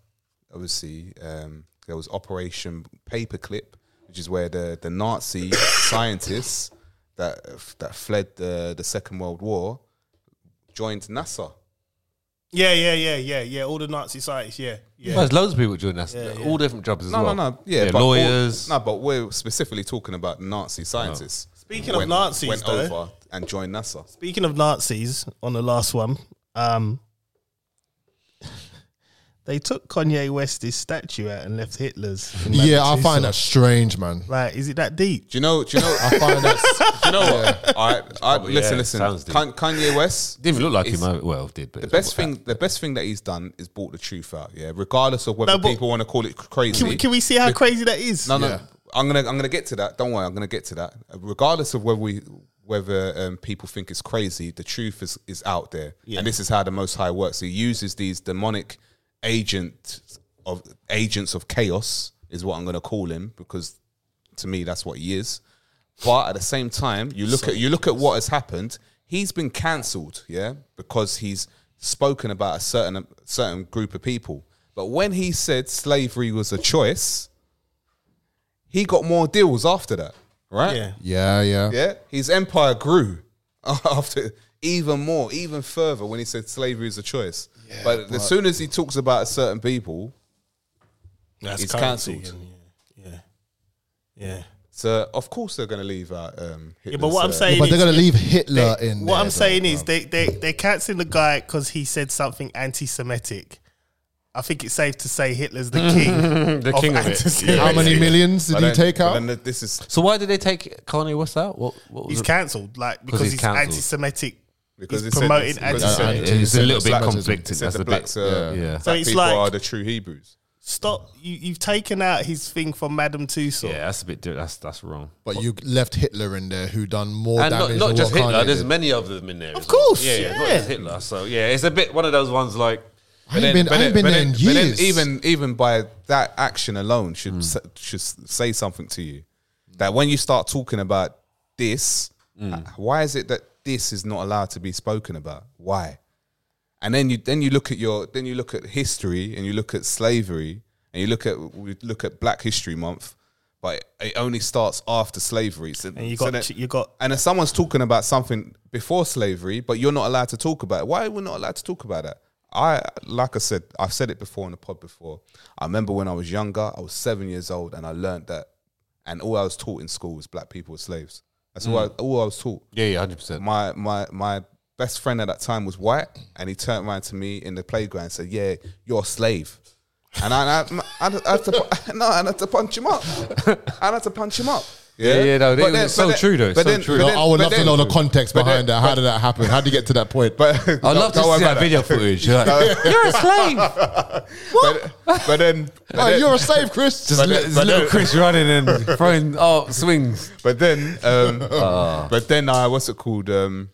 obviously um, there was Operation Paperclip, which is where the the Nazi *coughs* scientists that that fled the the Second World War joined NASA. Yeah, yeah, yeah, yeah, yeah. All the Nazi sites, yeah. Well, Yeah. there's loads of people doing that. yeah. All different jobs as No, well. no, no. Yeah, but all- lawyers. no, but we're specifically talking about Nazi scientists. Speaking of Nazis, went though. over and joined NASA. Speaking of Nazis, on the last one, um, *laughs* they took Kanye West's statue out and left Hitler's. in Yeah, I Massachusetts. find that strange, man. Like, is it that deep? Do you know? Do you know? I find that. *laughs* do you know what? I, I, yeah, listen, listen. sounds deep. Kan- Kanye West Didn't even look like It's- him. I- Well, did but The best thing, the best thing that he's done is brought the truth out. Yeah, regardless of No, whether but- people want to call it crazy. Can we, can we see how crazy that is? no, no, I'm gonna, I'm gonna get to that. Don't worry, I'm gonna get to that. Regardless of whether we, whether um, people think it's crazy, the truth is is out there, and this is how the Most High works. He uses these demonic agent of agents of chaos, is what I'm gonna call him, because to me that's what he is. But at the same time, you look at you look at what has happened. He's been cancelled, yeah, because he's spoken about a certain certain group of people. But when he said slavery was a choice, he got more deals after that, right? Yeah. Yeah, yeah. Yeah. His empire grew *laughs* after even more, even further when he said slavery is a choice. but, as soon as he talks about certain people, That's It's currency, cancelled. and Yeah. Yeah. Yeah. so of course they're going to leave out. Um, Yeah, but what I'm Hitler's, uh, saying But they're is, gonna leave Hitler in. what there, I'm saying though. is they they they're canceling the guy because he said something anti-Semitic. I think it's safe to say Hitler's the king, The king of it. anti-Semitism. how many millions but did he then- take but out? then This is So why did they take Kanye West out? What? what was He's it? cancelled, like because he's he's, cancelled. anti-Semitic. Because he's it said- promoting because it said- anti-Semitic. It's a little bit Black- uh, conflicting. It said That's the a bit. blacks are, Yeah. So black it's people like- are the true Hebrews. Stop! You, you've taken out his thing from Madame Tussauds. Yeah, that's a bit. di- That's that's wrong. But you left Hitler in there, who done more And not, damage. not than just what Hitler. Kanye There's did. many of them in there. Of course, yeah, yeah. Not yeah. just Hitler. So yeah, it's a bit one of those ones like. I ain't been, I ain't been but there then- in but then years. even even by that action alone should s should say something to you. That when you start talking about this, uh, why is it that this is not allowed to be spoken about? Why? And then you then you look at your then you look at history and you look at slavery and you look at we look at Black History Month, but it only starts after slavery. So, And you so got then- ch- you got and if someone's talking about something before slavery, but you're not allowed to talk about it, why are we not allowed to talk about that? I, like I said, I've said it before on the pod before. I remember when I was younger, I was seven years old, and I learned that, and all I was taught in school was black people were slaves. That's all, I, all I was taught. Mm. Yeah, yeah, hundred percent. My my my best friend at that time was white, and he turned around to me in the playground and said, "Yeah, you're a slave." And I, I, I, I had to *laughs* pu- no, I had to punch him up. I had to punch him up. Yeah, yeah, no, it was so true though, so true. No, but I would but love to then- know *laughs* the context but behind then- that. How did that happen? How did you get to that point? *laughs* Oh, But I'd love to see that video footage. *laughs* You're, like, *laughs* you're a slave. But, but then, but Oh, then, you're a slave, Chris. Just li- just but little then- Chris running and *laughs* throwing oh swings. Ah. but then, um, *laughs* but then, I what's it called? Um,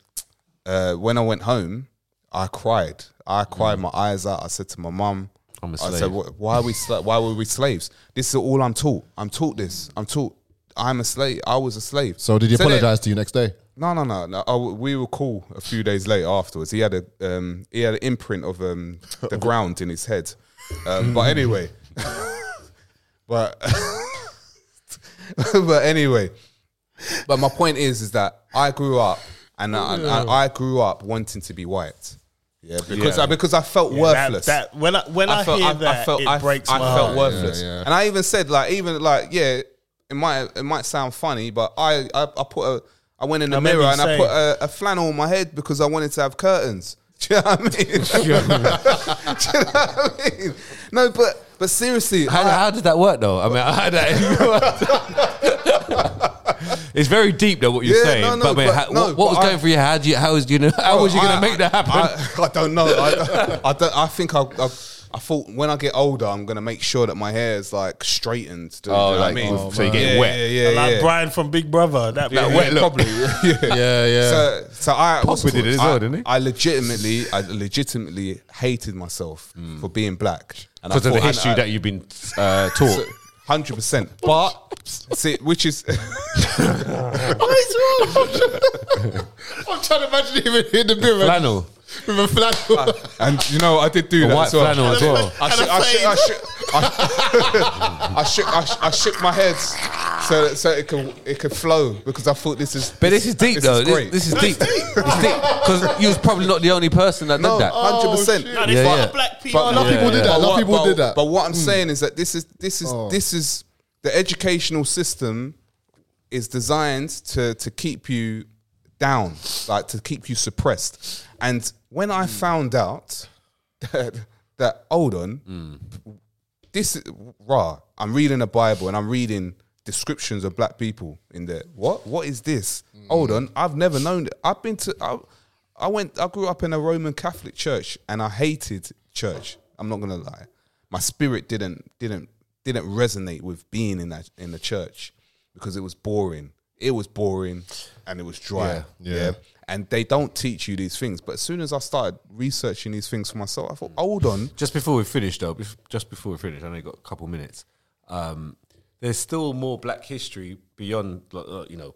uh, when I went home, I cried. I cried my eyes out. I said to my Mm. mum, I'm a I said, slave. "Wh- "Why are we? Sla- why were we slaves? This is all I'm taught. I'm taught this. I'm taught." I'm a slave. I was a slave. so did you then- apologize to you next day? No, no, no, no. I w we were cool a few days later afterwards. He had a um, he had an imprint of um, *laughs* the ground in his head. Um, but anyway, *laughs* but *laughs* but anyway, but my point is, is that I grew up and I, and I grew up wanting to be white. Yeah, because I, because I felt worthless. That, that- when I when I, hear that, it I, breaks I my felt heart. worthless. Yeah, yeah. And I even said like, even like, yeah, it might it might sound funny, but I I, I put a I went in the remember you mirror and I saying- put a, a flannel on my head because I wanted to have curtains. *laughs* Do you *laughs* know what I mean? Do you know *laughs* what I mean? No, but but seriously, How, I- how did that work though? I mean, how did that *laughs* It's very deep though what you're Yeah, saying. no, no, but, I mean, but- how- no, what, what was but going I- through your head? How, do you, how was you know? How was you going to make that happen? I, I don't know. I, *laughs* I, don't, I think I, I, I thought when I get older, I'm gonna make sure that my hair is like straightened. Do you know what I like, mean? oh, so you get yeah, wet. Yeah, yeah, yeah. Like Brian from Big Brother, that, Yeah, that *laughs* yeah, probably. yeah. Yeah, yeah. So, so I what's did called? it as well, I- didn't he? I legitimately, I legitimately hated myself for being black and I Because of the thought- and history I- that you've been uh, *laughs* taught. Hundred percent, but see, which is *laughs* I'm trying to imagine him in the mirror Flannel. with a flannel. and you know I did do that. White as well. flannel as well. I shook, I, shook, I, shook, I, I shook, *laughs* I, sh- I shook my head so that, so it could it could flow because I thought this is. But this is deep though. This, this is deep. it's deep because you was probably not the only person that no, did that. hundred percent. shit. No, there's a Yeah, lot yeah. of black people. a lot of Yeah, people yeah. Oh. did that. A lot of people but, did that. Mm. But what I'm saying is that this is this is this is the educational system is designed to to keep you down, like to keep you suppressed. And when Mm. I found out *laughs* that that hold on, this is raw. I'm reading the Bible and I'm reading descriptions of black people in there. What? What is this? Hold on, I've never known. It. I've been to. I, I went. I grew up in a Roman Catholic church and I hated church. I'm not gonna lie. My spirit didn't didn't didn't resonate with being in that in the church because it was boring. It was boring and it was dry. Yeah, yeah. And they don't teach you these things. But as soon as I started researching these things for myself, I thought, hold on. just before we finish though, bef- just before we finish, I only got a couple minutes. Um, there's still more Black history beyond, like, uh, you know,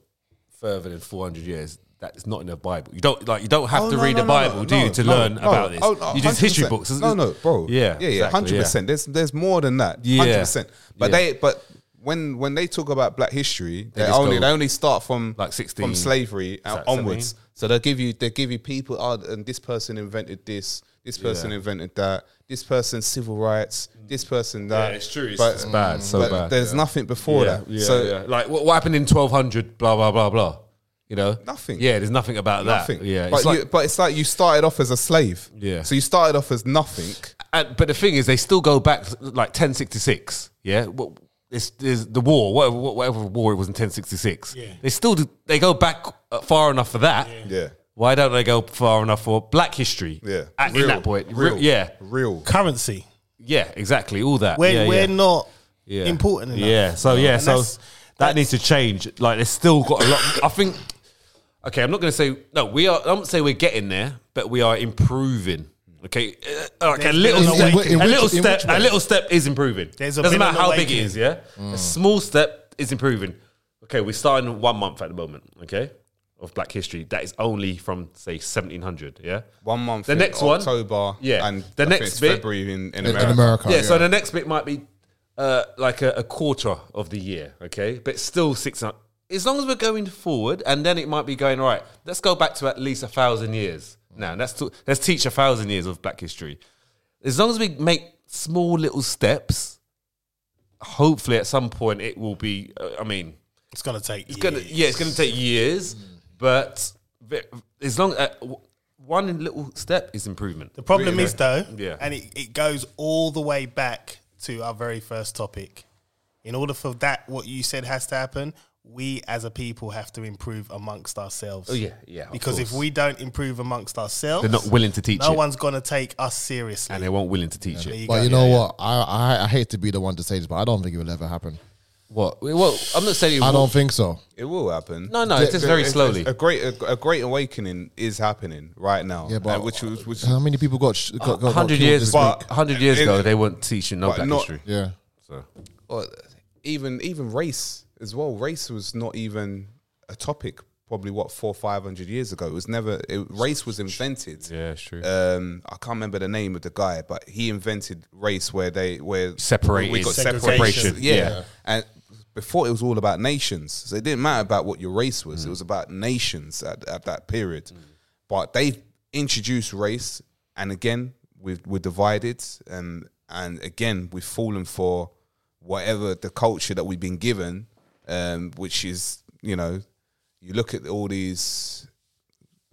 further than 400 years. That's not in the Bible. You don't like. You don't have Oh, to no, read no, the no, Bible, no, do you, no, to no, learn no. about this? Oh, no, you just history 100%. books. No, no, bro. Yeah, yeah, yeah. exactly, Hundred yeah. percent. There's there's more than that. Hundred Yeah. percent. But Yeah. they but when when they talk about Black history, they, just only go they only start from like 16, from slavery and that onwards. So they give you they give you people. Oh, and this person invented this. This person Yeah. invented that. This person civil rights. This person that. Yeah, it's true. It's- it's bad, so but bad, There's nothing before yeah, that. yeah, so yeah. like what, what happened in 1200? Blah blah blah blah. You know, Nothing. Yeah, there's nothing about nothing. that. Yeah, but it's like- you, but it's like you started off as a slave. Yeah. So you started off as nothing. and, but the thing is, they still go back to, like 1066. Yeah, What- it's, there's the war, whatever, whatever war it was in 1066. Yeah. They still do, they go back uh, far enough for that. Yeah. Why don't they go far enough for Black history? Yeah. at, Ah, in Real. that point, Re- Real. yeah, Real. currency. yeah, exactly. All that. We're, yeah, we're yeah. not Yeah. important enough. Yeah. So yeah. And So that's- that needs to change. Like there's still got a lot. I think. Okay, I'm not going to say no. We are. I'm not say we're getting there, but we are improving. Okay, uh, like a little been an step, awakening. a In little which- in step, which way? a little step is improving. There's a Mm. Doesn't been matter an how big it awakening. is. Yeah, a small step is improving. Okay, we're starting one month at the moment. Okay, of Black History that is only from say 1700. Yeah, One month. The in next one, October. yeah. And The I think next it's bit- February in, in in America. America. yeah, so the next bit might be uh, like a, a quarter of the year, okay? But still six hun- As long as we're going forward, and then it might be going, right, let's go back to at least a thousand years now. Let's, t- let's teach a thousand years of black history. As long as we make small little steps, hopefully at some point it will be, uh, I mean, It's gonna take. It's it's gonna yeah, it's gonna take years, but ve- as long uh, w one little step is improvement. The problem is though, Yeah. and it, it goes all the way back to our very first topic. In order for that, what you said has to happen. We as a people have to improve amongst ourselves. Oh yeah, yeah, of Because if course. we don't improve amongst ourselves, They're not willing to teach No it. one's gonna take us seriously. and they weren't willing to teach it. There But go. you know what? I, I I hate to be the one to say this, but I don't think it will ever happen. What? Well, I'm not saying it I will- don't think so. It will happen. No, no, it's just very It's- slowly. A great, a, a great awakening is happening right now. Yeah, but- Uh-huh. uh, which, was- which, How many people got sh- got, got, got hundred killed years, this But- week? week. hundred years it- ago, they weren't teaching no but black not- history. Yeah. So or uh, even even race as well. Race was not even a topic. Probably what four five hundred years ago. It was never. It, race was invented. yeah, it's true. Um, I can't remember the name of the guy, but he invented race where they where Separated. We got Segregation. separation. Yeah. Yeah. and before it was all about nations, so it didn't matter about what your race was. It was about nations at, at that period. But they introduced race, and again we we're divided, and and again we've fallen for whatever the culture that we've been given, um, which is you know, you look at all these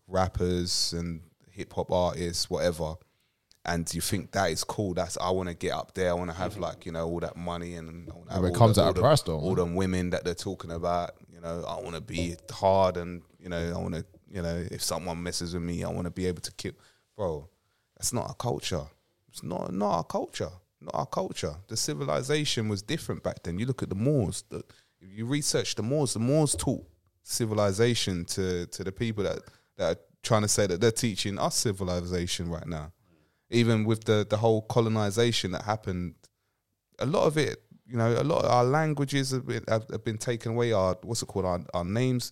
rappers and hip hop artists, whatever, and you think that is cool. That's I want to get up there. I want to have like you know all that money and I wanna have but it all comes the- at all a the- price, though. All them women that they're talking about, you know, I want to be hard and you know I want to you know if someone messes with me, I want to be able to kill. Bro, that's not our culture. It's not not our culture. Not our culture. The civilization was different back then. You look at the Moors. The, if you research the Moors, the Moors taught civilization to to the people that that are trying to say that they're teaching us civilization right now. Even with the the whole colonization that happened, a lot of it, you know, a lot of our languages have been, have, have been taken away. Our what's it called? Our, our names.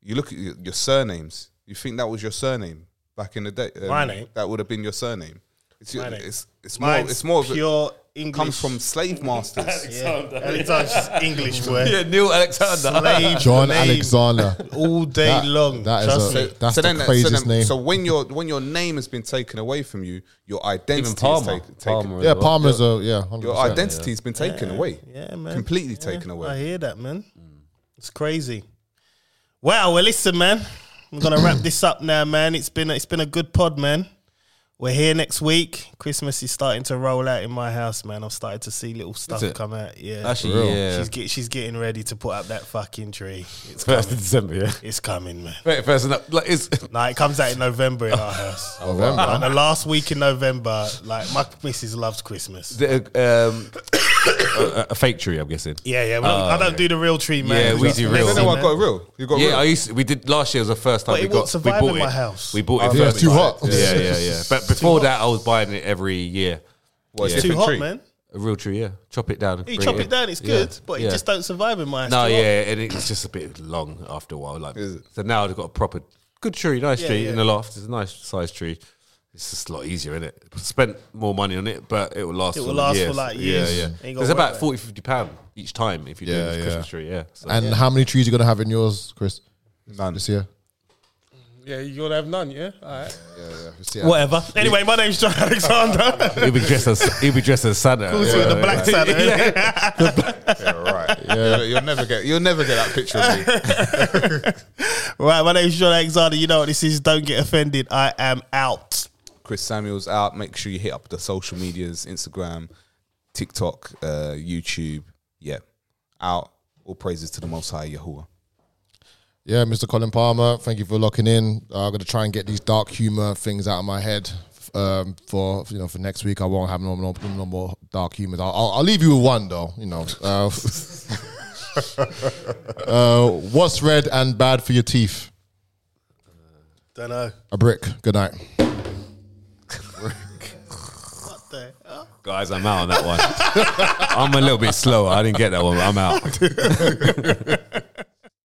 You look at your, your surnames. You think that was your surname back in the day? Um, Mine ain't. That would have been your surname. It's your, Mine ain't. it's it's more Mine's it's more of it pure English. comes *laughs* from slave masters. Alexander's English word. yeah, Neil Alexander. Slave John name *laughs* Alexander. all day That- long. that is Trust a- me. That's the that- craziest so name. So when your when your name has been taken away from you, your identity Even is Palmer. take- taken. Palmer. Yeah, Palmer's a yeah. 100%. Your identity has been taken away. Yeah, man. Completely Yeah, taken I away. Mm. hear that, man. It's crazy. Wow. Well, listen, man. We're gonna wrap this up now, man. It's been it's been a good pod, man. We're here next week. Christmas is starting to roll out in my house, man. I've started to see little stuff it? come out. Yeah, Actually, yeah. she's get, she's getting ready to put up that fucking tree. It's First coming. of *laughs* December. Yeah. it's coming, man. Wait, first of like it's *coughs* Nah, it comes out in November in our house. November. Like, the last week in November, like my missus loves Christmas. *laughs* the, um, *coughs* a, a fake tree. I'm guessing. Yeah, yeah. we don't- I don't do the real tree, man. Yeah, we Just do messy, real. No, no, I man. got real. You got Yeah, real. I used to, we did last year was the first time But we it got won't survive we bought in it. my house. We bought it. Yeah, first. it's too hot. Oh, Yeah, yeah, yeah. But before that, I was buying it every year. Well, it's It's too different hot, tree. man. A real tree, yeah. Chop it down. and You bring chop it in. down, it's Yeah, good, but yeah. it just don't survive in my house. No, Too hot. yeah, and it's just a bit long after a while. Like, Is it? so now I've got a proper good tree, nice Yeah, tree yeah. in the loft. It's a nice size tree. It's just a lot easier, isn't it? Spent more money on it, but it will last. It will for last for, years. like, years. Yeah, Ain't gotta yeah. It's worry about about it. 40, 50 pound each time if you do Yeah, this yeah. Christmas tree. Yeah, so. And how many trees you gonna have in yours, Chris? None. This year. Yeah, you're gonna have none. Yeah, all right. *laughs* Whatever. Anyway, my name's John Alexander. he'll be dressed as he'll be dressed as Santa. Who's with the *laughs* black Santa? innit? Yeah, right. You'll, you'll never get. You'll never get that picture *laughs* of me. Right, my name's John Alexander. You know what this is. Don't get offended. I am out. Chris Samuels out. Make sure you hit up the social medias: Instagram, TikTok, uh, YouTube. Yeah, out. All praises to the Most High Yahuwah. Yeah, Mr. Colin Palmer, thank you for locking in. Uh, I'm gonna try and get these dark humor things out of my head. off um, for you know for next week. I won't have no no, no more dark humors. I'll, I'll, I'll leave you with one though. You know, uh, *laughs* uh, what's red and bad for your teeth? Don't know. A brick. Good night. What the hell? Guys, I'm *laughs* out on that one. I'm a little bit slower. I didn't get that one, but I'm out.